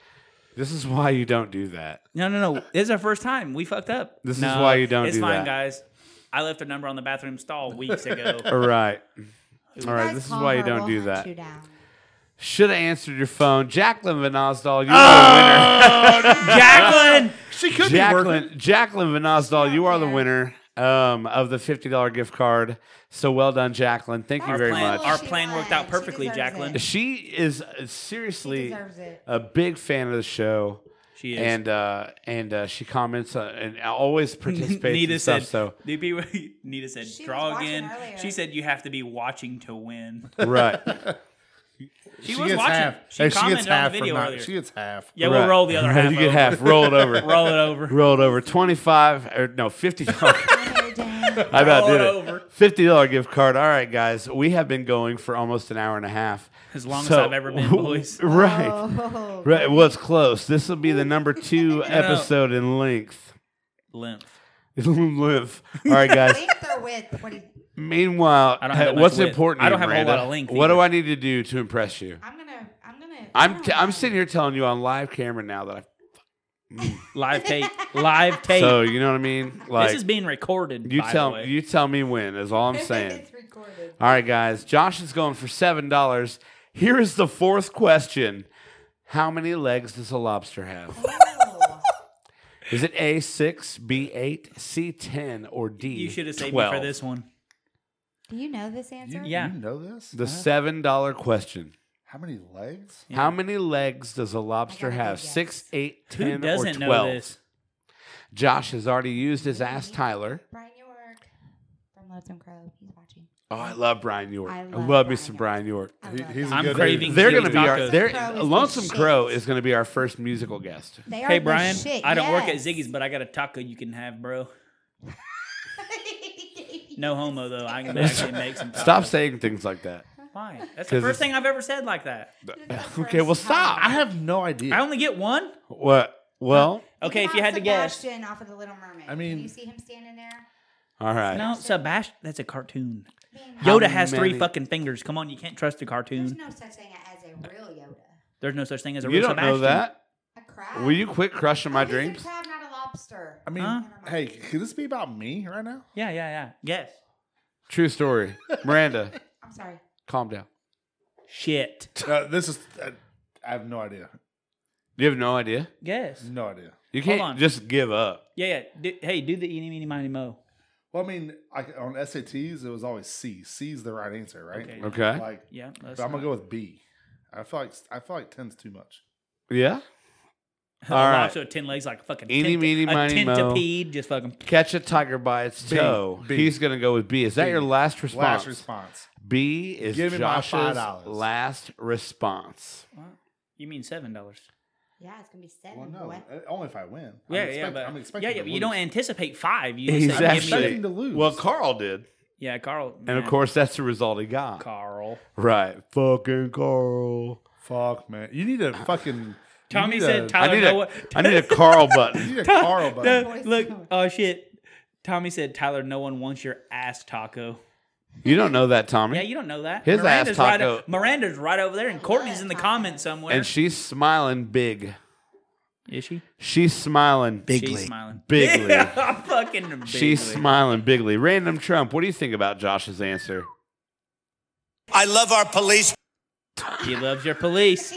S2: This is why you don't do that.
S1: No, no, no. This is our first time. We fucked up.
S2: This is
S1: No,
S2: why you don't
S1: It's
S2: do
S1: fine,
S2: that.
S1: guys. I left their number on the bathroom stall weeks ago.
S2: All right. All right,
S5: guys
S2: this is
S5: call
S2: why you
S5: her,
S2: don't
S5: we'll
S2: do
S5: hunt
S2: that.
S5: you down.
S2: Should have answered your phone. Jacqueline Van Osdal, you
S1: Ah, Jacqueline.
S8: She
S2: are
S8: could
S2: the winner. Jacqueline, Jacqueline Van Osdal, you are the winner um, of the $50 gift card. So well done, Jacqueline. Thank you
S1: Our
S5: That's
S2: very
S1: plan,
S2: much.
S1: our
S5: She
S1: plan worked
S5: won.
S1: out
S5: She
S1: perfectly,
S5: deserves
S1: Jacqueline.
S5: it.
S2: she is uh,
S5: She
S2: seriously
S5: deserves it.
S2: a big fan of the show.
S1: She is.
S2: And uh, and uh, she comments uh, and always participates
S1: Nita
S2: in stuff.
S1: said,
S2: So
S1: "Do people- Nita said,
S5: She was
S1: draw
S5: watching
S1: again.
S5: earlier.
S1: She said, you have to be watching to win.
S2: right,
S1: She,
S8: She
S1: was
S8: gets
S1: watching.
S8: half.
S1: She
S8: Hey,
S1: commented
S8: gets half
S1: on the video
S8: for not-
S1: earlier.
S8: She gets half.
S1: yeah, we'll
S2: Right.
S1: roll the other half.
S2: you get
S1: over.
S2: half. Roll it over.
S1: Roll it over.
S2: Roll it over. Twenty five or no fifty dollars. I about
S1: Roll
S2: did
S1: it
S2: it.
S1: over.
S2: Fifty dollar gift card. All right, guys, we have been going for almost an hour and a half.
S1: As long as I've ever been, boys.
S2: Right,
S5: Oh.
S2: right. Well, it's close. This will be the number two episode in length.
S1: Lymph.
S2: Live. All right, guys.
S5: Length or width? What do you,
S2: Meanwhile,
S1: I don't have that much
S2: what's
S1: width.
S2: important?
S1: I
S2: to
S1: don't
S2: you,
S1: have a whole
S2: Miranda?
S1: lot of length
S2: What do
S1: either.
S2: I need to do to impress you?
S5: I'm gonna. I'm gonna.
S2: I'm t- I'm sitting here telling you on live camera now that I.
S1: Live tape. Live tape.
S2: So you know what I mean? Like
S1: this is being recorded.
S2: you
S1: by
S2: tell
S1: the way.
S2: you tell me when is all I'm saying.
S5: it's recorded.
S2: All right, guys. Josh is going for seven dollars. Here is the fourth question: How many legs does a lobster have?
S5: Oh.
S2: Is it A six, B eight, C ten, or D?
S1: You should have saved
S2: 12?
S1: me for this one.
S5: Do you know this answer?
S1: Yeah.
S8: You know this?
S2: The seven dollar question.
S8: How many legs?
S2: How many legs does a lobster
S5: gotta go
S2: have?
S5: guess.
S2: Six, eight, ten,
S1: Who
S2: or
S1: doesn't know
S2: twelve?
S1: this?
S2: Josh has already used his ass, Tyler.
S5: Brian York from Lonesome Crow. He's watching.
S2: Oh, I love Brian York. I
S5: I
S2: love,
S5: love
S2: me
S5: Brian
S2: some
S5: York.
S2: Brian York.
S5: I
S8: He-
S5: love
S8: he's
S5: that.
S8: a
S1: I'm
S8: good
S1: craving
S8: dude.
S2: They're
S1: Good
S2: gonna be
S1: tacos.
S2: our.
S5: Crow
S2: They're,
S5: is the
S2: Lonesome
S5: shit.
S2: Crow is gonna be our first musical guest.
S5: They are
S1: Hey,
S5: the
S1: Brian.
S5: shit,
S1: I don't work at
S5: yes.
S1: Ziggy's, but I got a taco you can have, bro. No homo though. I can actually make some. Tacos.
S2: Stop saying things like that.
S1: Why? That's
S2: 'Cause
S1: the
S2: it's-
S1: first thing I've ever said like that.
S2: Okay, well
S8: I
S2: stop.
S8: have no
S1: I
S8: idea.
S1: only get one.
S2: What? Well,
S1: Okay, if you had to guess.
S5: Sebastian off of the Little Mermaid.
S8: I mean-
S5: Can you see him standing there.
S2: all right.
S1: No, Sebastian. That's a cartoon.
S5: Being-
S2: How
S1: Yoda has
S2: many-
S1: three fucking fingers. Come on, you can't trust a
S5: There's
S1: cartoon.
S5: no such thing as a real Yoda.
S1: There's no such thing as a
S2: you
S1: real
S2: don't
S1: Sebastian.
S2: know that.
S5: A crab.
S2: Will you quit crushing my
S5: Oh, he's a
S2: dreams?
S5: crab, not a lobster.
S8: I mean,
S1: Huh?
S8: hey, could this be about me right now?
S1: Yeah, yeah, yeah. Yes.
S2: True story. Miranda,
S5: I'm sorry.
S2: calm down.
S1: Shit.
S8: Uh, this is. Uh, I have no idea.
S2: You have no idea.
S1: Yes.
S8: No idea.
S2: You
S1: Hold
S2: can't
S1: on.
S2: just give up.
S1: Yeah, yeah. Do- hey, do the eeny, meeny, miny, mo.
S8: Well, I mean, like on SATs, it was always C. C's the right answer, right?
S1: Okay.
S2: Okay.
S8: Like,
S1: Yeah. that's
S8: but I'm gonna
S1: not-
S8: go with B. I feel like I feel like ten's too much.
S2: Yeah.
S1: A
S2: All right.
S1: lobster with ten legs, like a fucking
S2: Eeny,
S1: tenta-
S2: meeny,
S1: a
S2: miny, moe.
S1: Centipede, just fucking.
S2: Catch a tiger by its
S8: B,
S2: toe.
S8: B.
S2: He's gonna go with B. Is that
S8: B.
S2: your last response?
S8: Last response.
S2: B is
S8: Give me my
S2: Josh's
S8: $5.
S2: last response.
S1: You mean seven dollars?
S5: Yeah, it's gonna be seven.
S8: Well, no,
S5: What?
S8: uh, only if I win. I'm
S1: Yeah, yeah,
S8: expect-
S1: but
S8: I'm
S1: yeah,
S8: expecting.
S1: yeah.
S8: to
S1: But you don't
S8: lose.
S1: anticipate five. You
S2: He's
S1: just say, give me,
S2: actually
S8: expecting to lose.
S2: well. Carl did,
S1: yeah, Carl.
S2: and of course, that's the result he got.
S1: Carl.
S2: Right, fucking Carl.
S8: Fuck, man. You need a fucking.
S1: Tommy
S8: you need
S1: said
S8: a-
S1: Tyler.
S2: I need
S1: know
S2: a
S1: what,
S2: I need a Carl button.
S8: You need a Carl button.
S1: Uh, look, oh shit. Tommy said, Tyler, no one wants your ass taco.
S2: You don't know that, Tommy.
S1: Yeah, you don't know that.
S2: His ass
S1: right
S2: taco.
S1: o- Miranda's right over there, and Courtney's in the comments somewhere.
S2: and she's smiling big.
S1: Is she?
S2: She's smiling
S1: She's smiling.
S2: bigly.
S1: Yeah, fucking bigly.
S2: She's smiling bigly. Random Trump, what do you think about Josh's answer?
S4: I love our police.
S1: He loves your police.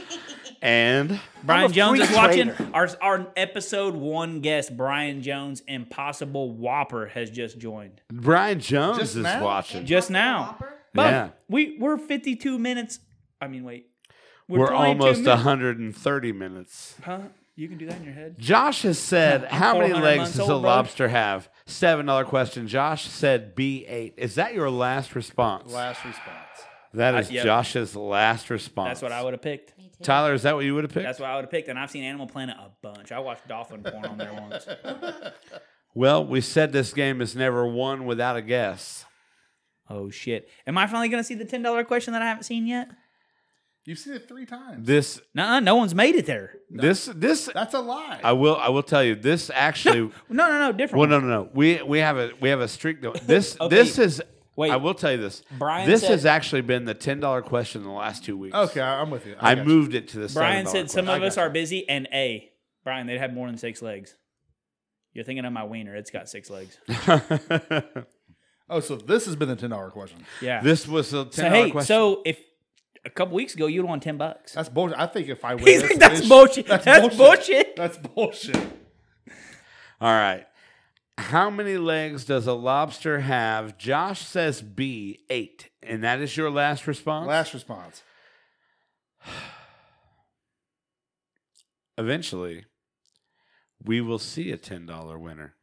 S2: And
S1: Brian Jones is watching. Our, our episode one guest, Brian Jones, Impossible Whopper, has just joined.
S2: Brian Jones
S8: Just
S2: is
S8: now?
S2: watching.
S1: Just now.
S5: Whopper?
S1: But
S2: Yeah.
S1: we, we're 52 minutes. I mean, wait.
S2: We're,
S1: 22
S2: almost
S1: minutes.
S2: 130 minutes.
S1: Huh? You can do that in your head.
S2: Josh has said, "How many
S1: 400
S2: legs
S1: months
S2: does a
S1: old, bro."
S2: lobster have?" Seven dollar question. Josh said, "B eight. Is that your last response?
S8: Last response.
S2: that is
S1: Uh, yep.
S2: Josh's last response.
S1: That's what I would have picked.
S5: Me too.
S2: Tyler, is that what you would have picked?
S1: That's what I would have picked. And I've seen Animal Planet a bunch. I watched dolphin porn on there once.
S2: well, we said this game is never won without a guess.
S1: Oh shit! Am I finally gonna see the ten dollar question that I haven't seen yet?
S8: You've seen it three times.
S2: This,
S1: Nuh-uh, no one's made it there.
S2: this, this.
S8: That's a lie.
S2: I will, I will tell you. This actually.
S1: No, no, no, different.
S2: well,
S1: one.
S2: no, no, no. We we have a we have a streak going. This
S1: Okay.
S2: this is.
S1: Wait.
S2: I will tell you this.
S1: Brian
S2: this
S1: said-
S2: has actually been the ten dollar question in the last two weeks.
S8: okay, I- I'm with you.
S2: I,
S8: got you.
S2: moved it to the.
S1: Brian
S2: $7
S1: said some
S2: question.
S1: of us are busy and a Brian they'd have more than six legs. You're thinking of my wiener. It's got six legs.
S8: Oh, so this has been the ten dollar question.
S1: Yeah.
S2: This was a ten
S1: so
S2: dollar
S1: hey,
S2: question.
S1: so if a couple weeks ago you'd won ten bucks.
S8: That's bullshit. I think if I win,
S1: He's
S8: this
S1: like, "That's
S8: dish-
S1: bullshit. That's bullshit."
S8: That's bullshit.
S2: All right. How many legs does a lobster have? Josh says B eight, and that is your last response.
S8: Last response.
S2: Eventually, we will see a ten dollar winner.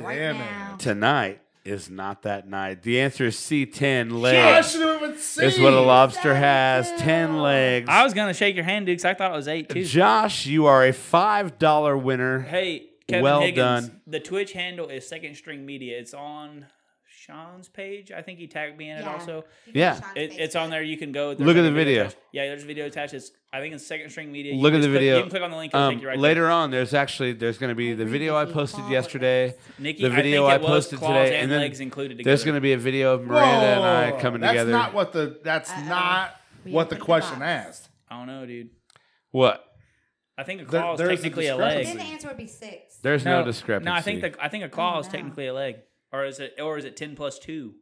S5: right
S8: Damn it.
S5: now.
S2: Tonight is not that night. The answer is C ten
S8: I
S2: legs.
S8: should have been C.
S2: Is what a lobster has ten legs.
S1: I was gonna shake your hand, dude, 'cause I thought it was eight too.
S2: Josh, you are a five dollar winner.
S1: Hey, Kevin
S2: Well
S1: Higgins.
S2: done.
S1: The Twitch handle is Second String Media. It's on Sean's page. I think he tagged me in it
S5: Yeah.
S1: also.
S5: You can
S2: Yeah.
S5: put on
S1: It, it's
S5: Facebook.
S1: on there. You can go. There's
S2: Look at
S1: like a
S2: the video.
S1: attached. Yeah, there's a video attached. It's, I think it's Second String Media. You
S2: Look
S1: can
S2: at the
S1: just click-
S2: video.
S1: you can click on the link. It'll take you right
S2: Um, later
S1: there.
S2: on, there's actually there's going to be the video I posted yesterday,
S1: Nikki,
S2: the video
S1: I,
S2: I,
S1: think it was
S2: posted
S1: claws
S2: today,
S1: and,
S2: and then
S1: legs included. Together.
S2: there's going to be a video of Miranda and I coming
S8: that's
S2: together.
S8: That's not what the. That's
S1: Uh,
S5: Uh-oh.
S8: not
S5: We
S8: what the
S5: opened the
S8: question
S5: box.
S8: asked.
S1: I don't know, dude.
S2: what?
S1: I think a
S8: There-
S1: claw
S8: there's a
S1: is technically a,
S8: discrepancy.
S5: Then
S1: leg.
S5: the answer would be six.
S2: There's no, discrepancy.
S1: No, I think the I think a claw is
S5: no.
S1: technically a leg, or is it or is it ten plus two?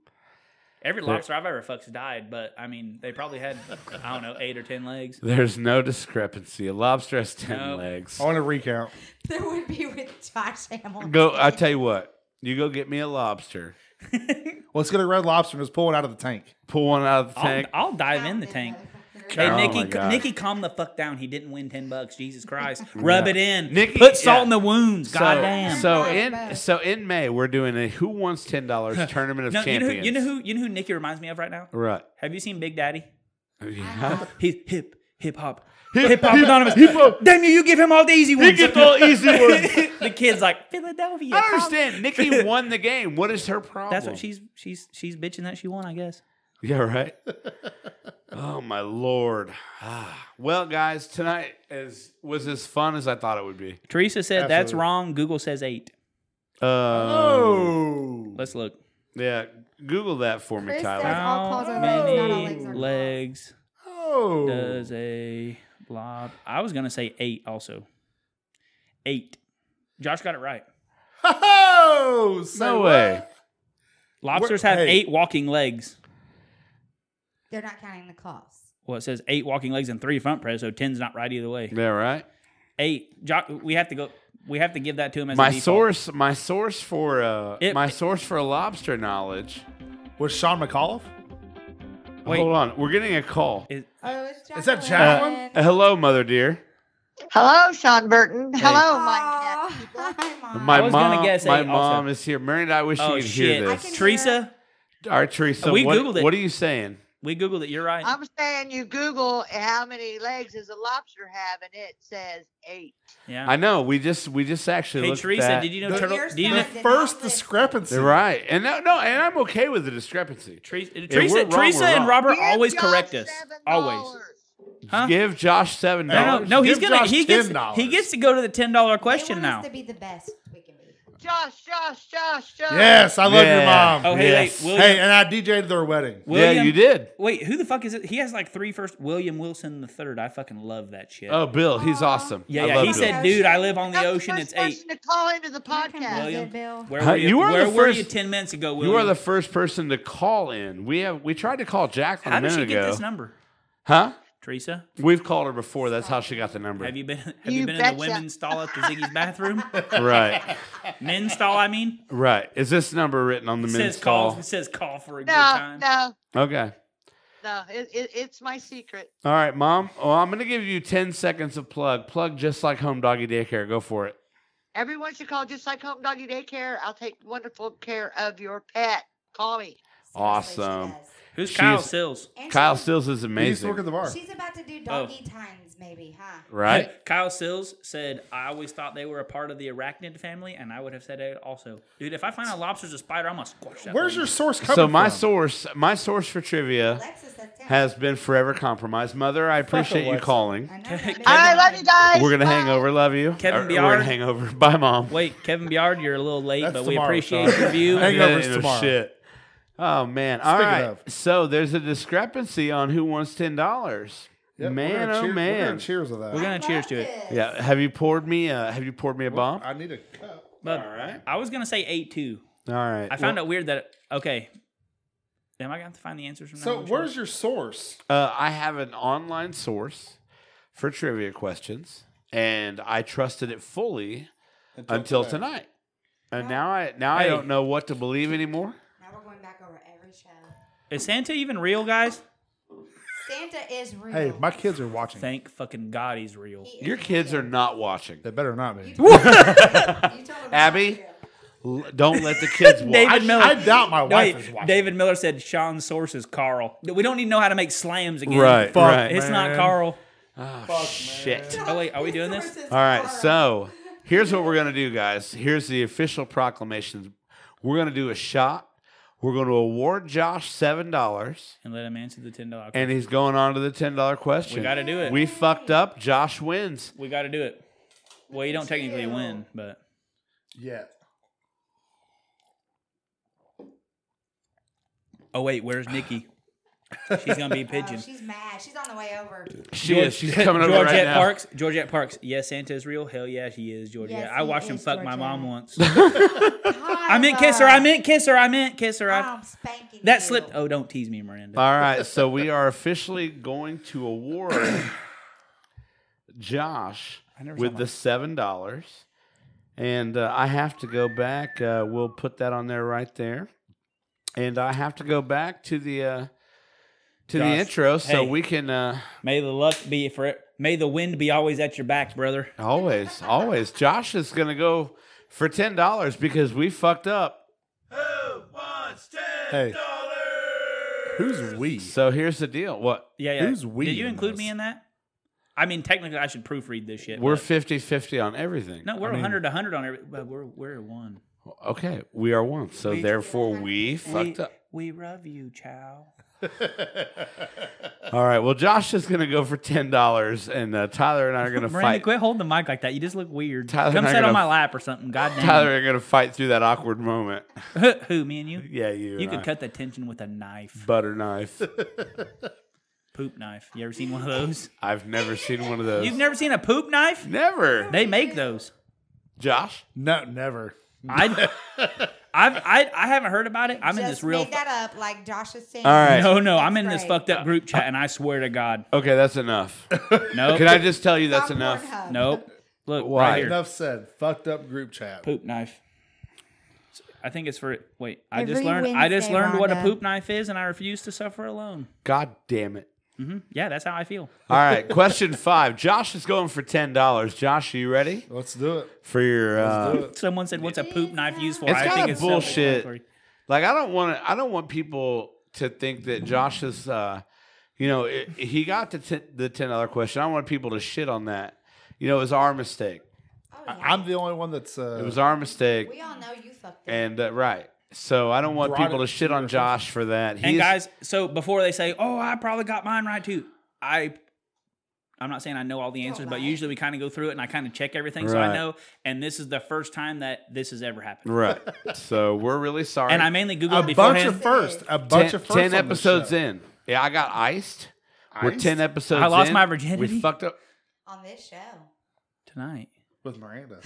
S1: Every lobster I've ever fucked died, but I mean they probably had I don't know eight or ten legs.
S2: there's no discrepancy. A lobster has ten
S1: Nope.
S2: legs.
S8: I want to recount.
S5: There would be with Josh Hamilton.
S2: Go. uh, I tell you what. You go get me a lobster.
S8: Let's get a red lobster and just pull it out of the tank.
S2: Pull one out of the
S1: I'll,
S2: tank.
S1: I'll dive in the tank. Hey
S2: Oh my
S1: Nikki,
S2: God.
S1: Nikki, calm the fuck down. He didn't win ten bucks. Jesus Christ, rub it in.
S2: Nikki-
S1: put salt
S2: yeah.
S1: in the wounds.
S2: So,
S1: Goddamn.
S2: so
S5: Right,
S2: in
S5: right.
S2: so in May we're doing a Who Wants Ten Dollars Tournament of
S1: no, you know, who,
S2: Champions.
S1: you know who you know who Nikki reminds me of right now?
S2: Right.
S1: Have you seen Big Daddy?
S2: Yeah.
S1: He's hip hip hop.
S2: Hip-
S1: Hip hop
S2: hip-
S1: anonymous.
S2: hip hop.
S1: Damn you! You give him all the easy ones.
S2: gets all e- easy ones.
S1: the kid's like Philadelphia.
S2: I don't
S1: Tom-
S2: understand. Nikki won the game. What is her problem?
S1: That's what she's she's she's bitching that she won, I guess.
S2: Yeah, right. oh my lord. Ah. Well, guys, tonight is was as fun as I thought it would be.
S1: Teresa said that's
S8: Absolutely.
S1: wrong. Google says eight.
S2: Uh,
S8: Oh.
S1: Let's look.
S2: yeah. Google that for me,
S5: Chris
S2: Tyler.
S5: says- all
S1: How
S5: claws are legs, not all
S1: many
S5: legs are claws.
S1: legs
S8: Oh.
S1: does a blob? I was gonna say eight also. Eight. Josh got it right.
S8: Oh. say
S2: No
S8: what?
S2: way.
S1: Lobsters
S8: We're-
S1: have
S8: hey.
S1: eight walking legs.
S5: They're not counting the cost.
S1: Well, it says eight walking legs and three front press, so ten's not right either way.
S2: Yeah, right.
S1: Eight. Jo- we have to go. We have to give that to him as a
S2: My
S1: default.
S2: source, my source for uh,
S1: It-
S2: my source for lobster knowledge.
S8: Was Sean McAuliffe?
S1: Wait.
S2: Hold on, we're getting a call.
S1: Is-
S5: Oh, it's Josh
S8: Is that
S5: Hamilton.
S8: Jacqueline?
S2: Uh, hello, mother dear.
S10: Hello, Sean Burton.
S5: Oh,
S10: Hello, my
S1: Ah.
S5: Aw, hi, Mom.
S2: My
S1: I was gonna
S2: mom,
S1: guess
S2: my
S1: eight also.
S2: mom is here. Miranda, I wish
S1: oh
S2: you could
S1: shit!
S2: hear
S5: I
S2: this.
S5: can-
S1: Teresa,
S2: All right, Teresa,
S1: We
S2: what,
S1: Googled it.
S2: what are you saying?
S1: we googled it. You're right.
S10: I'm saying you Google how many legs does a lobster have, and it says eight.
S1: yeah.
S2: I know we just we just actually.
S1: Hey
S2: looked
S1: Teresa,
S2: that-
S1: did you know
S8: The-
S1: turtle?
S5: Your
S1: Did you
S5: son
S1: know,
S8: The
S5: did not
S8: first
S5: listen.
S8: discrepancy.
S2: They're right, and no, no, and I'm okay with the discrepancy.
S1: Teresa,
S2: we're
S1: Teresa,
S2: wrong,
S1: Teresa
S2: we're
S1: and
S2: wrong.
S1: Robert
S10: Give
S1: always
S10: Josh
S1: correct us. Always.
S10: $7.
S1: Huh?
S2: Give Josh seven
S1: No, no,
S2: dollars.
S1: no. He's
S8: Give
S1: gonna.
S8: Josh
S1: he gets.
S8: $10.
S1: He gets to go to the ten dollar question
S5: they want
S1: now.
S5: Us to be the best we can be.
S10: Josh, Josh, Josh, Josh.
S8: Yes, I love
S2: Yeah.
S8: your mom.
S1: Oh, hey,
S2: Yes.
S1: hey, William.
S8: hey, and I DJ'd their wedding.
S1: William,
S2: Yeah, you did.
S1: Wait, who the fuck is it? He has like three first. William Wilson the third. I fucking love that shit.
S2: Oh, Bill, he's awesome.
S1: yeah,
S2: I
S1: yeah.
S2: love
S1: He
S2: Bill.
S1: said, "Dude, I live on the
S10: That's
S1: ocean.
S10: first
S1: It's eight.
S10: person to call into the
S5: Welcome,
S10: podcast.
S1: William.
S5: Bill.
S1: Where
S2: Huh,
S1: were you?
S2: you are
S1: where
S2: the
S1: were you
S2: first-
S1: ten minutes ago? William?
S2: you are the first person to call in. We have we tried to call Jacqueline
S1: How
S2: a
S1: did
S2: minute
S1: she get
S2: ago.
S1: this number,
S2: Huh?
S1: Teresa?
S2: We've called her before. That's how she got the number.
S1: Have you been? Have you,
S10: You
S1: been in
S10: betcha.
S1: the women's stall at the Ziggy's bathroom?
S2: Right,
S1: men's stall, I mean.
S2: right. Is this number written on the
S1: It
S2: men's
S1: says
S2: call?
S1: call. It says call for a good
S10: No,
S1: time.
S10: no,
S2: Okay.
S10: no. It, it, it's my secret.
S2: All right, mom. Oh, I'm gonna give you ten seconds of plug. Plug just like home doggy daycare. Go for it.
S10: Everyone should call just like Home Doggy Daycare. I'll take wonderful care of your pet. Call me.
S5: Seriously, she
S2: Awesome.
S5: does.
S1: Who's
S2: She's-
S1: Kyle Sills?
S5: And
S2: Kyle
S5: she's-
S2: Stills is
S8: He used to
S2: amazing.
S8: work at the bar.
S5: She's about to do doggy
S1: Oh.
S5: times, maybe, huh?
S2: right?
S1: Kyle Sills said, I always thought they were a part of the arachnid family, and I would have said it also. Dude, if I find a lobster's a spider, I'm going to squash that.
S8: Where's
S1: thing.
S8: your source coming
S2: so my
S8: from?
S2: source, my source for trivia
S5: Alexis, that's it.
S2: has been forever compromised. Mother, I appreciate you
S8: Alexa.
S2: calling.
S5: I know,
S1: Kevin-
S10: All right,
S5: I
S10: love you guys.
S2: We're gonna hang
S10: Bye.
S2: over. Love you,
S1: Kevin
S2: Or- We're
S1: Biard.
S2: gonna hang over. Bye, mom.
S1: Wait, Kevin Biard, you're a little late,
S8: That's
S1: but we
S8: tomorrow,
S1: appreciate
S8: sorry.
S1: your view.
S8: Hang
S2: Yeah,
S8: Hangovers
S2: no
S8: tomorrow.
S2: Shit. Oh man. All
S8: Speaking
S2: right.
S8: of.
S2: So there's a discrepancy on who wants ten dollars.
S8: Yep, we're
S2: man,
S8: gonna
S2: oh
S8: cheer- we're
S2: man.
S8: gonna cheers with that.
S1: We're going
S5: love
S1: to cheers to it.
S5: this.
S2: Yeah. Have you poured me? A, have you poured me a bomb?
S8: I need a cup.
S1: But
S2: All right.
S1: I was going to say 8 2.
S2: All right.
S1: I found it weird that okay. Am I gonna have to find the answers from
S8: So
S1: now on,
S8: where's
S1: Charles?
S8: your source?
S2: Uh, I have an online source for trivia questions, and I trusted it fully until, tonight. And now I now I
S1: Hey.
S2: don't know what to believe anymore.
S5: Now we're going back over every show.
S1: Is Santa even real, guys?
S5: Santa is real.
S8: Hey, my kids are watching.
S1: Thank fucking God he's real.
S5: He is
S2: Your kids are not watching.
S8: They better not be.
S2: Abby, l- don't let the kids watch.
S1: David Miller.
S8: I doubt my wife
S1: Wait,
S8: is watching.
S1: David Miller said Sean's source is Carl. We don't need to know how to make slams again.
S2: Right, Fuck, right.
S1: It's not
S8: man.
S1: Carl.
S2: Shit.
S1: Oh wait, are we doing this?
S2: All right, so here's what we're gonna do, guys. Here's the official proclamation. We're gonna do a shot. We're gonna award Josh seven dollars,
S1: And let him answer the ten dollar.
S2: and he's going on to the ten dollar question.
S1: We gotta do it.
S2: We fucked up. Josh wins.
S1: We got to do it. Well, you don't technically win, but
S8: Yeah.
S1: oh wait, where's Nikki? She's gonna be a pigeon.
S5: Oh, she's mad. She's on the way over.
S2: She
S1: George-
S2: is. She's coming over
S1: Georgette
S2: right now.
S1: Parks. Georgette Parks. Yes, Santa is real. Hell yeah, she is. Georgette.
S5: Yes,
S1: I
S5: he
S1: watched him
S5: is,
S1: fuck my mom
S5: Georgette.
S1: once. I meant kiss her. I meant kiss her. I meant kiss her. I,
S5: I'm spanking
S1: that
S5: you.
S1: slipped. Oh, don't tease me, Miranda.
S2: All right, so we are officially going to award Josh
S1: I never saw
S2: with the
S1: mine.
S2: seven dollars, and uh, I have to go back. Uh, we'll put that on there right there, and I have to go back to the uh, to the
S1: Josh,
S2: intro so
S1: hey.
S2: we can uh,
S1: May the luck be for it. May the wind be always at your back, brother.
S2: Oh, always always. Josh is gonna go for ten dollars because we fucked up.
S8: Hey. Who's we?
S2: So here's the deal. What
S1: Yeah, yeah.
S8: Who's we
S1: Did you
S8: in
S1: include me
S8: this?
S1: in that? I mean, technically, I should proofread this shit.
S2: we're
S1: but-
S2: 50-50 on everything.
S1: no, we're
S8: I mean-
S1: 100 to 100 on every. But we're we're one.
S2: Okay, we are one. So therefore, we fucked
S1: we,
S2: up.
S1: we love you, Chow.
S2: All right. Well, Josh is going to go for ten dollars, and uh, Tyler and I are going to
S1: Miranda,
S2: fight.
S1: quit holding the mic like that. You just look weird.
S2: Tyler
S1: Come
S2: and I
S1: sit on
S2: gonna-
S1: my lap or something.
S2: Tyler
S1: Goddamn.
S2: are going to fight through that awkward moment.
S1: Who? Me and you?
S2: Yeah, you.
S1: You
S2: and
S1: could
S2: I.
S1: cut the tension with a knife,
S2: butter knife.
S1: poop knife. You ever seen one of those?
S2: I've never seen one of those.
S1: You've never seen a poop knife?
S2: never.
S1: They make those.
S2: Josh.
S8: No, never.
S1: I, I've, I, I haven't heard about it. I'm in
S5: Just
S1: this real.
S5: made that up like Josh is saying.
S2: All right.
S1: No, no, I'm in
S5: That's
S1: this
S5: right.
S1: fucked up group chat, and I swear to God,
S2: Okay, that's enough.
S1: no,
S2: Can I just tell you
S5: It's
S2: that's
S5: on
S2: enough?
S5: Pornhub.
S1: nope. Look,
S2: Why?
S1: right here.
S8: Enough said. Fucked up group chat.
S1: poop knife. I think it's for wait. I just
S5: Every
S1: learned. I just
S5: Wednesday,
S1: learned what a
S5: Rhonda.
S1: poop knife is, and I refuse to suffer alone.
S2: God damn it!
S1: hmm Yeah, that's how I feel.
S2: All right, question five. Josh is going for ten dollars. Josh, are you ready
S8: Let's do it.
S2: for your?
S8: Let's
S2: Uh,
S8: do it.
S1: Someone said, "What's a poop knife used for?"
S2: It's
S1: I
S2: kinda
S1: think it's
S2: bullshit.
S1: self-explanatory.
S2: Like I don't want to. I don't want people to think that Josh is. Uh, you know, it, he got the ten, the ten dollar question. I don't want people to shit on that. You know, it was our mistake.
S5: Oh, yeah.
S8: I- I'm the only one that's. Uh,
S2: It was our mistake,
S5: we all know you fucked up.
S2: and uh, right. So I don't want
S8: Brought
S2: people
S8: it
S2: to shit
S8: to
S2: on
S8: your
S2: Josh for that. He's,
S1: And guys, so before they say, "Oh, I probably got mine right too," I, I'm not saying I know all the answers, but
S5: lie.
S1: usually we kind of go through it and I kind of check everything, so
S2: Right.
S1: I know. And this is the first time that this has ever happened.
S2: right. So we're really sorry.
S1: And I mainly
S8: a
S1: googled
S8: bunch
S1: beforehand.
S8: of first. A
S2: ten,
S8: bunch of first.
S2: ten episodes in. Yeah, I got iced. We're ten episodes.
S1: I lost
S2: in.
S1: my virginity.
S2: We fucked up.
S5: on this show.
S1: tonight
S8: with Miranda.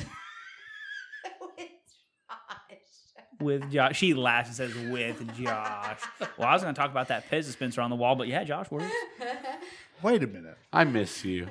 S5: With Josh.
S1: with Josh. She laughs and says, "With Josh." well, I was going to talk about that Pez dispenser on the wall, but yeah, Josh works.
S8: Wait a minute.
S2: I miss you.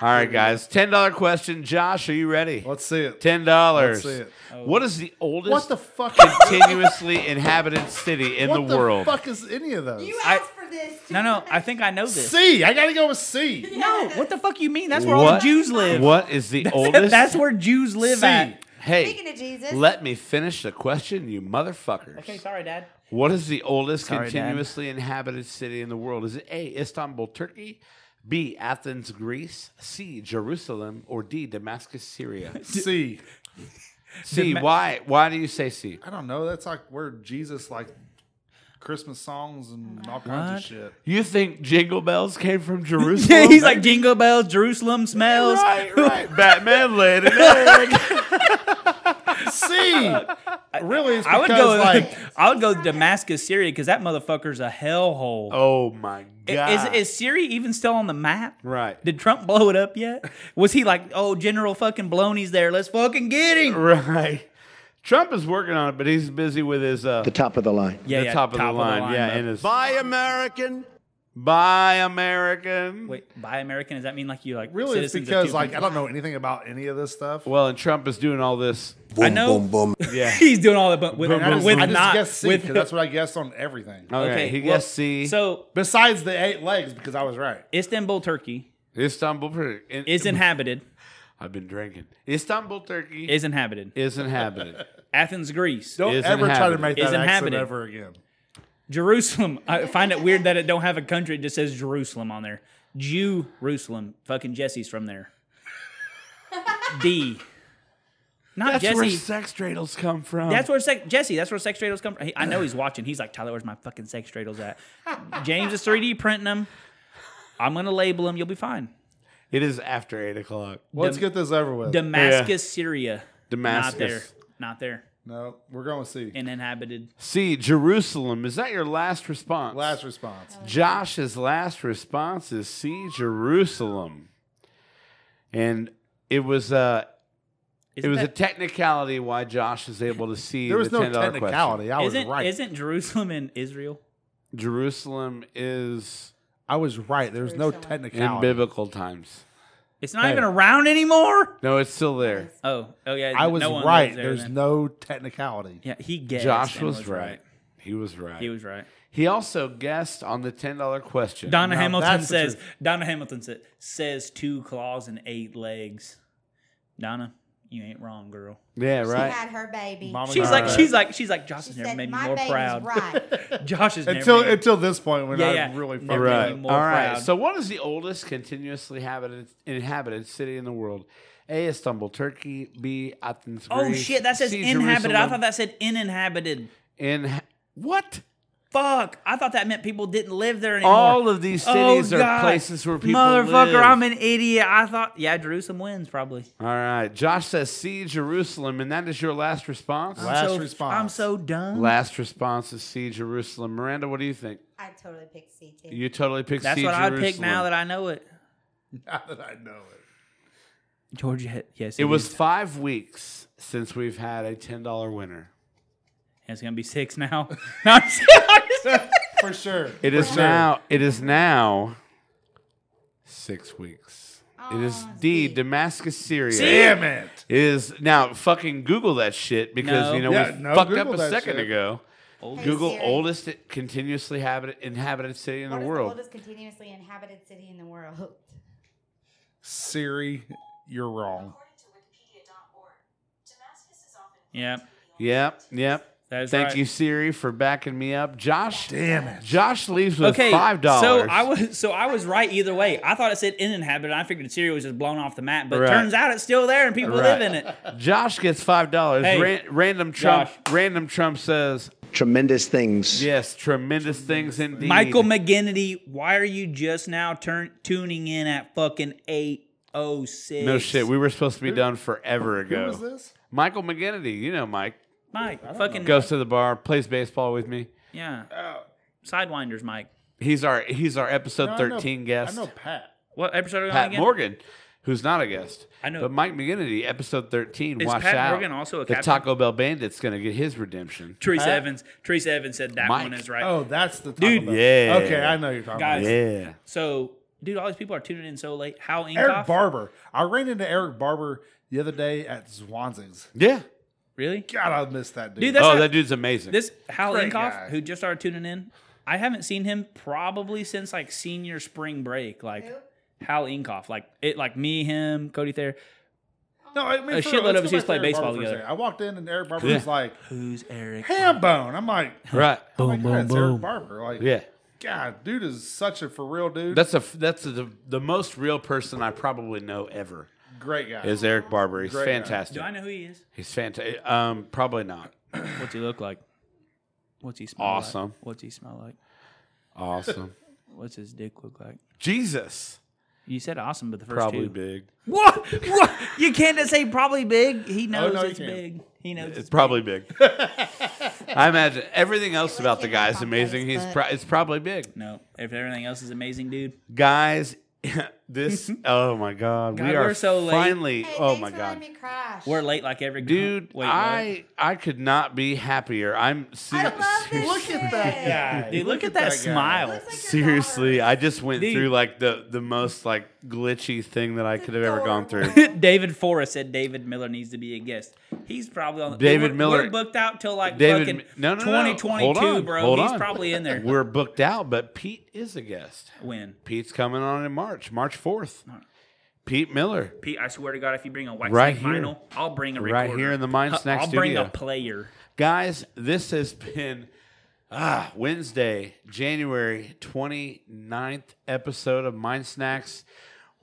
S2: All right, guys. Ten dollar question. Josh, are you ready?
S8: Let's see it.
S2: Ten dollars.
S8: Let's see it.
S2: What is the oldest
S8: What the fuck?
S2: continuously inhabited city in
S8: what
S2: the world?
S8: fuck is any of those?
S5: You
S1: I-
S5: asked for this.
S1: No, no, I think I know this.
S8: C. I gotta go with C.
S1: No, what the fuck you mean? That's where all the
S2: What-
S1: Jews live.
S2: What is the oldest?
S1: That's where Jews live
S8: See.
S1: at.
S5: Speaking
S2: Hey,
S5: of Jesus,
S2: let me finish the question, you motherfuckers.
S1: Okay, sorry, Dad.
S2: What is the oldest
S1: Sorry, Dad.
S2: continuously inhabited city in the world? Is it A, Istanbul, Turkey? B, Athens, Greece? C, Jerusalem? Or D, Damascus, Syria?
S8: C.
S2: C,
S1: Dama-
S2: why? Why do you say C?
S8: I don't know. That's like where Jesus like Christmas songs and all kinds
S1: What?
S8: of shit.
S2: You think jingle bells came from Jerusalem?
S1: Yeah, he's like jingle bells, Jerusalem smells.
S2: right, right. Batman laid an egg.
S8: C. really? It's because
S1: I would go
S8: like
S1: like I would go Damascus, Syria, because that motherfucker's a hellhole.
S2: Oh my
S1: I-
S2: god!
S1: Is is Syria even still on the map?
S2: right?
S1: Did Trump blow it up yet? Was he like, oh, General fucking Baloney's there? Let's fucking get him.
S2: right. Trump is working on it, but he's busy with his uh, the top of the line.
S1: Yeah,
S2: the
S1: yeah,
S2: top, of, the line. Yeah,
S1: bub.
S2: and his
S1: Buy
S2: American. Buy American.
S1: Wait, buy American? Does that mean like you like
S8: Really, it's
S1: citizens of
S8: because
S1: two
S8: like I don't
S1: countries?
S8: know anything about any of this stuff.
S2: Well, and Trump is doing all this.
S1: I know.
S2: boom. Yeah.
S1: He's doing all that, but with,
S8: And I just,
S1: with
S8: I just
S1: not
S8: guessed C,
S1: with Uh,
S8: 'cause that's what I guessed on everything.
S2: Okay, he
S1: well,
S2: guessed C.
S1: So
S8: Besides the eight legs, because I was right.
S1: Istanbul, Turkey
S2: Istanbul Turkey in-
S1: is inhabited.
S2: I've been drinking. Istanbul, Turkey
S1: Is inhabited.
S2: is inhabited.
S1: Athens, Greece.
S8: Don't
S2: Is
S8: ever try to
S2: inhabited.
S8: make
S1: Is
S8: that accent
S1: inhabited.
S8: ever again.
S1: Jerusalem. I find it weird that it don't have a country. It just says Jerusalem on there. Jerusalem. Fucking Jesse's from there. D. Not
S2: That's
S1: Jesse.
S2: where sex dreidels come from.
S1: That's where sex, Jesse. That's where sex dreidels come from. He- I know he's watching. He's like, Tyler, where's my fucking sex dreidels at? James is 3D printing them. I'm gonna label them. You'll be fine.
S2: it is after eight o'clock.
S8: Well, let's get this over with.
S1: Damascus, Syria.
S2: Uh, Damascus.
S1: Not there. Not there.
S8: no, we're going with C.
S1: And inhabited.
S2: See, Jerusalem. Is that your last response?
S8: Last response.
S2: Josh's last response is see Jerusalem. And it was uh it
S1: Isn't
S2: was a
S1: that-
S2: technicality why Josh is able to see
S8: There was
S2: the
S8: no
S2: $10 question.
S8: technicality. I was
S1: isn't,
S8: right.
S1: Isn't Jerusalem in Israel?
S2: Jerusalem is
S8: I was right. There's no technicality.
S2: in biblical times.
S1: It's not
S8: Hey.
S1: even around anymore.
S2: No, it's still there.
S1: Oh, oh yeah.
S8: I was
S1: no one
S8: right.
S1: lives there
S8: There's
S1: then.
S8: no technicality.
S1: Yeah, he guessed.
S2: Josh
S1: and
S2: was, right. He was right.
S1: He was right.
S2: He also guessed on the $10 question.
S1: Donna
S8: Now
S1: Hamilton
S8: that's the
S1: says.
S8: truth.
S1: Donna Hamilton sa- says two claws and eight legs. Donna, you ain't wrong, girl.
S2: yeah,
S5: She
S2: right.
S5: had her baby.
S8: Mama
S1: She's
S8: got
S1: like,
S8: it.
S1: she's like, she's like. Josh
S5: She
S1: has never
S5: said,
S1: made me
S5: "My
S1: more
S5: baby's
S1: proud.
S5: right."
S1: Josh has never
S8: until
S1: made me-
S8: until this point when
S1: Yeah,
S8: I
S1: yeah.
S8: really fucking
S1: Never mind.
S2: Right.
S1: Making me more
S2: All right.
S1: proud.
S2: So, what is the oldest continuously habited, inhabited city in the world? A. Istanbul, Turkey. B. Athens,
S1: Oh
S2: Greece.
S1: shit! That says
S2: C,
S1: inhabited. I
S2: Jerusalem.
S1: thought that said uninhabited.
S2: In what?
S1: Fuck! I thought that meant people didn't live there anymore.
S2: All of these cities
S1: Oh,
S2: are
S1: God.
S2: places where people
S1: Motherfucker,
S2: live.
S1: I'm an idiot. I thought, yeah, Jerusalem wins probably.
S2: All right. Josh says C. Jerusalem, and that is your last response.
S8: Last
S1: so,
S8: response.
S1: I'm so dumb.
S2: Last response is C. Jerusalem. Miranda, what do you think?
S5: I totally picked C too.
S2: You totally picked
S1: That's
S2: C.
S1: what
S2: Jerusalem.
S1: I'd pick now that I know it.
S8: Now that I know it.
S1: Georgia, hit- yes,
S2: it was
S1: is.
S2: five weeks since we've had a ten dollar winner.
S1: It's gonna be six now. No, I'm just- I'm just-
S8: For sure.
S2: It is
S8: For sure.
S2: now. It is now six weeks. it is
S5: Aw,
S2: D
S5: Z.
S2: Damascus, Syria.
S8: Damn it.
S2: It is now. Fucking Google that shit because
S1: No.
S2: you know
S8: Yeah,
S2: we
S8: no,
S2: fucked
S8: Google
S2: up a
S8: that
S2: second
S8: shit.
S2: ago.
S5: Hey,
S2: Google
S5: Siri,
S2: oldest continuously habit, inhabited city in
S5: what
S2: the
S5: is
S2: world.
S5: oldest continuously inhabited city in the world?
S8: Siri, you're wrong.
S1: yeah,
S2: yep, yep.
S1: that's
S2: Thank
S1: right.
S2: you, Siri, for backing me up. Josh,
S8: Damn it.
S2: Josh leaves with
S1: Okay,
S2: five dollars.
S1: So I was so I was right either way. I thought it said uninhabited. I figured Syria was just blown off the map, but
S2: Right.
S1: turns out it's still there and people
S2: Right.
S1: live in it.
S2: Josh gets five dollars.
S1: Hey,
S2: Ran- random Trump.
S1: Josh.
S2: Random Trump says
S4: Tremendous things.
S2: yes. Tremendous, things indeed.
S1: Michael McGinnity, why are you just now turn tuning in at fucking eight oh six?
S2: No shit. We were supposed to be done forever ago.
S8: Who was this?
S2: Michael McGinnity. You know Mike.
S1: Mike, fucking
S2: Goes to the bar, plays baseball with me.
S1: yeah. Sidewinders, Mike.
S2: He's our he's our episode
S8: No, I know-
S2: thirteen guest.
S8: I know Pat.
S1: What episode are we on
S2: Pat
S1: again?
S2: Morgan, who's not a guest.
S1: I know.
S2: But Mike McGinnity, episode thirteen.
S1: Is
S2: watch
S1: Pat
S2: out.
S1: Morgan also a
S2: the
S1: captain?
S2: Taco Bell Bandit's gonna get his redemption.
S1: Teresa Evans. Teresa Evans said that
S2: Mike.
S1: one is right.
S8: Oh, that's the
S1: Dude.
S8: Taco Bell.
S2: Yeah.
S8: Okay, I know who you're talking
S1: Guys.
S8: about.
S2: Yeah.
S1: So, dude, all these people are tuning in so late. How Inkoff?
S8: Eric Barber. I ran into Eric Barber the other day at Swanzigs.
S2: Yeah.
S1: really?
S8: God, I missed that dude.
S1: Dude, that's
S2: oh,
S1: not-
S2: that dude's amazing.
S1: This Hal
S8: Great
S1: Inkoff,
S8: guy.
S1: who just started tuning in, I haven't seen him probably since like senior spring break. Like Hal Inkoff, like it, like me, him, Cody Thayer.
S8: no, I mean,
S1: a
S8: for
S1: shitload
S8: real, let's
S1: of us
S8: go
S1: used to play
S8: back Eric Barber for
S1: baseball
S8: a
S1: together.
S8: second. I walked in and Eric Barber
S2: Yeah.
S8: was like,
S1: Who's Eric?
S8: ham bone. I'm like,
S2: right.
S8: boom, boom, boom. That's Eric Barber. Like,
S2: Yeah.
S8: God, dude is such a for real dude.
S2: That's a f- that's a, the, the most real person I probably know ever
S8: great guy.
S2: is Eric Barber. He's
S8: Great guy.
S2: fantastic.
S1: Do I know who he is?
S2: He's fantastic. Um, probably not.
S1: What's he look like? What's he smell like?
S2: Awesome.
S1: What's he smell like?
S2: Awesome.
S1: What's his dick look like?
S2: Jesus.
S1: You said awesome, but the first two.
S2: Probably big.
S1: What? What? You can't just say probably big. He knows
S8: Oh, no, you
S1: it's
S8: can't.
S1: big. He knows
S2: It's
S1: it's
S2: probably big. I imagine everything else about the guy is amazing. He's pro- it's probably big.
S1: no. If everything else is amazing, dude.
S2: Guys, This, oh my God, we
S1: God,
S2: are
S1: we're so late.
S2: finally,
S5: Hey,
S2: oh
S5: thanks
S2: my
S5: for
S2: God.
S5: letting me crash.
S1: We're late like every
S2: Dude,
S1: Wait, what?
S2: I I could not be happier. I'm ser-
S5: I love this
S2: seriously-
S5: shit.
S1: Dude, look, at that, smile.
S5: Looks like your
S2: seriously,
S5: daughter.
S2: I just went
S1: Dude.
S2: through like the the most like glitchy thing that I could have ever gone through.
S5: adorable.
S1: David Forrest said David Miller needs to be a guest. He's probably on.
S2: David
S1: we're,
S2: Miller-
S1: we're booked out till like
S2: David,
S1: fucking
S2: no, no, no, no.
S1: 2022,
S2: Hold on,
S1: bro.
S2: hold
S1: He's
S2: on.
S1: probably in there.
S2: We're booked out, but Pete is a guest.
S1: When
S2: Pete's coming on in March, March fourth. Pete Miller,
S1: Pete, I swear to God, if you bring a wax
S2: Right
S1: snack
S2: here.
S1: vinyl, I'll bring a
S2: Right
S1: recorder.
S2: here in the Mind
S1: I'll-
S2: Snack
S1: I'll bring a
S2: studio.
S1: player.
S2: guys, this has been ah Wednesday, January 29th episode of Mind Snacks.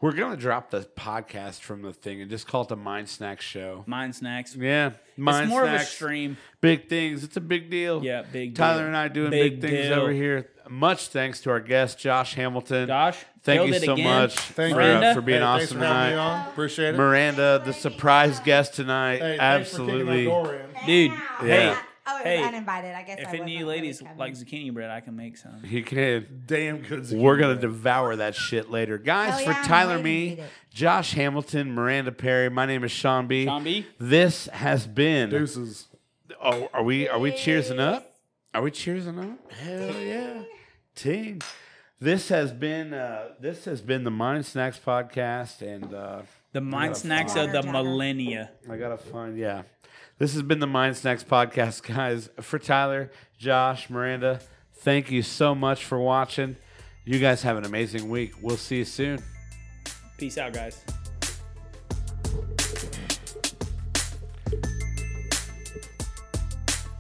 S2: We're gonna drop the podcast from the thing and just call it the Mind Snacks Show.
S1: Mind snacks.
S2: Yeah, Mind
S1: it's more
S2: Snacks.
S1: of a stream.
S2: Big things. It's a big deal.
S1: Yeah, big.
S2: Tyler
S1: deal.
S2: and I doing big, things
S1: deal.
S2: over here. Much thanks to our guest Josh Hamilton.
S1: Josh,
S2: thank
S1: killed
S2: you
S1: it
S2: so
S1: again.
S2: much
S8: Thank
S2: for,
S8: you.
S2: uh,
S1: Miranda.
S2: for being
S8: Hey, thanks
S2: awesome
S8: for having me
S2: tonight.
S8: on. Appreciate it.
S2: Miranda, the surprise guest tonight.
S8: Hey, thanks for kicking
S2: Absolutely.
S8: my door in.
S1: Dude,
S5: Wow.
S2: hey,
S5: Oh, it was
S1: hey,
S5: uninvited. I guess I
S1: If
S5: wasn't
S1: any of you ladies
S5: really
S1: like
S5: coming.
S1: zucchini bread, I can make some.
S2: He can.
S8: Damn good. zucchini.
S2: We're gonna devour that shit later, guys.
S5: Hell
S2: for
S5: yeah, I'm
S2: Tyler,
S5: waiting to
S2: me,
S5: eat it.
S2: Josh Hamilton, Miranda Perry. My name is Sean B.
S1: Sean B.
S2: This has been.
S8: deuces.
S2: Oh, are we are we cheersing up? Are we cheersing up? Hell yeah, team. This has been uh, this has been the Mind Snacks podcast, and uh,
S1: The mind snacks of
S5: find-
S1: the
S5: Jagger.
S1: millennia.
S2: I gotta find yeah. This has been the Mind Snacks podcast, guys. For Tyler, Josh, Miranda, thank you so much for watching. You guys have an amazing week. We'll see you soon.
S1: Peace out, guys.